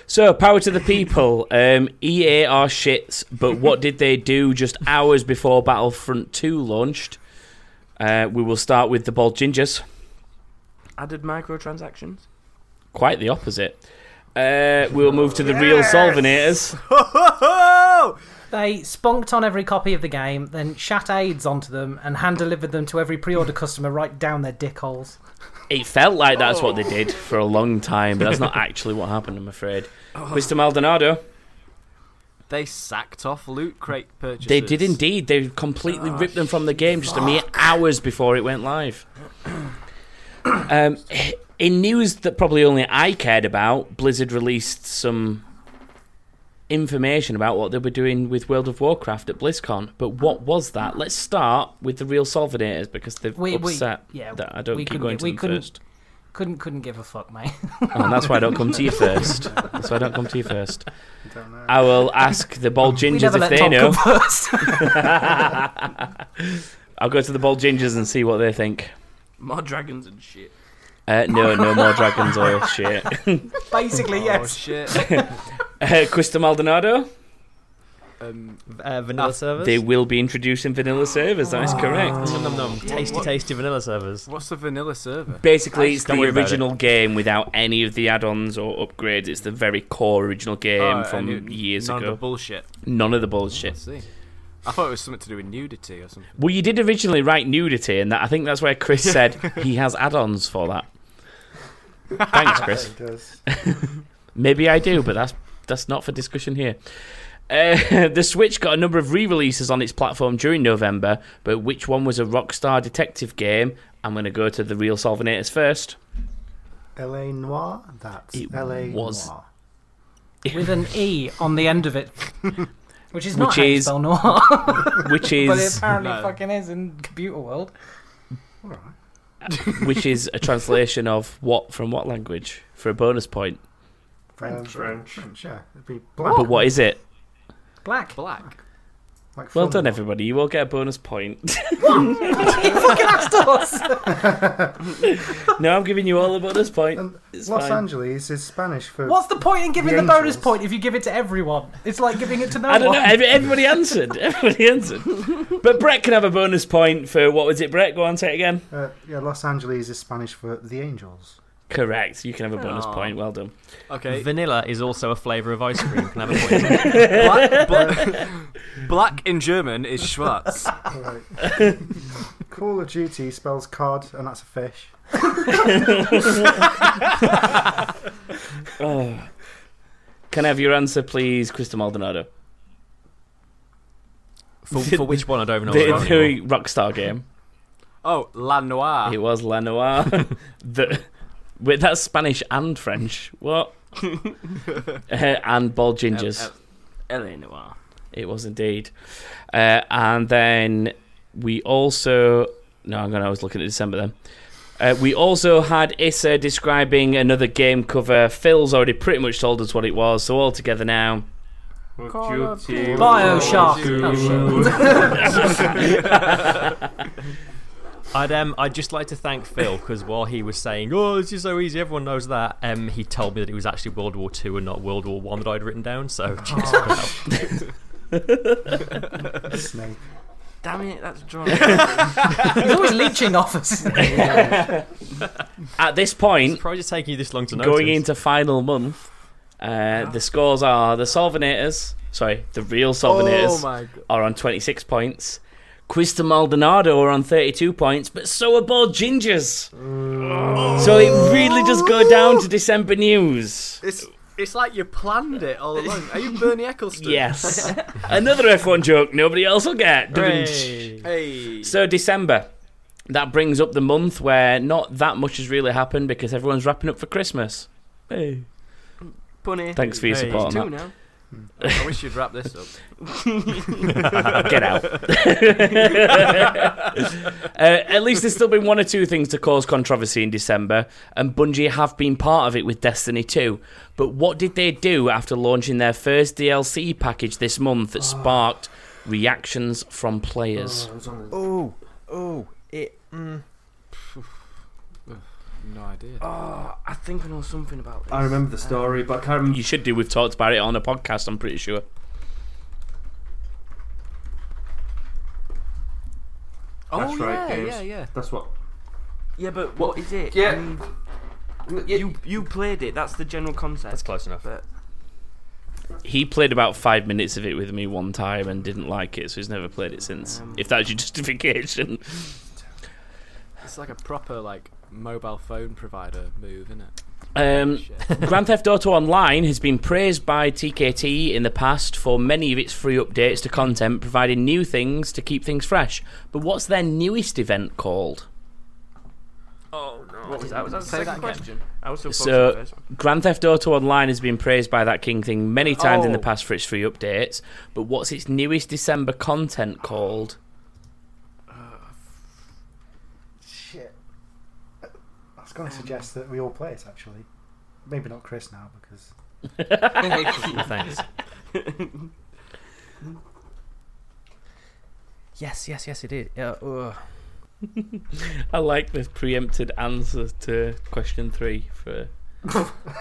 [SPEAKER 1] So, power to the people. Um, EA are shits, but what did they do just hours before Battlefront 2 launched? Uh, we will start with the Bald Gingers.
[SPEAKER 6] Added microtransactions.
[SPEAKER 1] Quite the opposite. Uh, we'll move to the real Solvenators.
[SPEAKER 4] They spunked on every copy of the game, then shat aids onto them and hand delivered them to every pre-order customer right down their dick holes.
[SPEAKER 1] It felt like that's what they did for a long time, but that's not actually what happened, I'm afraid. Mr. Maldonado,
[SPEAKER 2] They sacked off loot crate purchases.
[SPEAKER 1] they did indeed. They completely ripped them from the game just a mere hours before it went live.
[SPEAKER 2] <clears throat>
[SPEAKER 1] Um, in news that probably only I cared about, Blizzard released some information about what they'll be doing with World of Warcraft at BlizzCon. But what was that? Let's start with the real Solvenators because they've
[SPEAKER 4] We, we
[SPEAKER 1] upset
[SPEAKER 4] yeah,
[SPEAKER 1] that I don't
[SPEAKER 4] we
[SPEAKER 1] keep
[SPEAKER 4] couldn't
[SPEAKER 1] going
[SPEAKER 4] gi-
[SPEAKER 1] to
[SPEAKER 4] we
[SPEAKER 1] them
[SPEAKER 4] couldn't,
[SPEAKER 1] first.
[SPEAKER 4] Couldn't couldn't give a fuck, mate.
[SPEAKER 1] Oh, and that's why I don't come to
[SPEAKER 4] <laughs>
[SPEAKER 1] you first. That's why I don't come to you first. I will ask the bald
[SPEAKER 4] <laughs> We
[SPEAKER 1] gingers
[SPEAKER 4] never
[SPEAKER 1] if
[SPEAKER 4] let
[SPEAKER 1] they
[SPEAKER 4] Tom
[SPEAKER 1] know.
[SPEAKER 4] come
[SPEAKER 6] first.
[SPEAKER 1] <laughs> I'll go to the bald gingers and see what they think.
[SPEAKER 6] More dragons and shit.
[SPEAKER 1] Uh, no, no more dragons oil shit.
[SPEAKER 4] Basically,
[SPEAKER 6] Oh,
[SPEAKER 4] yes. <laughs>
[SPEAKER 6] shit.
[SPEAKER 1] uh, Crystal Maldonado.
[SPEAKER 2] Um,
[SPEAKER 3] uh, vanilla servers.
[SPEAKER 1] They will be introducing vanilla servers. That is
[SPEAKER 2] Ah.
[SPEAKER 1] correct.
[SPEAKER 3] Nom, nom, nom. Tasty, tasty vanilla servers.
[SPEAKER 2] What's a vanilla server?
[SPEAKER 1] Basically, it's
[SPEAKER 3] Don't
[SPEAKER 1] the
[SPEAKER 3] worry about it.
[SPEAKER 1] original game without any of the add-ons or upgrades. It's the very core original game
[SPEAKER 2] Oh,
[SPEAKER 1] from
[SPEAKER 2] and you-
[SPEAKER 1] years
[SPEAKER 2] none of
[SPEAKER 1] ago.
[SPEAKER 2] the bullshit.
[SPEAKER 1] None of the
[SPEAKER 2] I
[SPEAKER 1] bullshit.
[SPEAKER 2] <laughs> see. I thought it was something to do with nudity or something.
[SPEAKER 1] Well, you did originally write nudity, and that, I think that's where Chris said he has add-ons for that.
[SPEAKER 5] <laughs>
[SPEAKER 1] Thanks,
[SPEAKER 4] <laughs>
[SPEAKER 1] Chris.
[SPEAKER 5] He does.
[SPEAKER 1] Maybe I do, but that's that's not for discussion here. Uh, <laughs> the Switch got a number of re-releases on its platform during November, but which one was a Rockstar detective game? I'm going to go to the real Solvenators first.
[SPEAKER 5] LA Noir? That's
[SPEAKER 1] It
[SPEAKER 5] LA
[SPEAKER 1] was-
[SPEAKER 5] Noir.
[SPEAKER 4] with an e on the end of
[SPEAKER 1] <laughs>
[SPEAKER 4] it, which is not
[SPEAKER 1] Which
[SPEAKER 4] how you
[SPEAKER 1] is-
[SPEAKER 4] spell noir.
[SPEAKER 1] <laughs> which
[SPEAKER 4] <laughs> but it
[SPEAKER 1] is-
[SPEAKER 4] apparently
[SPEAKER 1] No.
[SPEAKER 4] fucking is in computer world.
[SPEAKER 1] which is a translation of what from what language for a bonus point.
[SPEAKER 5] French. French. yeah. It'd be black.
[SPEAKER 1] But what is it?
[SPEAKER 4] Black.
[SPEAKER 2] Black.
[SPEAKER 4] <laughs>
[SPEAKER 5] Like
[SPEAKER 1] Well
[SPEAKER 5] fun.
[SPEAKER 1] done, everybody. You all get a bonus point.
[SPEAKER 4] fucking asked
[SPEAKER 1] no, I'm giving you all a bonus point. It's
[SPEAKER 5] Los
[SPEAKER 1] fine.
[SPEAKER 5] Angeles Um, is Spanish for.
[SPEAKER 4] What's the point in giving
[SPEAKER 5] The
[SPEAKER 4] the, bonus
[SPEAKER 5] angels.
[SPEAKER 4] point if you give it to everyone? It's like giving it to no
[SPEAKER 1] I don't
[SPEAKER 4] one.
[SPEAKER 1] know. Every, everybody <laughs>
[SPEAKER 4] <laughs>
[SPEAKER 1] answered. Everybody answered. But Brett can have a bonus point for what was it? Brett, go on, say it again.
[SPEAKER 5] Uh, yeah, Los Angeles is Spanish for
[SPEAKER 1] <laughs>
[SPEAKER 5] the angels.
[SPEAKER 1] Correct. You can have a bonus
[SPEAKER 3] Aw.
[SPEAKER 1] point. Well done.
[SPEAKER 2] Okay.
[SPEAKER 3] Vanilla is also a flavour of ice cream. Can I have a
[SPEAKER 2] black,
[SPEAKER 4] <laughs>
[SPEAKER 3] point?
[SPEAKER 2] black, black in German is Schwarz.
[SPEAKER 5] Right. Call of Duty spells cod, and that's a fish.
[SPEAKER 1] <sighs> Oh. Can I have your answer, please, Crystal Maldonado? <laughs>
[SPEAKER 3] For- for which one? I don't even know
[SPEAKER 1] The,
[SPEAKER 3] what
[SPEAKER 1] the
[SPEAKER 3] anymore.
[SPEAKER 1] Rockstar game.
[SPEAKER 2] Oh, La Noire.
[SPEAKER 1] <laughs>
[SPEAKER 3] Ah.
[SPEAKER 1] It was La Noire. the, wait, that's Spanish and French. What? Uh, <laughs> and Bald Gingers.
[SPEAKER 6] LA Noir.
[SPEAKER 1] It was indeed. Uh, and then we also. No, I'm going to. I was looking at December then. Uh, we also had Issa describing another game cover. Phil's already pretty much told us what it was, so all together now.
[SPEAKER 4] Oh,
[SPEAKER 2] <laughs>
[SPEAKER 3] <laughs> I'd um, I'd just like to thank Phil because while he was saying, "Oh, this is so easy, everyone knows that," um, he told me that it was actually World War Two and not World War One that I'd written down. So, <laughs> cheers for that.
[SPEAKER 5] Snake.
[SPEAKER 6] Damn it, that's dry.
[SPEAKER 3] <laughs>
[SPEAKER 4] <laughs> He's always leeching off
[SPEAKER 2] <laughs>
[SPEAKER 4] us.
[SPEAKER 1] At this point,
[SPEAKER 3] surprised it's taking you this long to notice.
[SPEAKER 1] Going into final month, uh,
[SPEAKER 2] Ah.
[SPEAKER 1] the scores are the Solvenators, sorry, the real Solvenators
[SPEAKER 2] Oh my God.
[SPEAKER 1] are on 26 points. Quista Maldonado are on 32 points, but so are Bald Gingers.
[SPEAKER 2] Mm.
[SPEAKER 1] So it really does go down to December news.
[SPEAKER 2] It's it's like you planned it all along. Are you Bernie Ecclestone? <laughs>
[SPEAKER 1] Yes. <laughs> Another F1 joke nobody else will get.
[SPEAKER 2] Hooray.
[SPEAKER 1] So December. That brings up the month where not that much has really happened because everyone's wrapping up for Christmas. Hey.
[SPEAKER 6] Punny.
[SPEAKER 1] Thanks for your
[SPEAKER 6] Hey.
[SPEAKER 1] support
[SPEAKER 6] Two
[SPEAKER 1] on
[SPEAKER 6] now.
[SPEAKER 2] I wish you'd wrap this up.
[SPEAKER 1] <laughs> Get
[SPEAKER 4] <laughs>
[SPEAKER 1] out. <laughs> uh, at least there's still been one or two things to cause controversy in December, and Bungie have been part of it with Destiny 2. But what did they do after launching their first DLC package this month that sparked reactions from players?
[SPEAKER 3] Oh, oh, it.
[SPEAKER 2] <sighs>
[SPEAKER 3] Mm.
[SPEAKER 2] No idea.
[SPEAKER 6] Oh, I think I know something about this.
[SPEAKER 1] but I can't remember. You should do. We've talked about it on a podcast, I'm pretty sure.
[SPEAKER 6] Oh,
[SPEAKER 12] That's right,
[SPEAKER 6] yeah,
[SPEAKER 12] games.
[SPEAKER 6] yeah, yeah.
[SPEAKER 12] That's what.
[SPEAKER 6] Yeah, but what is it?
[SPEAKER 12] Yeah.
[SPEAKER 6] Um, you you played it. That's the general concept. That's
[SPEAKER 3] close enough.
[SPEAKER 6] But
[SPEAKER 1] He played about five minutes of it with me one time and didn't like it, so he's never played it since. if that's your <laughs> justification.
[SPEAKER 2] It's like a proper like mobile phone provider move, isn't it?
[SPEAKER 1] Um, Grand Theft Auto Online has been praised by TKT in the past for many of its free updates to content, providing new things to keep things fresh. But what's their newest event called?
[SPEAKER 6] Oh no!
[SPEAKER 2] What was that? Was that the
[SPEAKER 6] Say
[SPEAKER 2] second
[SPEAKER 6] that again.
[SPEAKER 2] question? I was still focused on the
[SPEAKER 1] So,
[SPEAKER 2] first one.
[SPEAKER 1] Grand Theft Auto Online has been praised by that King thing many times in the
[SPEAKER 2] Oh.
[SPEAKER 1] past for its free updates, but what's its newest December content called?
[SPEAKER 5] <laughs> Shit. I was going to suggest that we all play it actually. Maybe not Chris now <laughs>
[SPEAKER 1] <laughs>
[SPEAKER 5] because. <laughs>
[SPEAKER 3] Thanks. yes, yes, yes, it is.
[SPEAKER 4] Uh,
[SPEAKER 3] Yeah, ugh.
[SPEAKER 1] I like this preempted answer to question three
[SPEAKER 2] <laughs>
[SPEAKER 1] for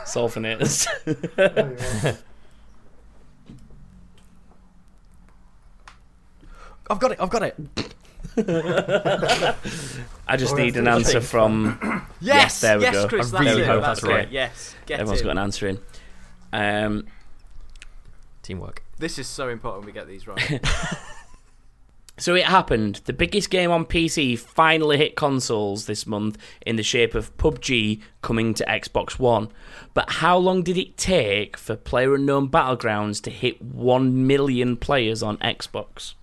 [SPEAKER 1] Solvenators.
[SPEAKER 2] Oh,
[SPEAKER 3] I've got it. I've got it.
[SPEAKER 1] <laughs> I just
[SPEAKER 3] Oh,
[SPEAKER 1] need
[SPEAKER 3] that's
[SPEAKER 1] an
[SPEAKER 3] the
[SPEAKER 1] answer
[SPEAKER 3] thing.
[SPEAKER 1] from.
[SPEAKER 3] <clears throat> <coughs> Yes,
[SPEAKER 1] there we
[SPEAKER 3] yes,
[SPEAKER 1] go.
[SPEAKER 3] Chris,
[SPEAKER 1] there
[SPEAKER 3] that's
[SPEAKER 1] we
[SPEAKER 3] it,
[SPEAKER 1] go.
[SPEAKER 3] that's
[SPEAKER 1] okay.
[SPEAKER 3] right. Yes,
[SPEAKER 2] get
[SPEAKER 1] Everyone's
[SPEAKER 2] it.
[SPEAKER 1] got an answer in. Um,
[SPEAKER 3] Teamwork.
[SPEAKER 2] This is so important we get
[SPEAKER 1] <laughs>
[SPEAKER 2] these right.
[SPEAKER 1] So it happened. The biggest game on PC finally hit consoles this month in the shape of PUBG coming to Xbox One. But how long did it take for PlayerUnknown Battlegrounds to hit 1 million players on Xbox?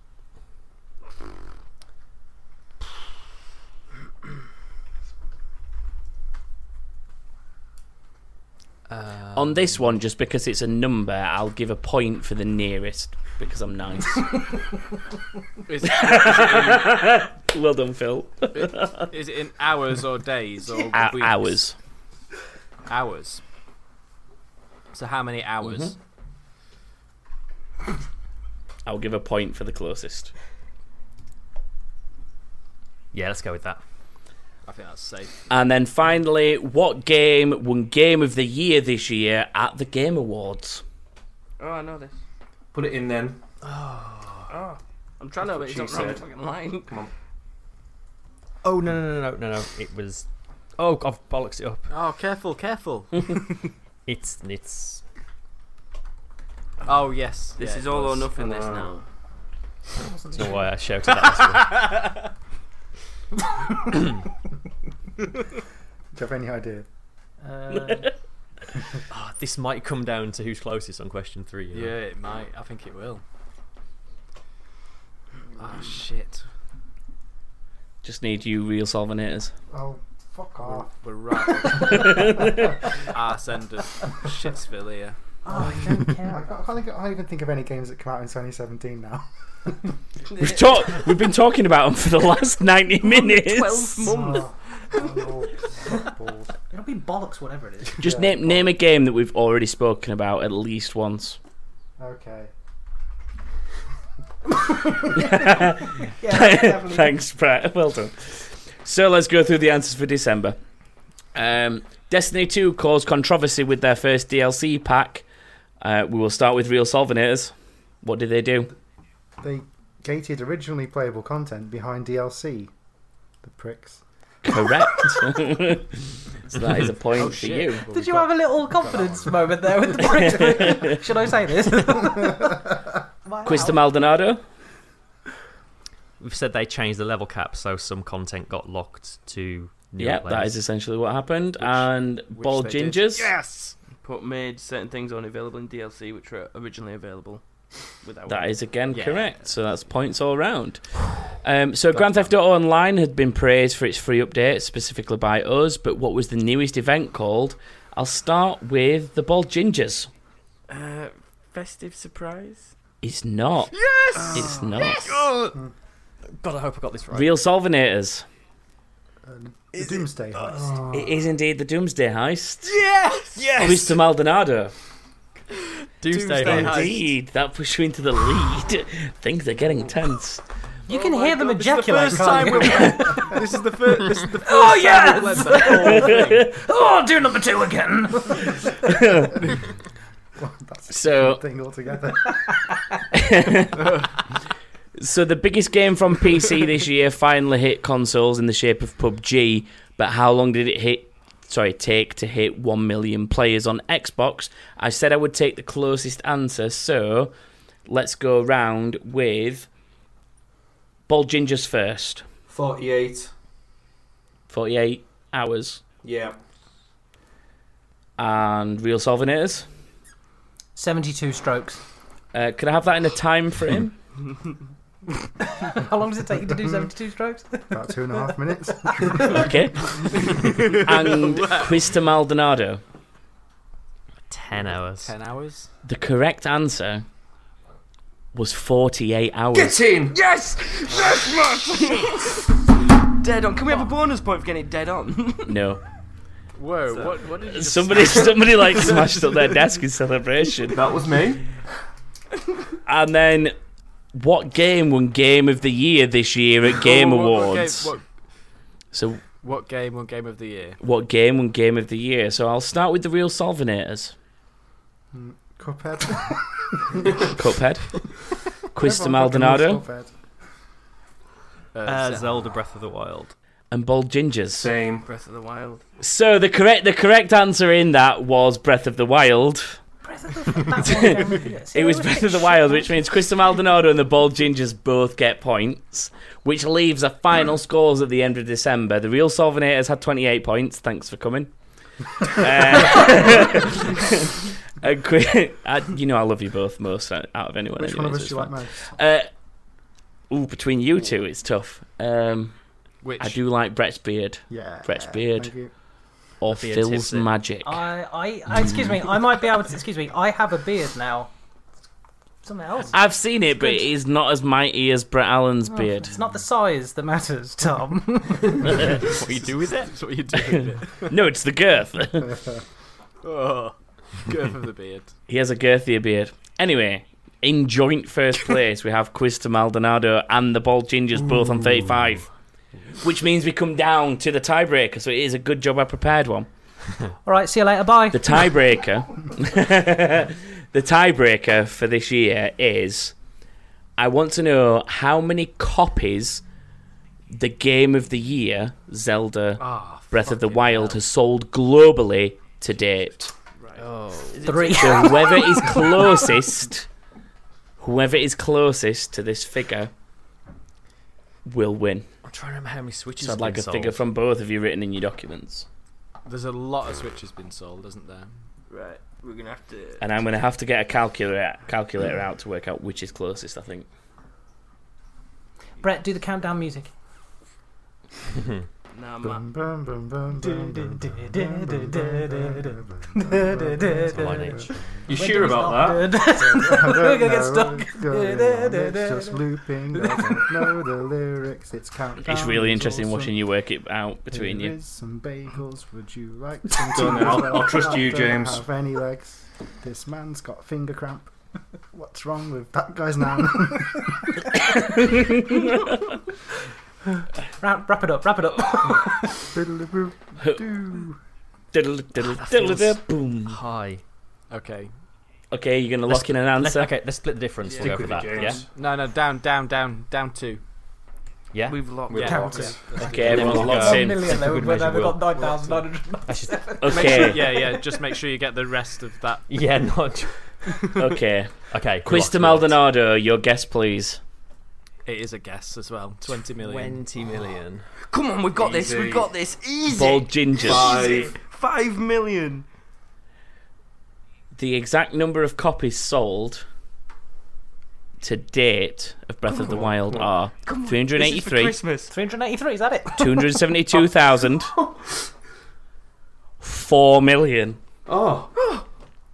[SPEAKER 2] Uh,
[SPEAKER 1] on this one, just because it's a number, I'll give a point for the nearest because I'm nice.
[SPEAKER 2] Is it-
[SPEAKER 1] <laughs> well done, Phil.
[SPEAKER 2] is it in hours or
[SPEAKER 1] <laughs>
[SPEAKER 2] days or
[SPEAKER 1] Hou-
[SPEAKER 2] weeks?
[SPEAKER 1] hours.
[SPEAKER 2] Hours. So how many hours?
[SPEAKER 1] I'll give a point for the closest.
[SPEAKER 3] Yeah, let's go with that.
[SPEAKER 12] Mm-hmm.
[SPEAKER 2] I think that's safe.
[SPEAKER 1] And then finally, what game won Game of the Year this year at the Game Awards?
[SPEAKER 6] Oh, I know this.
[SPEAKER 12] Put it in then.
[SPEAKER 6] Oh, I'm trying to, but it's
[SPEAKER 12] She
[SPEAKER 6] not wrong
[SPEAKER 12] said.
[SPEAKER 6] fucking line.
[SPEAKER 12] Come on.
[SPEAKER 3] Oh no no no no no no! It was. Oh, I've bollocks it up.
[SPEAKER 2] Oh, careful, careful.
[SPEAKER 3] <laughs> It's it's.
[SPEAKER 2] oh yes.
[SPEAKER 6] This
[SPEAKER 2] yeah,
[SPEAKER 6] is
[SPEAKER 2] it
[SPEAKER 6] all or
[SPEAKER 2] was.
[SPEAKER 6] nothing. This now.
[SPEAKER 3] Don't know why I shouted that.
[SPEAKER 5] Do you have any idea?
[SPEAKER 4] Uh,
[SPEAKER 3] oh, this might come down to who's closest on question three. you
[SPEAKER 2] <laughs> Yeah,
[SPEAKER 3] know.
[SPEAKER 2] it might. I think it will. Oh shit.
[SPEAKER 1] Just need you, real solvenators.
[SPEAKER 5] Oh, fuck off.
[SPEAKER 2] We're
[SPEAKER 6] <laughs>
[SPEAKER 2] right. Arse end of Shitsville here.
[SPEAKER 5] Oh, I don't care. I can't, I can't even- I can't even think of any games that come out in 2017 now. <laughs>
[SPEAKER 1] We've talked. We've been talking about them for the last ninety minutes.
[SPEAKER 5] months.
[SPEAKER 4] <laughs> it'll be bollocks, whatever it <laughs> is.
[SPEAKER 1] Just name name a game that we've already spoken about at least once.
[SPEAKER 5] Okay.
[SPEAKER 4] definitely.
[SPEAKER 1] <laughs> Thanks, Brett. Well done. So let's go through the answers for December. Um, Destiny 2 caused controversy with their first DLC pack. Uh, we will start with Real Solvenators. What did they do?
[SPEAKER 5] They gated originally playable content behind DLC. The pricks.
[SPEAKER 1] Correct. so that is a point
[SPEAKER 5] Oh,
[SPEAKER 1] for
[SPEAKER 5] shit.
[SPEAKER 1] you.
[SPEAKER 4] Did you have a little confidence moment there with the <laughs> prick? Should I say this?
[SPEAKER 1] Quista Maldonado?
[SPEAKER 3] We've said they changed the level cap, so some content got locked to. new
[SPEAKER 1] Yeah,
[SPEAKER 3] players.
[SPEAKER 1] that is essentially what happened. and Bald
[SPEAKER 6] they did.
[SPEAKER 1] Gingers?
[SPEAKER 2] Yes.
[SPEAKER 6] Put made certain things only available in DLC, which were originally available. Without
[SPEAKER 1] That is again
[SPEAKER 6] Yeah.
[SPEAKER 1] correct. So that's points all round. Um, so Grand Theft Auto Online had been praised for its free update, specifically by us. But what was the newest event called? I'll start with the Bald Gingers.
[SPEAKER 6] Uh, festive surprise.
[SPEAKER 1] It's not.
[SPEAKER 6] Yes!
[SPEAKER 1] It's not.
[SPEAKER 3] Oh! God, I hope I got this right.
[SPEAKER 1] Real Solvenators.
[SPEAKER 5] The Doomsday Heist.
[SPEAKER 1] It is indeed the Doomsday Heist.
[SPEAKER 6] Yes!
[SPEAKER 1] Yes. Mr. Maldonado.
[SPEAKER 3] Doomsday Heist.
[SPEAKER 1] Indeed, that pushed you into the lead. <laughs> Things are getting tense.
[SPEAKER 4] You can hear them ejaculate.
[SPEAKER 2] First
[SPEAKER 4] can't
[SPEAKER 2] time
[SPEAKER 4] you? <laughs>
[SPEAKER 2] we've this is the first this is the first
[SPEAKER 4] Oh
[SPEAKER 2] time
[SPEAKER 4] yes!
[SPEAKER 2] we've led that
[SPEAKER 4] <laughs> oh, do number two again.
[SPEAKER 6] Oh!
[SPEAKER 4] <laughs>
[SPEAKER 1] <laughs> So,
[SPEAKER 5] Thing
[SPEAKER 1] <laughs>
[SPEAKER 5] altogether.
[SPEAKER 1] So the biggest game from
[SPEAKER 4] <laughs>
[SPEAKER 1] PC this year finally hit consoles in the shape of PUBG, but how long did it hit? Sorry, take to hit one million players on Xbox? I said I would take the closest answer, so let's go round with Bald Gingers first.
[SPEAKER 12] 48.
[SPEAKER 1] Forty-eight hours
[SPEAKER 12] Yeah.
[SPEAKER 1] and Real Solvenators.
[SPEAKER 4] Seventy-two strokes. <laughs>
[SPEAKER 1] Uh, could I have that in a time frame?
[SPEAKER 2] whole thing.
[SPEAKER 4] How long does it take you to do 72 strokes?
[SPEAKER 5] <laughs> About two and a
[SPEAKER 2] <laughs>
[SPEAKER 5] half minutes.
[SPEAKER 1] <laughs>
[SPEAKER 5] <laughs>
[SPEAKER 1] Okay. and Quista Maldonado.
[SPEAKER 3] 10 hours.
[SPEAKER 2] 10 hours?
[SPEAKER 1] The correct answer was 48 hours.
[SPEAKER 6] Get in! Yes! <laughs> Yes, man! dead on. Can we have a bonus point for getting it dead on?
[SPEAKER 1] No.
[SPEAKER 2] Whoa, what, what did you just
[SPEAKER 1] Somebody,
[SPEAKER 2] say?
[SPEAKER 1] somebody like smashed up their desk in celebration.
[SPEAKER 12] That was me.
[SPEAKER 1] And then, what game won Game of the Year this year
[SPEAKER 2] <laughs>
[SPEAKER 1] at Game
[SPEAKER 2] What- what- what game-
[SPEAKER 1] Awards?
[SPEAKER 2] What,
[SPEAKER 1] So,
[SPEAKER 2] what game or game of the year? <laughs>
[SPEAKER 1] what game won Game of the Year? So, I'll start with the real Solvenators.
[SPEAKER 5] <laughs> Cuphead. <laughs>
[SPEAKER 1] Cuphead. Quista
[SPEAKER 5] Everyone
[SPEAKER 1] Maldonado.
[SPEAKER 5] fucking loves Cuphead.
[SPEAKER 3] Uh, Zelda Breath of the Wild.
[SPEAKER 1] and Bold Gingers.
[SPEAKER 12] Same.
[SPEAKER 6] Breath of the Wild.
[SPEAKER 1] So the correct the correct answer in that was Breath of the Wild. <laughs> it was Breath of the Wild, which means Crystal Maldonado and the Bold Gingers both get points, which leaves a
[SPEAKER 5] <laughs>
[SPEAKER 1] final scores at the end of December. The real Solvenators had 28 points. Thanks for
[SPEAKER 5] <laughs>
[SPEAKER 1] coming. uh, <laughs> and Qui- I, you know I love you both most out out of anyone.
[SPEAKER 5] Which one
[SPEAKER 1] anyways,
[SPEAKER 5] of us
[SPEAKER 1] it's
[SPEAKER 5] do you like
[SPEAKER 1] fine. Uh, ooh, between you two, it's tough. Um,
[SPEAKER 2] Which?
[SPEAKER 1] I do like Brett's beard.
[SPEAKER 5] Yeah,
[SPEAKER 1] Brett's beard.
[SPEAKER 5] thank you.
[SPEAKER 1] Or
[SPEAKER 3] The beard
[SPEAKER 1] Phil's
[SPEAKER 3] tips it.
[SPEAKER 1] magic.
[SPEAKER 4] Oh. I, I, I, excuse me, I might be able to. Excuse me, I have a beard now. Something else.
[SPEAKER 1] I've seen it, but it is not as mighty as Brett Allen's
[SPEAKER 4] Oh,
[SPEAKER 1] beard.
[SPEAKER 4] It's not the size that
[SPEAKER 1] <laughs>
[SPEAKER 4] matters, Tom. <laughs>
[SPEAKER 3] what you do with it?
[SPEAKER 2] That's what you do with it.
[SPEAKER 1] no, it's the <laughs>
[SPEAKER 2] <laughs>
[SPEAKER 1] girth.
[SPEAKER 2] oh, girth of the beard.
[SPEAKER 1] he has a girthier beard. Anyway, in joint
[SPEAKER 4] <laughs>
[SPEAKER 1] first place, we have Quiz to Maldonado and the Bald Gingers both on 35. Which means we come down to the tiebreaker, so it is a good job I prepared one.
[SPEAKER 4] <laughs> All right, see you later. Bye.
[SPEAKER 1] The tiebreaker. <laughs> the tiebreaker for this year is I want to know how many copies the game of the year, Zelda
[SPEAKER 2] Ah,
[SPEAKER 1] Breath of the Wild, has sold globally to date.
[SPEAKER 4] Three.
[SPEAKER 1] So whoever
[SPEAKER 3] <laughs>
[SPEAKER 1] is closest, whoever is closest to this figure will win.
[SPEAKER 3] I'm trying to remember how many Switches
[SPEAKER 1] So I'd
[SPEAKER 3] have
[SPEAKER 1] like
[SPEAKER 3] been
[SPEAKER 1] a
[SPEAKER 3] sold.
[SPEAKER 1] figure from both of you written in your documents.
[SPEAKER 2] There's a lot of Switches been sold, isn't there?
[SPEAKER 6] Right, we're gonna have to.
[SPEAKER 1] And I'm going to have to get a calculator calculator out to work out which is closest, I think.
[SPEAKER 4] Brett, do the countdown music.
[SPEAKER 6] Nah, man.
[SPEAKER 5] Bum, bum, bum, bum, bum, bum, bum, bum, bum, bum, bum, bum,
[SPEAKER 12] You sure about
[SPEAKER 5] I
[SPEAKER 12] that?
[SPEAKER 5] don't know
[SPEAKER 4] stuck.
[SPEAKER 5] what's going on. It's just looping. I don't know the lyrics. It's countdown.
[SPEAKER 1] It's really
[SPEAKER 5] It's
[SPEAKER 1] interesting
[SPEAKER 5] awesome.
[SPEAKER 1] watching you work it out between
[SPEAKER 5] Here
[SPEAKER 1] you.
[SPEAKER 5] is some
[SPEAKER 4] <laughs>
[SPEAKER 5] bagels. Would you
[SPEAKER 9] <laughs>
[SPEAKER 5] like some?
[SPEAKER 12] Don't know. I'll-
[SPEAKER 5] tea?
[SPEAKER 12] I'll trust
[SPEAKER 5] I
[SPEAKER 12] you,
[SPEAKER 5] don't
[SPEAKER 12] James.
[SPEAKER 5] Have any legs? This man's got finger cramp. <laughs> What's wrong with that guy's nan?
[SPEAKER 4] <laughs> Wrap, wrap it up. Wrap it up.
[SPEAKER 5] Diddle-a-boo, doo.
[SPEAKER 1] Diddle, diddle,
[SPEAKER 3] That
[SPEAKER 1] diddle,
[SPEAKER 3] feels
[SPEAKER 1] diddle, boom.
[SPEAKER 3] High.
[SPEAKER 2] Okay.
[SPEAKER 1] Okay, you're going to
[SPEAKER 3] Let's-
[SPEAKER 1] lock in an answer.
[SPEAKER 3] Let's, okay, let's split the difference.
[SPEAKER 2] Yeah.
[SPEAKER 3] to go
[SPEAKER 2] Stick
[SPEAKER 3] for
[SPEAKER 2] with
[SPEAKER 3] that.
[SPEAKER 2] it,
[SPEAKER 3] Yeah.
[SPEAKER 2] No, no, down, down, down, down two.
[SPEAKER 3] Yeah.
[SPEAKER 6] We've locked.
[SPEAKER 2] We've
[SPEAKER 4] Down
[SPEAKER 2] locked.
[SPEAKER 4] to-
[SPEAKER 1] Okay, everyone's
[SPEAKER 3] Everyone
[SPEAKER 1] locked
[SPEAKER 3] go.
[SPEAKER 1] in.
[SPEAKER 4] million though,
[SPEAKER 3] Good
[SPEAKER 4] we've
[SPEAKER 3] measure, Will.
[SPEAKER 4] got 9,997.
[SPEAKER 2] <laughs> Make Sure,
[SPEAKER 1] Okay,
[SPEAKER 2] yeah, yeah. Just make sure you get the rest of
[SPEAKER 1] <laughs>
[SPEAKER 2] that. <laughs>
[SPEAKER 3] Yeah. <laughs> Not.
[SPEAKER 1] okay.
[SPEAKER 3] Okay.
[SPEAKER 1] Quiz to
[SPEAKER 3] locked, locked.
[SPEAKER 1] Maldonado, your guess, please.
[SPEAKER 2] It is a guess as well. Twenty million.
[SPEAKER 3] Twenty million.
[SPEAKER 6] Come on, we've got this.
[SPEAKER 12] Easy.
[SPEAKER 6] We've got this. E- Easy.
[SPEAKER 1] Bald Gingers.
[SPEAKER 12] Five.
[SPEAKER 6] Five million.
[SPEAKER 1] the exact number of copies sold to date of Breath of the Wild Ah. are
[SPEAKER 6] Come on. This is for
[SPEAKER 1] 383,
[SPEAKER 6] Christmas.
[SPEAKER 4] 383, is that it?
[SPEAKER 6] <laughs>
[SPEAKER 1] 272,000, 4 million.
[SPEAKER 12] Oh,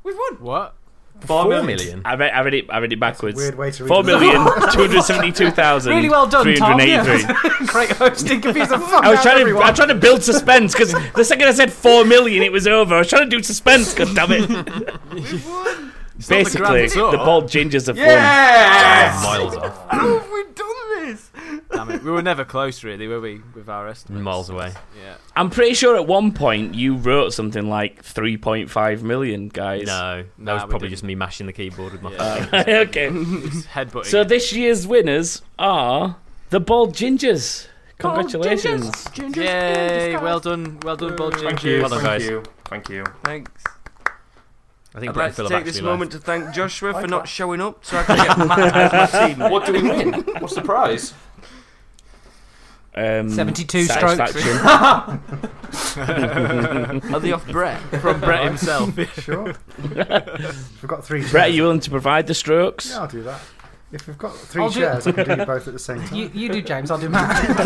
[SPEAKER 6] We've won.
[SPEAKER 2] What?
[SPEAKER 3] Four
[SPEAKER 1] Four
[SPEAKER 3] million.
[SPEAKER 1] I read, I read it. I read it backwards.
[SPEAKER 5] weird way to read
[SPEAKER 1] 4
[SPEAKER 5] it.
[SPEAKER 1] million, 272,000,
[SPEAKER 4] Really well done, Tom.
[SPEAKER 1] 383.
[SPEAKER 4] Yeah. <laughs> Great hosting. Confuse the fuck
[SPEAKER 1] I was
[SPEAKER 4] out
[SPEAKER 1] trying to,
[SPEAKER 4] everyone.
[SPEAKER 1] I was trying to build suspense because the second I said four million, it was over. I was trying to do suspense. God damn it! Basically,
[SPEAKER 2] grand tour.
[SPEAKER 1] the bald gingers have won.
[SPEAKER 6] Yes.
[SPEAKER 3] Miles off.
[SPEAKER 6] Oh, we've done this.
[SPEAKER 2] Damn it. We were never close, really, were we, with our estimates?
[SPEAKER 3] Miles away.
[SPEAKER 2] Yeah.
[SPEAKER 1] I'm pretty sure at one point you wrote something like 3.5 million, guys.
[SPEAKER 3] No, that
[SPEAKER 2] Nah,
[SPEAKER 3] was
[SPEAKER 2] we
[SPEAKER 3] probably
[SPEAKER 2] didn't.
[SPEAKER 3] just me mashing the keyboard with my.
[SPEAKER 2] Yeah.
[SPEAKER 3] fingers.
[SPEAKER 1] <laughs> okay.
[SPEAKER 2] It's headbutting.
[SPEAKER 1] So this year's winners are the bald gingers. Congratulations.
[SPEAKER 2] Yay! Well done, well done, Bold
[SPEAKER 12] thank
[SPEAKER 2] Ginger.
[SPEAKER 12] you,
[SPEAKER 3] Well done,
[SPEAKER 12] thank
[SPEAKER 3] guys.
[SPEAKER 12] you, thank you.
[SPEAKER 6] Thanks.
[SPEAKER 3] I think
[SPEAKER 6] I'd
[SPEAKER 3] Brett
[SPEAKER 6] like
[SPEAKER 3] and
[SPEAKER 6] to
[SPEAKER 3] Phil have
[SPEAKER 6] take this
[SPEAKER 3] actually
[SPEAKER 6] moment to thank Joshua for
[SPEAKER 5] Like
[SPEAKER 6] not
[SPEAKER 5] that.
[SPEAKER 6] showing up so I can get Matt as my team.
[SPEAKER 12] What do we win? What's the prize?
[SPEAKER 1] Um,
[SPEAKER 4] 72 strokes.
[SPEAKER 1] satisfaction.
[SPEAKER 6] Are they off Brett?
[SPEAKER 2] From Brett himself.
[SPEAKER 5] <laughs>
[SPEAKER 1] <laughs>
[SPEAKER 5] Sure. We've got three.
[SPEAKER 1] Brett, are you willing to provide the strokes?
[SPEAKER 5] Yeah, I'll do that. If we've got three
[SPEAKER 4] I'll do-
[SPEAKER 5] shares, I
[SPEAKER 4] <laughs>
[SPEAKER 5] can do both at the same time.
[SPEAKER 4] You, you do, James. I'll do Matt.
[SPEAKER 5] <laughs>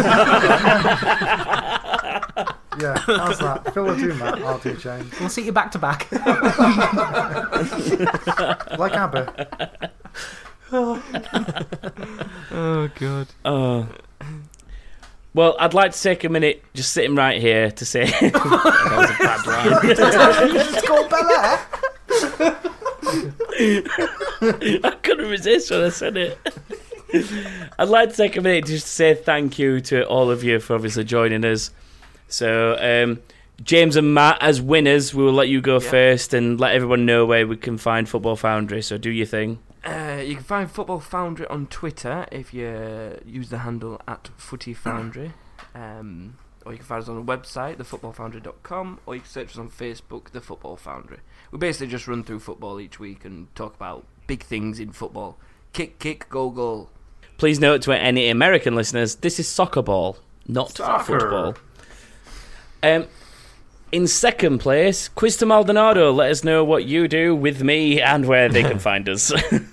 [SPEAKER 5] yeah, how's that? Phil will do Matt, I'll do James.
[SPEAKER 4] We'll seat you back to back.
[SPEAKER 5] <laughs> Like
[SPEAKER 2] <laughs>
[SPEAKER 5] ABBA.
[SPEAKER 1] oh god. Oh. Well, I'd like to take a minute, just sitting right here, to say <laughs> that was a bad
[SPEAKER 2] <laughs>
[SPEAKER 1] line.
[SPEAKER 7] it's
[SPEAKER 1] <laughs>
[SPEAKER 7] called Bel Air.
[SPEAKER 1] I couldn't resist when I said it. I'd like to take a minute just to say thank you to all of you for obviously joining us. So, um, James and Matt, as winners, we will let you go first and let everyone know where we can find Football Foundry. So, do your thing.
[SPEAKER 6] Uh, you can find Football Foundry on Twitter if you use the handle at Footy Foundry. Um, or you can find us on the website, thefootballfoundry.com, or you can search us on Facebook, The Football Foundry. We basically just run through football each week and talk about big things in football. Kick, kick, goal, goal.
[SPEAKER 1] Please note to any American listeners, this is soccer ball, not
[SPEAKER 6] Soccer.
[SPEAKER 1] football. Um, in second place, Quiz to Maldonado. Let us know what you do with me and where they can find us.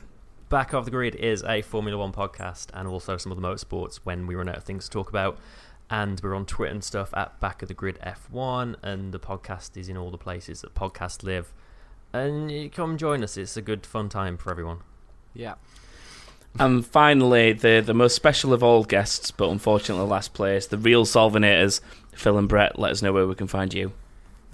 [SPEAKER 1] <laughs>
[SPEAKER 3] Back of the Grid is a Formula One podcast and also some other motorsports when we run out of things to talk about. And we're on Twitter and stuff at Back of the Grid F1, and the podcast is in all the places that podcasts live. And you come join us; it's a good, fun time for everyone.
[SPEAKER 6] Yeah.
[SPEAKER 1] and finally, the the most special of all guests, but unfortunately last place, the real Solvenators, Phil and Brett. Let us know where we can find you.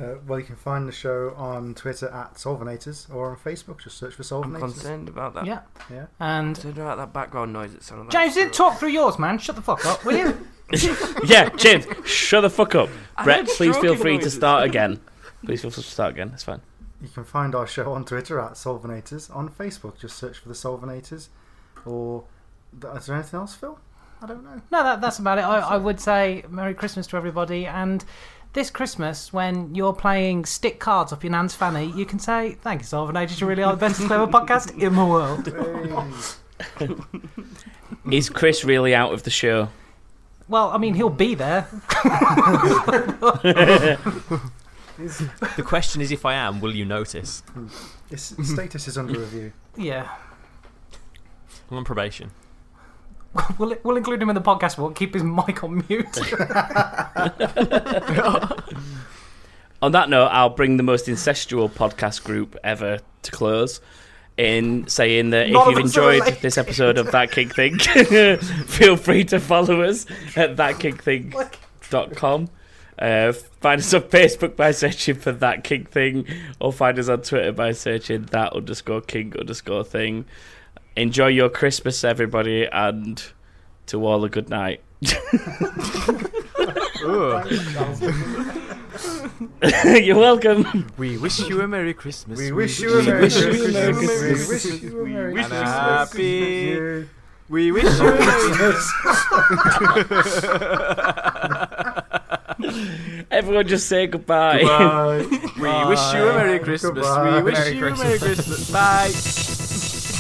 [SPEAKER 5] Uh, well, you can find the show on Twitter at Solvenators or on Facebook. Just search for Solvenators.
[SPEAKER 6] concerned about that.
[SPEAKER 4] Yeah.
[SPEAKER 5] Yeah.
[SPEAKER 4] And
[SPEAKER 6] Concerned about that background noise that sounded like.
[SPEAKER 4] <laughs> James, didn't talk through yours, man. Shut the fuck up, will you?
[SPEAKER 5] <laughs>
[SPEAKER 1] yeah, James, shut the fuck up.
[SPEAKER 4] I
[SPEAKER 1] Brett,
[SPEAKER 4] heard
[SPEAKER 1] please feel
[SPEAKER 4] stroking
[SPEAKER 1] free to
[SPEAKER 4] noises.
[SPEAKER 1] start again. Please feel free to start again. It's fine.
[SPEAKER 5] You can find our show on Twitter at Solvenators. On Facebook, just search for the Solvenators. Or is there anything else, Phil? I don't know.
[SPEAKER 4] No, that, that's about it. I, I would say Merry Christmas to everybody. And this Christmas, when you're playing stick cards up your nan's fanny, you can say, Thank you, Solvenators. You really are the best clever podcast in the
[SPEAKER 1] <laughs>
[SPEAKER 4] world.
[SPEAKER 1] Is Chris really out of the show?
[SPEAKER 4] well, I mean, he'll be there. <laughs>
[SPEAKER 3] The question is, if I am, will you notice?
[SPEAKER 5] Its status is under review.
[SPEAKER 4] yeah.
[SPEAKER 3] I'm on probation.
[SPEAKER 4] We'll, we'll include him in the podcast. We'll keep his mic on <laughs> mute.
[SPEAKER 1] On that note, I'll bring the most incestual podcast group ever to close in saying that
[SPEAKER 7] None of
[SPEAKER 1] if you've
[SPEAKER 7] us are
[SPEAKER 1] enjoyed
[SPEAKER 7] related.
[SPEAKER 1] this episode of That King Thing, <laughs> feel free to follow us at thatkingthing.com. Uh, find us on Facebook by searching for That King Thing, or find us on Twitter by searching that underscore king underscore thing. Enjoy your Christmas, everybody, and to all a good night. <laughs> You're welcome.
[SPEAKER 6] We wish you a Merry Christmas.
[SPEAKER 5] We wish you a Merry Christmas. We wish you a Merry
[SPEAKER 6] And
[SPEAKER 5] Christmas.
[SPEAKER 2] happy-
[SPEAKER 6] We
[SPEAKER 2] wish you a Merry
[SPEAKER 1] Christmas. <laughs> Everyone just say goodbye.
[SPEAKER 2] Goodbye. We wish you a Merry Christmas. We wish you a Merry Christmas. Bye.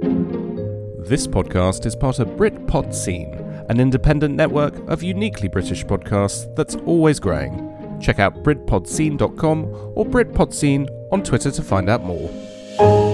[SPEAKER 14] This podcast is part of Britpod Scene, an independent network of uniquely British podcasts that's always growing. Check out BritpodScene.com or BritpodScene on Twitter to find out more.